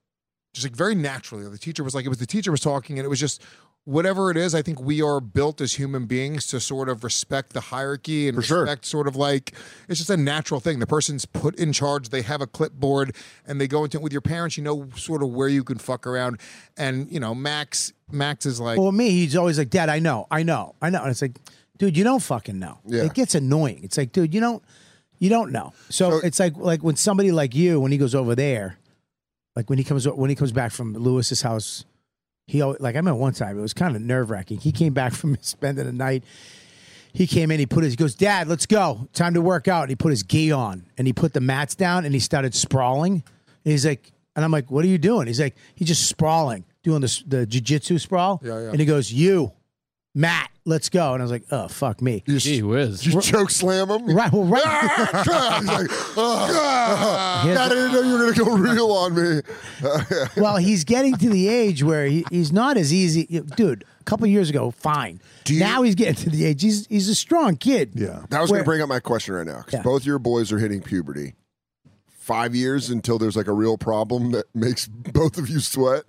just like very naturally. The teacher was like, it was the teacher was talking, and it was just whatever it is. I think we are built as human beings to sort of respect the hierarchy and
For sure.
respect sort of like it's just a natural thing. The person's put in charge, they have a clipboard, and they go into it with your parents. You know, sort of where you can fuck around, and you know, Max. Max is like,
well me he's always like dad I know I know I know and it's like dude you don't fucking know
Yeah.
it gets annoying it's like dude you don't you don't know so, it's like like when somebody like you when he goes over there like when he comes when he comes back from Lewis's house he al- like I remember one time it was kind of nerve wracking he came back from spending the night he came in, he put his, he goes, Dad, let's go. Time to work out. And he put his gi on and he put the mats down and he started sprawling. And he's like, and I'm like, what are you doing? He's like, he's just sprawling, doing the, the jujitsu sprawl.
Yeah, yeah.
And he goes, You, Matt, let's go. And I was like, Oh, fuck me.
You,
Gee whiz.
you choke slam him.
Right. Well, right.
He's like, oh,
Here's
God, I didn't know you were going to go real on me.
well, he's getting to the age where he, he's not as easy. Dude, a couple years ago, fine. now he's getting to the age, he's, he's a strong kid.
yeah,
That was going
Where-
to bring up my question right now because
Yeah.
both your boys are hitting puberty. Five years until there's like a real problem that makes both of you sweat.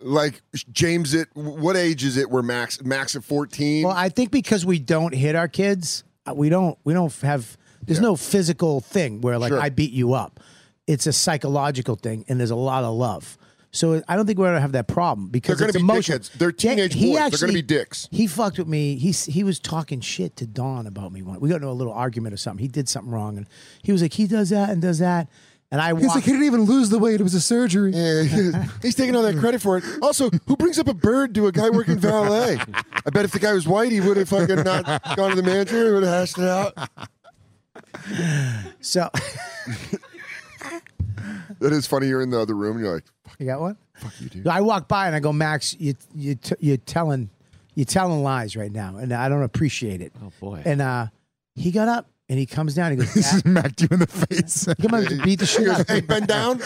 Like James, at what age is it? Where Max Max at 14?
Well, I think because we don't hit our kids, uh, we don't we don't have there's no physical thing where like
Sure.
I beat you up. It's a psychological thing, and there's a lot of love. So I don't think we're gonna have that problem
They're
because
gonna
it's
be
emotional.
dickheads. They're
Yeah,
teenage
he
boys. They're
actually-
gonna be dicks.
He fucked with me. He s- he was talking shit to Don about me. One we got into a little argument or something. He did something wrong, and he was like, he does that and does that, and I
he's like,
walked.
he didn't even lose the weight; it was a surgery.
Yeah, he's taking all that credit for it. Also, who brings up a bird to a guy working valet? I bet if the guy was white, he would have fucking not gone to the manager. He would have hashed it out.
so
That is funny. You're in the other room. And you're like,
you got one. Fuck you, dude. I walk by and I go, Max, you you t- you're telling you're telling lies right now, and I don't appreciate it.
Oh boy.
And uh, he got up and he comes down. He goes, "Dad,
Smacked you in the face. Who
come on, to beat the
He
shit
goes,
out.
hey, bend down.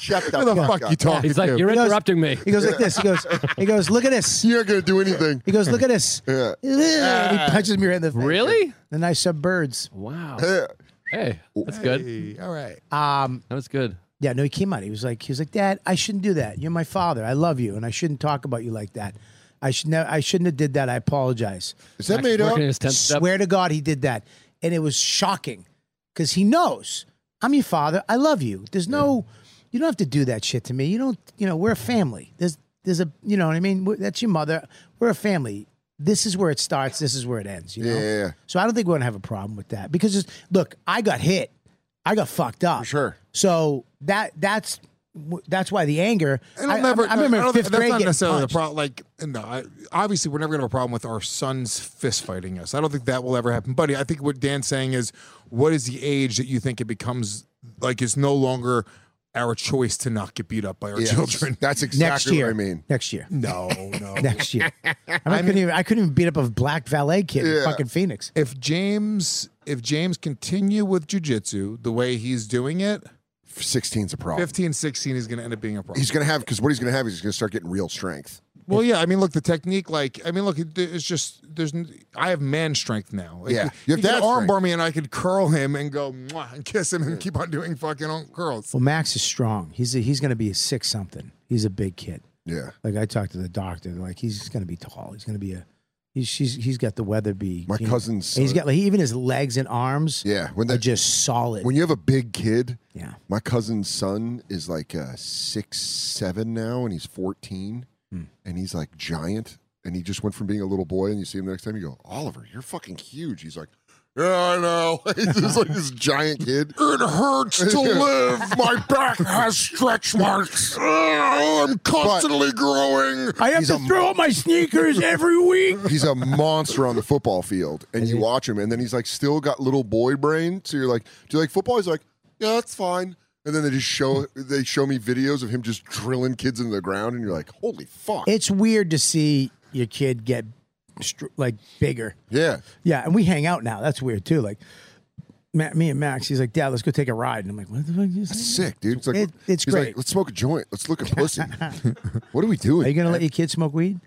Shut the,
the
fuck,
fuck
up.
you talking
He's like,
to?
you're
knows-
interrupting me.
He goes like this. He goes, he goes, look at this.
You're not going to do anything.
He goes, look at this.
Yeah.
And he punches me right in the face.
Really?
Then I sub birds.
Wow.
Yeah.
Hey, that's good.
Hey, all right.
Um,
That was good.
yeah, no, he came out. He was like, he was like, Dad, I shouldn't do that. You're my father. I love you, and I shouldn't talk about you like that. I should never. I shouldn't have did that. I apologize.
Is that made up?
Working his 10th step.
Swear to God, he did that, and it was shocking because he knows I'm your father. I love you. There's no, you don't have to do that shit to me. You don't. You know, we're a family. There's, there's a, you know what I mean. We're- That's your mother. We're a family. This is where it starts. This is where it ends. You know.
Yeah, yeah, yeah.
So I don't think we're gonna have a problem with that because it's, look, I got hit, I got fucked up.
sure.
So that that's that's why the anger.
And
I,
I'll never.
I, I remember in
don't-
fifth
that's
grade
not
getting
necessarily
punched.
the problem. Like, no, I, obviously, we're never gonna have a problem with our sons fist fighting us. I don't think that will ever happen. Buddy, I think what Dan's saying is, what is the age that you think it becomes like it's no longer our choice to not get beat up by our
Yes.
children?
That's exactly
next year.
what I mean.
next year.
No, no.
Next year. I, mean, I couldn't even I couldn't even beat up a black valet kid in
Yeah.
fucking Phoenix.
if James, if James continue with jujitsu the way he's doing it,
16's a problem.
15, 16 is gonna end up being a problem.
He's going to have, because what he's going to have is he's going to start getting real strength.
Well, yeah. I mean, look, the technique. Like, I mean, look, it, it's just there's. n- I have man strength now. Like,
Yeah.
you
You
have
have
to
dad
armbar
strength.
me, and I could curl him and go Mwah, and kiss him and keep on doing fucking curls.
Well, Max is strong. He's a, he's gonna be a six something. He's a big kid.
Yeah.
Like I talked to the doctor. Like he's gonna be tall. He's gonna be a. He's she's he's got the Weatherby.
My
gene.
cousin's
And He's
son.
got like even his legs and arms.
Yeah. When
Are
that,
just solid.
when you have a big kid,
yeah.
my cousin's son is like uh, six, seven now, and he's 14, and he's like giant. And he just went from being a little boy, and you see him the next time, you go, Oliver, you're fucking huge. He's like, yeah, I know. he's just like this giant kid.
It hurts to live. My back has stretch marks.
Oh,
I'm
constantly
growing.
I have
He's
to
a-
throw out my sneakers every week.
He's a monster on the football field, and you watch him, and then he's like still got little boy brain. So you're like, do you like football? He's like, yeah, that's fine. And then they just show they show me videos of him just drilling kids into the ground, and you're like, holy fuck,
It's weird to see your kid get str- like bigger.
yeah,
Yeah, and we hang out now. That's weird too. Like Ma- me and Max, he's like, "Dad, let's go take a ride," and I'm like, "What the fuck is
That's
this?
sick, dude. It's like
It- it's
he's
great.
Like, Let's smoke a joint. Let's look at pussy. what are we doing?
Are you gonna let your kid smoke weed?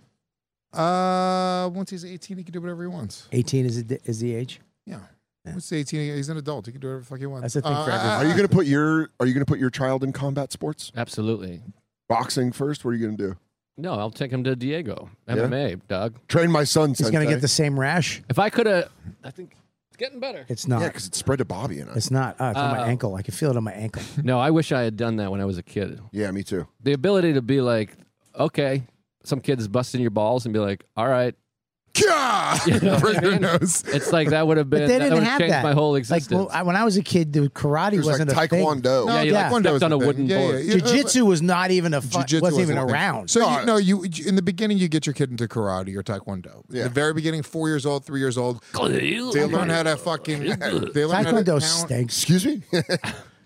Uh, once he's 18, he can do whatever he wants.
18 is the, is the age.
Yeah. Once he's 18, he's an adult. He can do whatever the fuck he wants. Uh,
That's the thing for
I-
everyone.
Are you gonna put your Are you gonna put your child in combat sports?
Absolutely.
Boxing first. What are you gonna do?
No, I'll take him to Diego.
Yeah?
MMA, Doug.
Train my son.
He's gonna get the same rash.
If I could have, I think it's getting better.
It's not.
Yeah, because it spread to Bobby and I.
it's not. Uh, it's on my
Oh.
ankle. I can feel it on my ankle.
No, I wish I had done that when I was a kid.
Yeah, me too.
The ability to be like, okay, some kid's busting your balls and be like, all right.
Yeah.
You know what I
Right in your
mean?
nose.
It's like that would have been,
But they
that
didn't
would
have
changed
that.
my whole
Like
existence.
well, I, when I was a kid, dude, karate
It was
wasn't
like
a thing.
Taekwondo.
yeah, you like
yeah.
stepped
Taekwondo's
on a
a thing.
wooden
Yeah,
board.
yeah, yeah.
Jiu-jitsu was not even a fu-
Jiu-jititsu
wasn't even
a thing.
around.
So you, no, you in the beginning you get your kid into karate or taekwondo. In
Yeah.
the very beginning, four years old, three years old, they learn how to fucking. They learn how to
Taekwondo
count.
stinks.
Excuse me.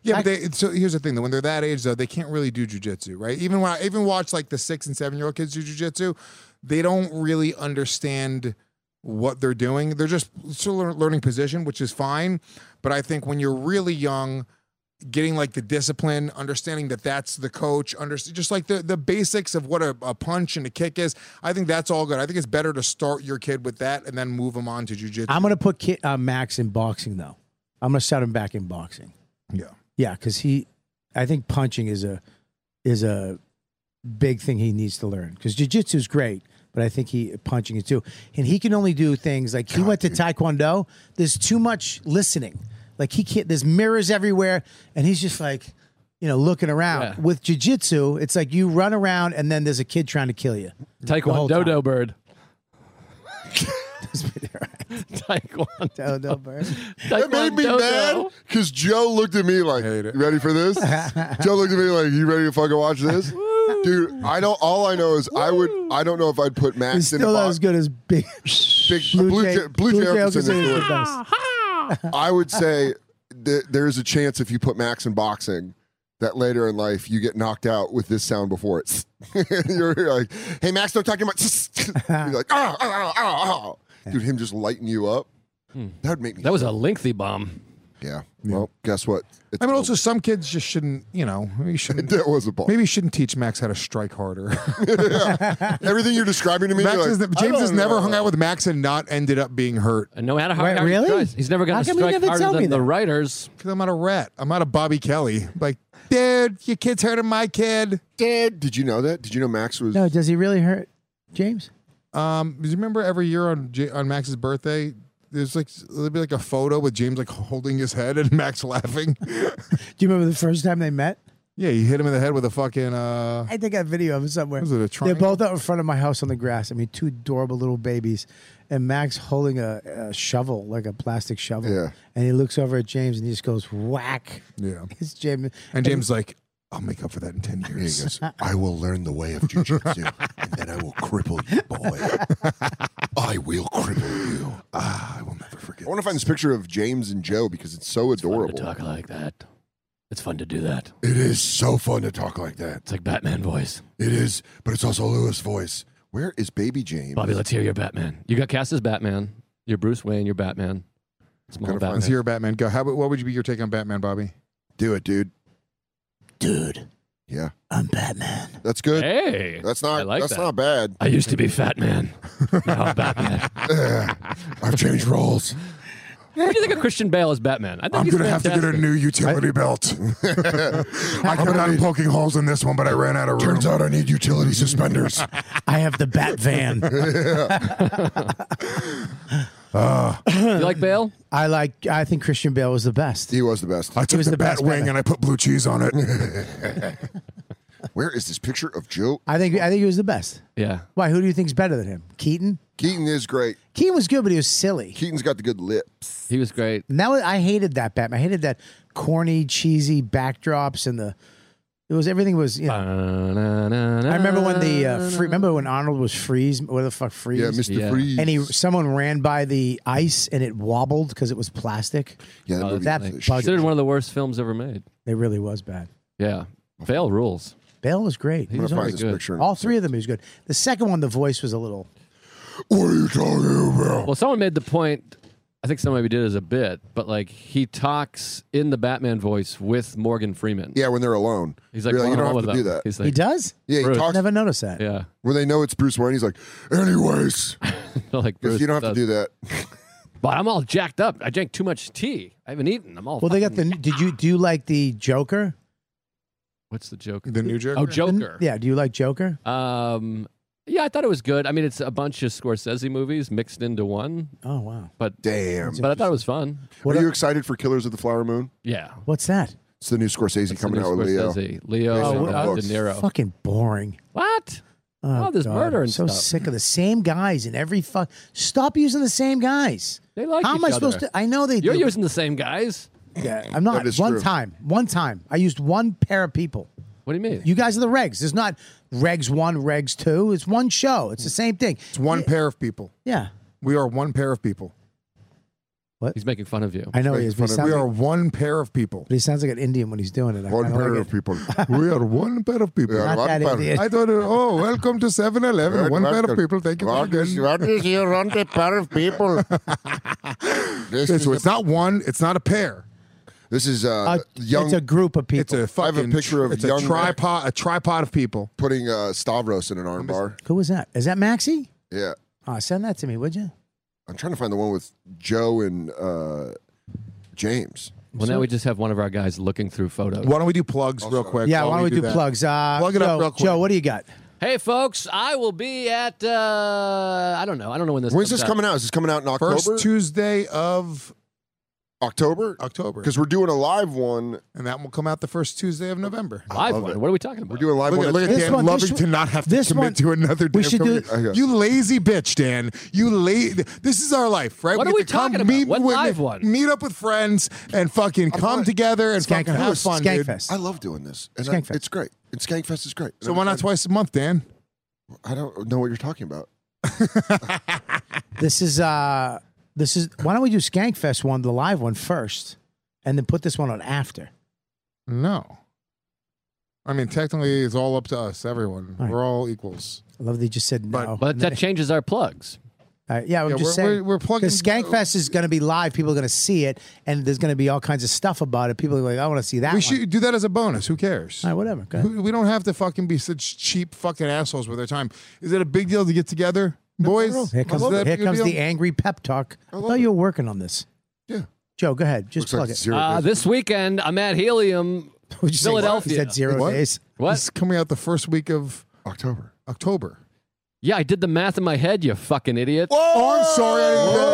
Yeah, but they, so here's the thing: though, when they're that age, though, they can't really do jujitsu, right? Even when I even watch like the six and seven year old kids do jujitsu, they don't really understand what they're doing. They're just still lear- learning position, which is fine. But I think when you're really young, getting like the discipline, understanding that that's the coach, understand just like the the basics of what a, a punch and a kick is. I think that's all good. I think it's better to start your kid with that and then move them on to jujitsu.
I'm gonna put kid, uh, Max in boxing though. I'm gonna start him back in boxing.
yeah.
Yeah, because he, I think punching is a is a big thing he needs to learn. Because jujitsu is great, but I think he punching is too. And he can only do things like he went to taekwondo. There's too much listening. Like he can't. There's mirrors everywhere, and he's just like, you know, looking around.
Yeah.
With jujitsu, it's like you run around, and then there's a kid trying to kill you. whole
Taekwondo
time.
dodo bird. Taekwondo.
Oh, no, Bert.
It made me mad because Joe looked at me like,
hate
"You
it.
ready for this?" Joe looked at me like, "You ready to fucking watch this?" Dude, I don't. All I know is I would. I don't know if I'd put
He's
Max in the
still not
box.
as good as big.
Big, blue, blue, Jay, blue, Jay Wilkinson is
Wilkinson
the
is the best.
I would say th- there's a chance if you put Max in boxing that later in life you get knocked out with this sound before it. you're, like, "Ah, hey, Max, don't talk about. you're like, oh, oh, oh, oh. Dude, him just lighting you up. That would make me.
That was a lengthy bomb.
yeah. Well, guess what? It's
I mean, also some kids just shouldn't. You know, maybe you shouldn't.
that was a ball.
Maybe you shouldn't teach Max how to strike harder.
Everything you're describing to me,
Max
you're
is
like, I
James
don't
has never
know.
hung out with Max and not ended up being hurt.
And no matter how
Wait,
hard he
really?
tries, he's never going
How
to
come you
strike
never
harder
tell me
than the
that?
writers.
Because I'm not a rat. I'm not a Bobby Kelly. Like, dude, your kid's hurting my kid.
Dad, did you know that? Did you know Max was?
No, does he really hurt James?
Um, do you remember every year on J- on Max's birthday? There's like there'd be like a photo with James like holding his head and Max laughing.
Do you remember the first time they met?
yeah, you hit him in the head with a fucking uh.
I think I have video of it somewhere.
Was it a
They're
triangle?
both out in front of my house on the grass. I mean, two adorable little babies, and Max holding a, a shovel, like a plastic shovel.
Yeah.
And he looks over at James and he just goes whack.
Yeah.
It's James.
And James is like, I'll make up for that in ten
Here he
years.
goes. I will learn the way of jujitsu, and then I will cripple you, boy. I will cripple you.
Ah, I will never forget.
I want to find this picture of James and Joe because it's so
Fun to
adorable.
talk like that. It's fun to do that.
It is so fun to talk like that.
It's like Batman voice.
It is, but it's also Lewis' voice. Where is Baby James?
Bobby, let's hear your Batman. You got cast as Batman. You're Bruce Wayne. You're Batman. Small
Gotta find-
Batman.
Let's hear Batman go. How? What would you be your take on Batman, Bobby?
Do it, dude.
dude,
Yeah,
I'm Batman.
that's good.
Hey,
That's
I
not.
like
that's
that.
not bad.
I used to be Fat Man. Now I'm Batman.
I've changed roles.
what do you think of Christian Bale as Batman? I think
I'm
he's
gonna have to get a
fantastic.
new utility belt. I've been out poking holes in this one, but I ran out of room.
Turns out I need utility suspenders.
I have the Bat Van.
You like Bale?
I like. I think Christian Bale was the best.
he was the best.
I took
was
the,
the
bat
best
wing
Batman.
and I put blue cheese on it.
Where is this picture of Joe?
I think. I think he was the best.
Yeah.
Why? Who do you think's better than him? Keaton.
Keaton is great.
Keaton was good, but he was silly.
Keaton's got the good lips.
He was great.
And that was, I hated that Batman. I hated that corny, cheesy backdrops and the. It was everything was. You know, I
I
remember when the uh, free, remember when Arnold was freeze. What the fuck freeze?
Yeah, Mr.
Yeah.
Freeze.
And he someone ran by the ice and it wobbled because it was plastic.
yeah, that
Oh,
movie
that
was a
bugged
shit.
considered one of the worst films ever made.
It really was bad.
Yeah. Bale rules.
Bale was great. He
I'm
was
gonna
all,
find this
good.
picture. and-
all three of them. He was good. The second one, the voice was a little.
What are you talking about?
Well, someone made the point. I think somebody did as a bit, but like he talks in the Batman voice with Morgan Freeman.
Yeah, when they're alone.
He's like,
You're
"Well,
you
I'm
don't have to
with
do
them."
that.
He's
He
like,
does.
yeah, he
Bruce.
talks
Never noticed that.
yeah.
when they know it's Bruce Wayne. He's like, anyways,
They're like,
because
Bruce
you don't have to
does.
do that.
But I'm all jacked up. I drank too much tea. I haven't eaten. I'm all.
Well, they got the. Did you do you like the Joker?
What's the joke?
the new Joker.
Oh, Joker.
Yeah. Do you like Joker?
Um. Yeah, I thought it was good. I mean, it's a bunch of Scorsese movies mixed into one,
Oh wow.
but
Damn.
but I thought it was fun.
What
are
a-
you excited for Killers of the Flower Moon?
Yeah.
What's that?
It's the new Scorsese
It's the
coming
new
out with Leo.
Scorsese. Leo.
Based
and,
on
uh, De
the books.
Niro.
Fucking boring.
What? Oh, there's murder and
so
stuff.
sick of the same guys in every fuck. Stop using the same guys.
They like
How am
each
I
other.
supposed to? I know they
You're
do.
using the same guys.
Yeah, I'm not.
That is
One
true.
time, one time, I used one pair of people.
What do you mean?
You guys are the regs. There's not regs one, regs two. It's one show. It's the same thing.
It's one pair of people.
Yeah,
We are one pair of people.
He's making fun of you.
I know he is. But he, sounds
We are
like,
one pair of people.
but he sounds like an Indian when he's doing it. I
One
kinda
pair
like
of
it.
people.
we are one pair of people.
Yeah.
Not that
One pair.
Indian.
I thought, oh, welcome to 7 Eleven. One pair of people. Thank you. for
What is,
again.
what is your one pair of people? this
So
is,
it's not one, it's not a pair.
this is uh,
Uh,
young
it's a group of people.
It's a
I have
fucking
a picture of
it's
young-
a tripod, a tripod of people.
putting uh, Stavros in an armbar.
Who was that? Is that Maxie?
Yeah.
Ah, send that to me, would you?
I'm trying to find the one with Joe and uh, James.
Well, now we just have one of our guys looking through photos.
Why don't we do plugs real quick?
Yeah, why don't we do
that?
plugs? Uh,
Plug it up
Joe,
real quick.
Joe, what do you got?
Hey, folks, I will be at, uh, I don't know. I don't know when this
When's
comes
this
out.
coming out? Is this coming out in October?
First Tuesday of
October?
October.
Because we're doing a live one.
And that will come out the first Tuesday of November.
Live
love
one.
it.
What are we talking about?
We're doing a live
Look
one.
at, look at
This
Dan
one-
loving
this
to
one-
not have to
this
commit
one-
to another day.
we should do-
Okay.
You lazy bitch, Dan. You lazy. This is our life, right?
What are we
get to come
talking about? What
with-
live one?
Meet up with friends and fucking come
fine.
together and fucking have
Skankfest.
fun, dude.
Skankfest.
I love doing this. And I,
Skankfest.
it's great. And Skankfest is great.
So why not twice a month, Dan?
I don't know what you're talking about.
This is uh this is why don't we do Skankfest one, the live one first, and then put this one on after.
No. I mean, technically, it's all up to us, everyone.
All right.
We're all equals.
I love they just said no.
but that changes our plugs.
All right, yeah, I'm
Yeah,
just
we're-
saying.
we're- we're plugging-
Because Skankfest is going to be live. People are going to see it, and there's going to be all kinds of stuff about it. People are like, I want to see that.
We
one.
should do that as a bonus. Who cares?
All right, whatever. Go ahead.
Who- We don't have to fucking be such cheap fucking assholes with our time. Is it a big deal to get together, boys?
Here comes,
Is that a
here
big
comes
deal?
the angry pep talk. I, thought you were working on this.
Yeah.
Joe, go ahead. Just
Looks like
plug it.
zero
Uh,
days.
this weekend, I'm at Helium.
What'd you say?
Philadelphia.
You said zero
What?
days.
What?
This is coming out the first week of
October.
October.
Yeah, I did the math in my head, you fucking idiot.
Oh, I'm sorry. I didn't get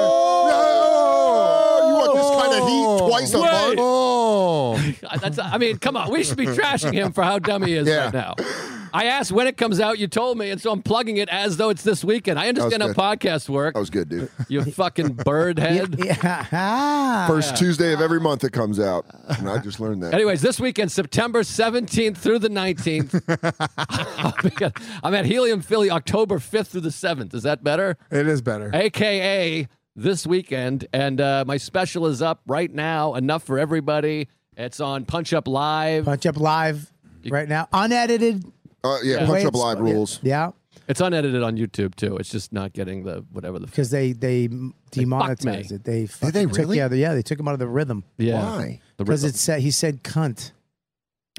it. No, you want this kind of heat twice a
Wait.
month?
Oh,
I- That's, I mean, come on. We should be trashing him for how dumb he is
Yeah.
right now. I asked when it comes out, you told me, and so I'm plugging it as though it's this weekend. I understand how
good.
podcasts work.
That was good, dude.
You fucking bird head.
Yeah.
First Tuesday of every month it comes out. And I just learned that.
Anyways, this weekend, September 17th through the 19th, I'll be at- I'm at Helium Philly October 5th through the 7th. Is that better?
it is better.
AKA this weekend. And uh, my special is up right now. Enough for everybody. It's on Punch Up Live.
Punch up live right now, unedited.
Uh, yeah,
way
punch up
it's-
live rules.
Yeah,
It's unedited on YouTube too. It's just not getting the whatever the.
because they they demonetized
me.
it. They fucking
they
took,
really?
Yeah, they, yeah, they took him out of the rhythm
yeah.
Why?
The
because
rhythm.
it said he said cunt,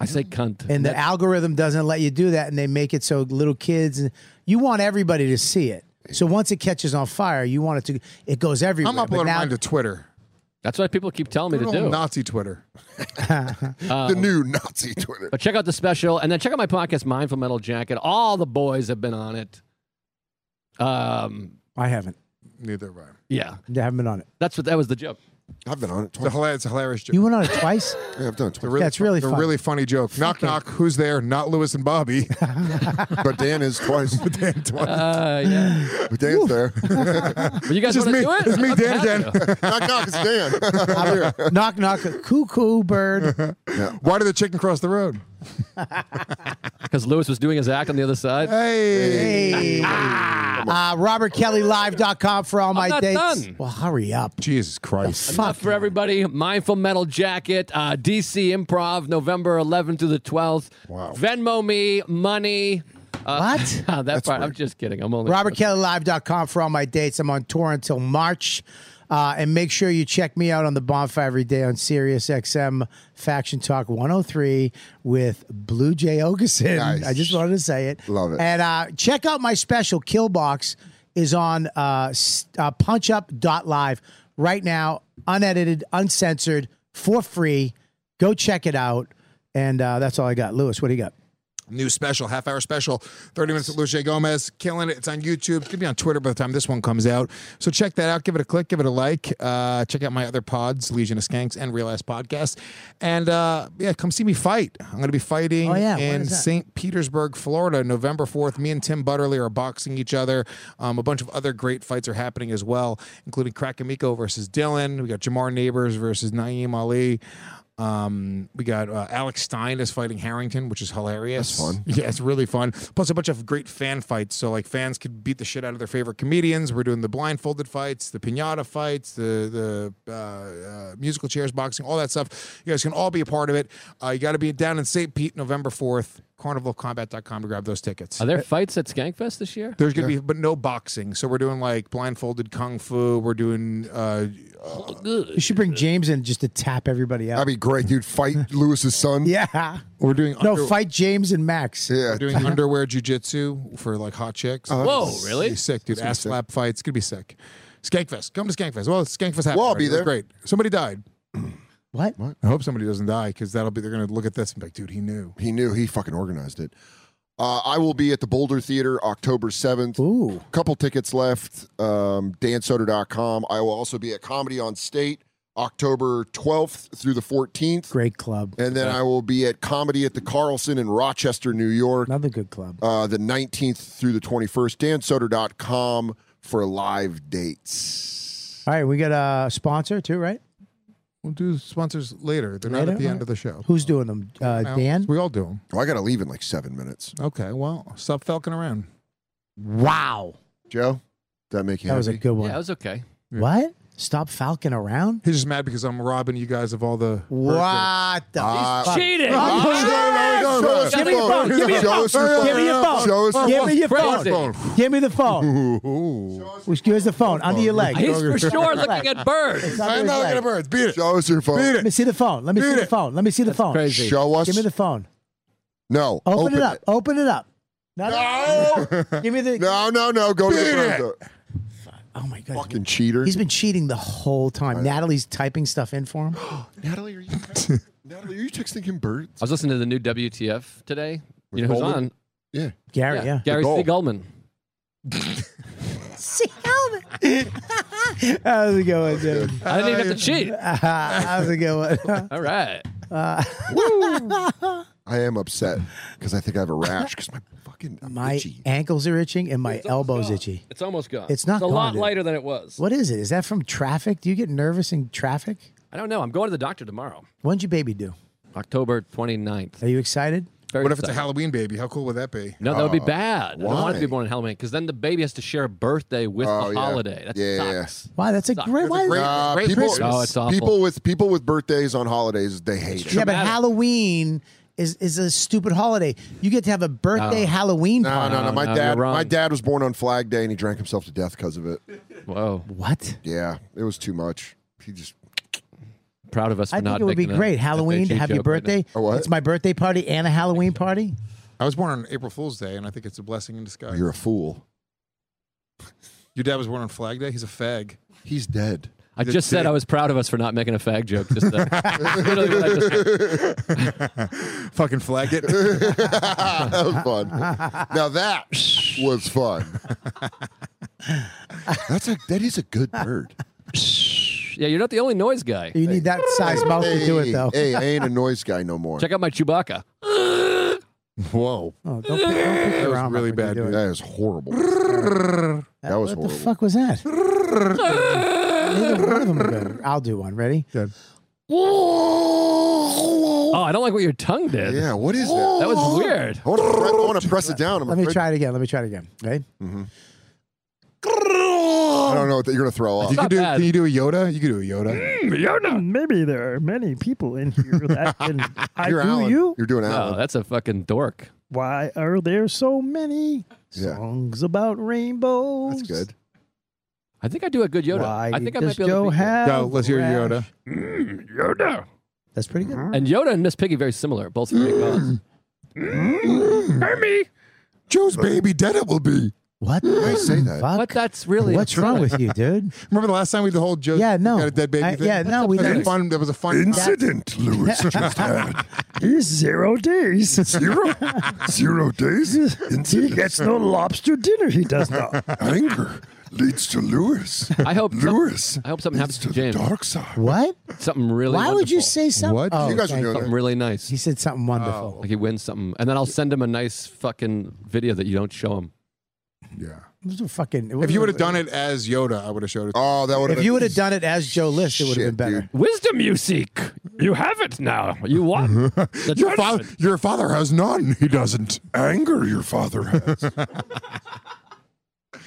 I say cunt.
and the
That-
algorithm doesn't let you do that, and they make it so little kids and you want everybody to see it. So once it catches on fire, you want it to. It goes everywhere.
I'm
but
uploading
now-
mine to Twitter.
that's what people keep telling me to
Good
do. Uh, Um,
old Nazi Twitter.
the new Nazi Twitter.
but check out the special, and then check out my podcast, Mindful Metal Jacket. All the boys have been on it. Um.
I haven't.
Neither of them.
Yeah.
I haven't been on it.
That's what. That was the joke.
I've been on it
It's a
twice.
hilarious, it's a hilarious joke.
You went on it twice.
Yeah, I've done it twice.
really,
That's really
the
fun.
really funny joke. Knock knock. Who's there? Not Lewis and Bobby.
But Dan is twice.
Uh, yeah.
But Dan's there.
But you guys want
It's just
to
me.
do it?
It's me,
Let's
Dan,
have
again.
it.
knock, knock, it's Dan.
knock knock. Cuckoo bird.
Why did the chicken cross the road?
Because Lewis was doing his act on the other
Uh,
side.
Hey.
Hey.
Uh, RobertKellyLive.com for all my
not
dates.
done.
Well, hurry up.
Jesus Christ.
Enough for everybody. Mindful Metal Jacket, uh, DC Improv, November 11th through the 12th. Wow. Venmo me money.
What?
Ah, that part, I'm just kidding. I'm only
RobertKellyLive.com for all my dates. I'm on tour until March. Uh, and make sure you check me out on the Bonfire every day on Sirius XM Faction Talk 103 with Blue Jay Ogeson.
Nice.
I just wanted to say it.
Love it.
And uh, check out my special, Killbox, is on uh, s- uh, punchup.live right now, unedited, uncensored, for free. Go check it out. And uh, that's all I got. Lewis, what do you got?
new special, half hour special, 30 minutes with Lucia Gomez, killing it. It's on YouTube. It's going to be on Twitter by the time this one comes out. So check that out. Give it a click, give it a like. Uh, check out my other pods, Legion of Skanks and Real Ass Podcast. And uh, yeah, come see me fight. I'm going to be fighting
Oh, yeah. When
in
is that?
St. Petersburg, Florida, November 4th. Me and Tim Butterly are boxing each other. Um, a bunch of other great fights are happening as well, including Krakamiko versus Dylan. We got Jamar Neighbors versus Naeem Ali. Um, we got uh, Alex Stein is fighting Harrington, which is hilarious. That's fun. Yeah, it's really fun. Plus a bunch of great fan fights. So like fans could beat the shit out of their favorite comedians. We're doing the blindfolded fights, the pinata fights, the the uh, uh, musical chairs, boxing, all that stuff. You guys can all be a part of it. Uh, you got to be down in St. Pete November fourth. CarnivalCombat.com to grab those tickets.
Are there fights at Skankfest this year?
There's gonna be, but no boxing. So we're doing like blindfolded kung fu. We're doing uh,
You should bring James in just to tap everybody out.
That'd be great, dude. Fight Lewis's son.
yeah.
we're doing
No,
under-
fight James and Max.
Yeah.
We're doing underwear jujitsu for like hot chicks.
Whoa,
It's
really?
gonna be Sick, dude. Ass slap fights. It's gonna be sick. Skankfest. Come to Skankfest. Well, it's Skankfest happened.
Well, I'll
already.
be
It was
there.
Great. Somebody died.
What?
I hope somebody doesn't die because that'll be. They're gonna look at this and be like, dude, he knew.
He knew. He fucking organized it. Uh, I will be at the Boulder Theater October 7th.
Ooh.
Couple tickets left. Um, DanSoder.com. I will also be at Comedy on State October 12th through the 14th.
Great club.
And then I will be at Comedy at the Carlson in Rochester, New York,
Another good club.
uh, the 19th through the 21st. DanSoder.com for live dates.
All right, we got a sponsor too, right?
We'll do sponsors later. They're not
Later?
at the
All
end
right.
of the show.
Who's doing them? Uh,
Well,
Dan?
We all do them.
Oh, I got to leave in like seven minutes.
Okay. Well, stop falcon around.
Wow.
Joe, does that make you
That was a
happy?
good one.
Yeah, it was okay.
what? Stop falcon around?
He's just mad because I'm robbing you guys of all the.
What the
Ah,
fuck?
Cheating!
ah,
Show us
Show
your phone. Give me your
Show
phone.
us your
Give me your phone.
phone. Show us
Give me your
Crazy.
phone. Give me the phone.
Ooh.
Give us the phone under your leg.
He's for sure
Right.
looking at birds.
It's under
I'm
his
not
leg.
looking at birds. Beat it.
Show us your
Beat
phone.
Let me see the phone. Let me see
Beat
the
it.
phone. Let me see the phone.
Crazy.
Show us.
Give me the phone.
No.
Open, it up. Open it up. No. no. Give me the.
No, no, no. Go to
Beat
the front.
Oh my god.
Fucking cheater.
He's been cheating the whole time. Natalie's typing stuff in for him.
Natalie, are you text- Natalie, are you texting him birds?
I was listening to the new WTF today. You know who's
Goldman?
on?
Yeah.
Gary, yeah.
Gary
The
C.
gold.
Goldman.
See How's it going, dude?
I didn't even have to
Uh,
cheat.
How's it going?
All right.
I am upset because I think I have a rash because my fucking I'm
my
itchy.
ankles are itching and my
It's almost
elbow's
gone.
itchy.
It's almost gone.
It's not
a
gone,
lot
dude.
lighter than it was.
What is it? Is that from traffic? Do you get nervous in traffic?
I don't know. I'm going to the doctor tomorrow,
When'd your baby do?
October 29th.
Are you excited?
Very
What if it's a
excited.
Halloween baby? How cool would that be?
No, that would be bad. I don't want it to be
Oh. why?
born on Halloween because then the baby has to share a birthday with
Oh,
the
yeah.
holiday. That
Yeah, yeah,
sucks.
Wow, that's a
Sucks.
great. Why
great-
Uh, people,
Christmas.
Oh, it's awful.
people with people with birthdays on holidays, they hate it.
yeah, but
traumatic.
Halloween is is a stupid holiday. You get to have a birthday Halloween
No,
party.
no, no. My
Oh, no, you're
dad,
wrong.
my dad was born on Flag Day, and he drank himself to death because of it.
Whoa.
What?
Yeah, it was too much. He just
Proud of us for
I
not
think it would be
making a
great
FHE
Halloween to have your
joke right
birthday.
A what?
It's my birthday party and a Halloween party.
I was born on April Fool's Day, and I think it's a blessing in disguise.
you're a fool.
Your dad was born on Flag Day. He's a fag.
He's dead.
now. I just said I was proud of us for not making a fag joke. Just to, literally what I just said.
Fucking flag it.
that was fun. Now that was fun. That's a that is a good bird.
Yeah, you're not the only noise guy.
You need that size mouth to do it, though.
Hey, I ain't a noise guy no more.
Check out my Chewbacca.
Whoa.
Oh, don't, pick, don't pick your
was
arm up
really
when you
bad,
do it.
dude.
That is horrible. that was
what
horrible.
the fuck was that? Neither one of them are good. I'll do one. Ready?
Oh, I don't like what your tongue did.
Yeah, Oh. what is that?
That was weird.
I want to pre- I want to press it down. I'm
Let me
afraid-
try it again. Let me try it again. Ready?
I don't know what that you're gonna throw up.
You can
not
do.
bad.
Can you do a Yoda? You can do a Yoda.
Maybe there are many people in here that can I
You're
do
Alan.
you.
You're doing
Oh,
Alan.
that's a fucking dork.
Why are there so many
Yeah.
songs about rainbows?
That's good.
I think I do a good Yoda.
Why
I think I might
does
be able
Joe
to beat
have?
Go. Let's hear your Yoda.
That's pretty good.
And Yoda and Miss Piggy very similar, both from Big Boss.
Joe's baby dead. It will be.
What?
I say that.
Fuck?
But that's really
What's wrong with you, dude?
Remember the last time we did the whole Joe?
Yeah, no.
Got a dead baby.
I-
thing?
yeah, no, we
That was
didn't.
a fun. That was a fun.
Incident, Lewis just had.
He's zero days.
Zero, zero days.
he gets no lobster dinner. He does not.
Anger leads to Lewis.
I hope some-
Lewis.
I hope something happens to James.
side.
What?
Something really
Why would you
wonderful.
say something?
What?
Oh,
You guys are
thank
doing
you.
something really nice?
He said something wonderful.
Like he wins something, and then I'll send him a nice fucking video that you don't show him.
Yeah.
It was a fucking.
If you would have done it as Yoda, I would have showed it.
Oh, that would.
if you would have done it as Joe List, it would have been
Shit,
better.
dude.
Wisdom you seek, you have it now. You won. The
Your father,
judgment.
your father has none. He doesn't.
anger your father has.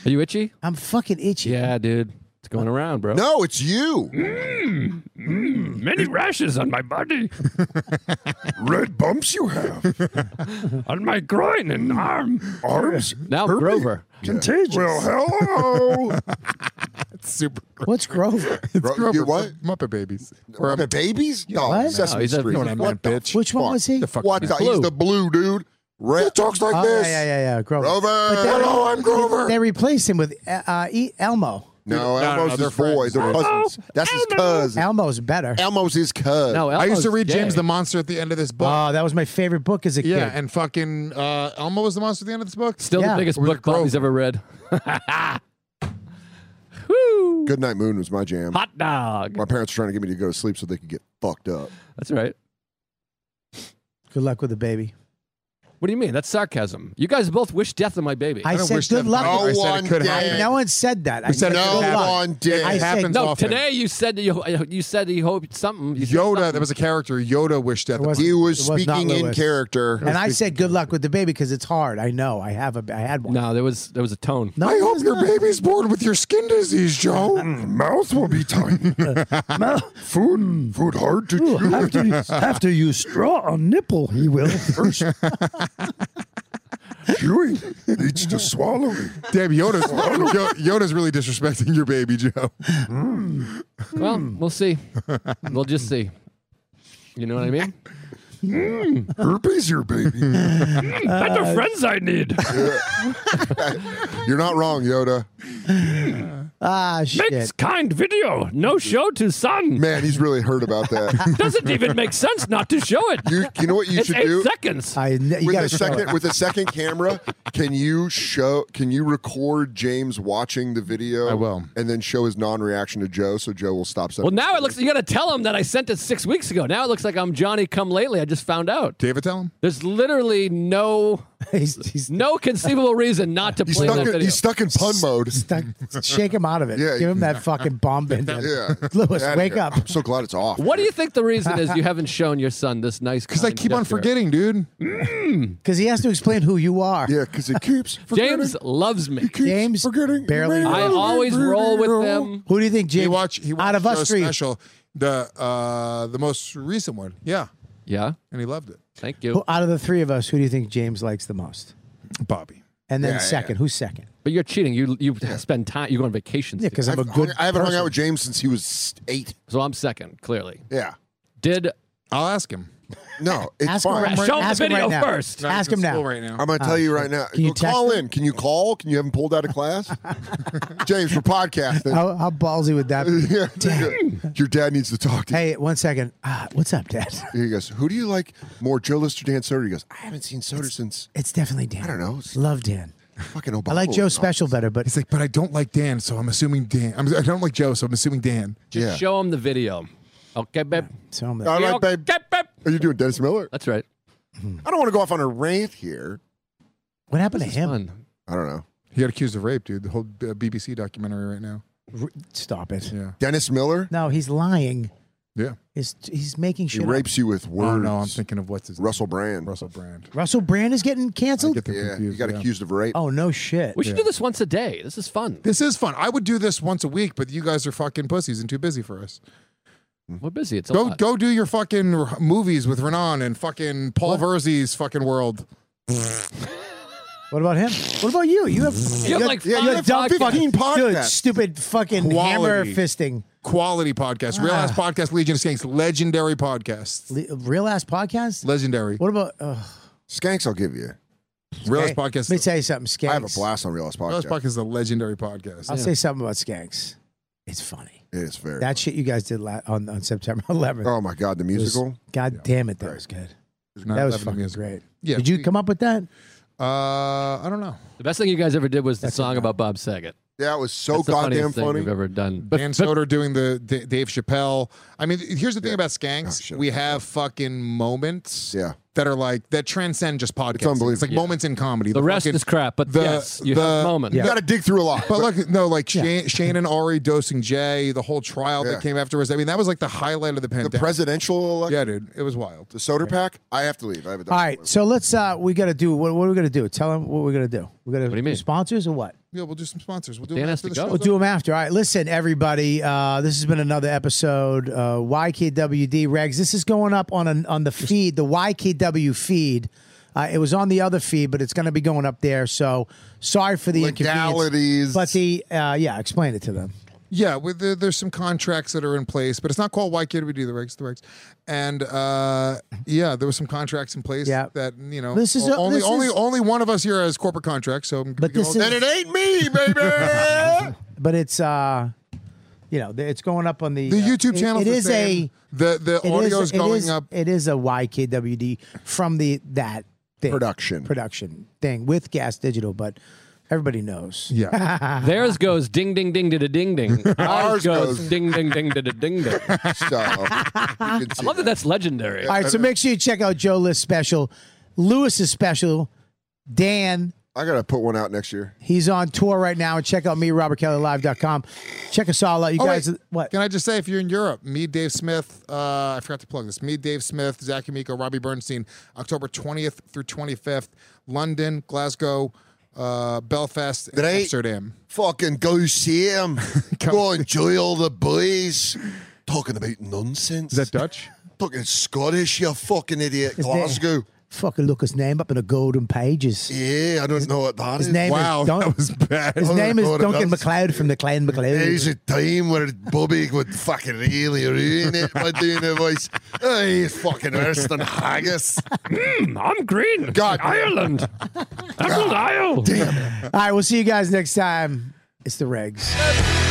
Are you itchy?
I'm fucking itchy.
Yeah, dude. It's going around, bro.
Oh,
no, it's you.
Many rashes on my body,
Red bumps you have.
on my groin and arm.
Arms.
Now Grover.
Contagious.
hello.
It's super.
What's Grover?
Bro, you what?
Muppet babies. Or
Or babies? No,
What?
No,
Sesame
he's a-
Street.
he's
a
what the
bitch.
Which one
fuck?
was he?
The fuck
What?
is
the-
Blue.
He's the blue dude. Red talks like
Oh, yeah, yeah, yeah, yeah. Grover.
Grover.
Hello,
I'm Grover.
They replaced him with uh, uh, E- Elmo.
No,
No, no,
Elmo's
they're
his boy.
friends.
They're
Oh.
cousins. That's his cousin.
Elmo's better.
Elmo's his cousin.
No,
I used
Elmo's
to read
gay. Uh,
James the Monster at the end of this book.
Oh, that was my favorite book as a kid.
yeah, and fucking uh, Elmo was the monster at the end of this book.
Still
Yeah.
the biggest
With
book bump
Grover.
he's ever read. Woo!
Good Night Moon was my jam.
Hot dog.
My parents were trying to get me to go to sleep so they could get fucked up.
That's right.
Good luck with the baby.
What do you mean? That's sarcasm. You guys both wish death on my baby.
I,
I
said
wish
good
that-
luck.
I
No
said it
one
could
did.
happen.
I- no one said that. I
We
said
said no
good luck.
one did.
I
It happens
said
no,
often.
today you said that you you said that you hoped something. You said
Yoda,
something.
there was a character, Yoda wished death.
It wasn't-
He was
it not
speaking in
Lewis.
character.
And I said good luck with the baby because it's hard. I know. I have a. I had one.
No, there was there was a tone.
No,
I
it
hope
was
your
not.
baby's born with your skin disease, Joe.
Mm. Mouth will be tight. food, food hard to chew.
After you, have to use straw or nipple, he will. First,
Chewing leads to swallowing.
Damn, Yoda's, Yo- Yoda's really disrespecting your baby, Joe.
Well, we'll see. we'll just see. You know what I mean?
Herpes your baby.
That's the Hmm. friends I need.
You're not wrong, Yoda.
Ah, shit.
kind video. No show to son.
Man, he's really hurt about that.
Doesn't even make sense not to show it.
You, you know what you should do?
seconds.
I, ne- you
With
got
a
to show
second
it.
with a second camera, can you show can you record James watching the video?
I will.
And then show his non-reaction to Joe so Joe will stop
Well,
saying
now it looks. You got to tell him that I sent it six weeks ago. Now it looks like I'm Johnny Come Lately. I just found out.
David, tell him.
There's literally no
He's, he's
no conceivable reason not to
he's
play that
stuck in,
video.
he's stuck in pun mode.
stuck. Shake him out of it.
Yeah.
Give him that fucking bomb bend.
Yeah.
Lewis,
Outta
wake
here.
up.
I'm so glad it's off.
What do you think the reason is you haven't shown your son this nice?
Because I keep on forgetting, dude.
Because he has to explain who you are.
Yeah, because it keeps forgetting.
James loves me.
keeps
James
forgetting.
barely-
I always roll with them.
Who do you think, James?
He watched he watched
out of
Joe's
us three,
special, the uh, the most recent one. Yeah,
Yeah,
and he loved it.
thank
who,
you.
out of the three of us, who do you think James likes the most?
Bobby.
And then
Yeah,
second, who's second?
But you're cheating. You you spend time. You go on vacations.
Yeah,
together.
because I'm a
I've
good.
hung- I haven't hung out with James since he was eight.
so I'm second. Clearly,
Yeah.
did
I'll ask him.
No, it's
Ask him
fine.
right-
show him the
ask him
video
right now.
first.
Not
Ask
in
him now.
school Right now.
I'm going to tell you right now.
Can you
Go call
text
in. Can you call? Can you have him pulled out of class? James, for podcasting.
How, how ballsy would that be?
Yeah. Your dad needs to talk to you.
hey, one second. Ah, what's up, Dad?
He goes, Who do you like more, Joe Lister, Dan Soder? He goes, I haven't seen Soder since
It's definitely Dan. I
don't know. Oh, It's-
Love Dan.
fucking Obama.
I like
was
Joe
on."
Special better, but
He's like, but I don't like Dan, so I'm assuming Dan. I'm, I don't like Joe, so I'm assuming Dan.
just
Yeah.
show him the video. Okay, babe.
so I'm
I
like,
like,
Okay,
babe.
babe.
Are you doing Dennis Miller?
That's right.
I don't want to go off on a rant here.
what happened to him?
Fun.
I don't know.
He got accused of rape, dude. The whole uh, BBC documentary right now.
R- Stop it.
Yeah,
Dennis Miller?
No, he's lying.
yeah.
He's, he's making
He
shit. up.
rapes you with words.
Oh no, I'm thinking of what's his
Russell Brand.
Russell Brand.
Russell Brand is getting
I
canceled.
get them
Yeah,
confused.
he got
yeah.
accused of rape.
Oh no, shit.
We should do this once a day. This is fun.
This is fun. I would do this once a week, but you guys are fucking pussies and too busy for us.
We're busy. It's a
Go
lot.
go do your fucking r- movies with Renan and fucking Paul Verzi's fucking world.
What about him? What about you? You have you
have, like,
yeah, you
five
have dumb
podcasts.
fucking dude,
podcasts.
stupid fucking hammer
Quality.
fisting.
Quality podcast, Real Ass Podcast, Legion of Skanks, legendary podcast,
Le- Real ass podcast.
legendary,
What about? Uh,
Skanks, I'll give you.
Real Ass
hey, Let
Podcast.
me tell you something, Skanks.
I have a blast on Real Estate
Real Ass
Podcast.
Podcast is a legendary podcast.
I'll say something about Skanks. It's funny
It is fair.
that shit you guys did la- on on September 11th.
Oh my God, the
It was-
musical.
God damn it, that was good.
Not
That was
having
fucking
music.
great.
Yeah,
Did you
we-
come up with that?
Uh, I don't know.
The best thing you guys ever did was the song about Bob Saget.
yeah, it was so
That's the
goddamn
funniest thing
funny.
we've ever done. But,
Dan
but-
Soder doing the D- Dave Chappelle. I mean, here's the thing about
Oh,
Skanks:
shit.
we have fucking moments,
Yeah.
that are like that transcend just podcasts.
unbelievable.
like moments in comedy.
the rest
fucking-
is crap. But
the-
yes, you
the-
have a moment.
You got to dig through a lot.
But look, no, like Shane, Shane and Ari dosing Jay, the whole trial
Yeah.
that came afterwards. I mean, that was like the highlight of the
the
pandemic.
presidential election,
yeah, dude, it was wild.
the soda pack. I have to leave. I have a
All right, so let's. uh We got to do what? What are we gonna do? Tell them what we're gonna do. We're gonna
What do you mean?
sponsors or what?
Yeah, we'll do some sponsors. We'll do
Dan
it
has
after
to
the
go.
show.
We'll do them after. All right, listen, everybody. Uh, this has been another episode. Uh, YKWd Regs. This is going up on an, on the feed, the YKW feed. Uh, it was on the other feed, but it's going to be going up there. So sorry for the
Legalities.
inconvenience. But the uh, yeah, explain it to them.
Yeah, with the, there's some contracts that are in place, but it's not called Why Can't We Do the Regs, the Regs. And uh, yeah, there were some contracts in place
Yeah.
that you know
This is a-
only
this
only
is-
only one of us here has corporate contracts. So I'm
But this is-
And it ain't me, baby.
But it's uh, you know, it's going up on the
the
uh,
YouTube
it-
channel.
It is a
the the
it
audio
is-
is
it
going
is-
up.
It is a YKWd from the that thing,
Production.
production thing with Gas Digital, but everybody knows.
Yeah,
Theirs goes ding ding ding da da ding ding. Ours
Ours
goes
goes-
ding ding ding da da ding ding. I
so you can see
love that that's legendary.
All right, so make sure you check out Joe List special. Lewis's special. Dan,
I gotta put one out next year.
he's on tour right now. And check out me, robertkellylive.com. Check us all out. You
Oh,
guys,
wait.
what?
Can I just say, if you're in Europe, me, Dave Smith, uh, I forgot to plug this. Me, Dave Smith, Zach Yumiko, Robbie Bernstein, October 20th through 25th, London, Glasgow, uh, Belfast, and
Great.
Amsterdam.
Fucking go see him. go enjoy all the boys. Talking about nonsense.
Dutch?
fucking Scottish, you fucking idiot.
His
Glasgow.
Name, fucking look his name up in the golden pages.
Yeah, I don't know what that
His
is.
name
Wow,
is Dun-
that was bad.
His
I don't
name is
know what it
Duncan
does.
McLeod from the Clan
There
McLeod.
was a time where Bobby would fucking really ruin it by doing a voice. Oh, he's fucking worse than haggis.
I'm green.
God.
Ireland. That's Isle.
All right, we'll see you guys next time. It's the regs.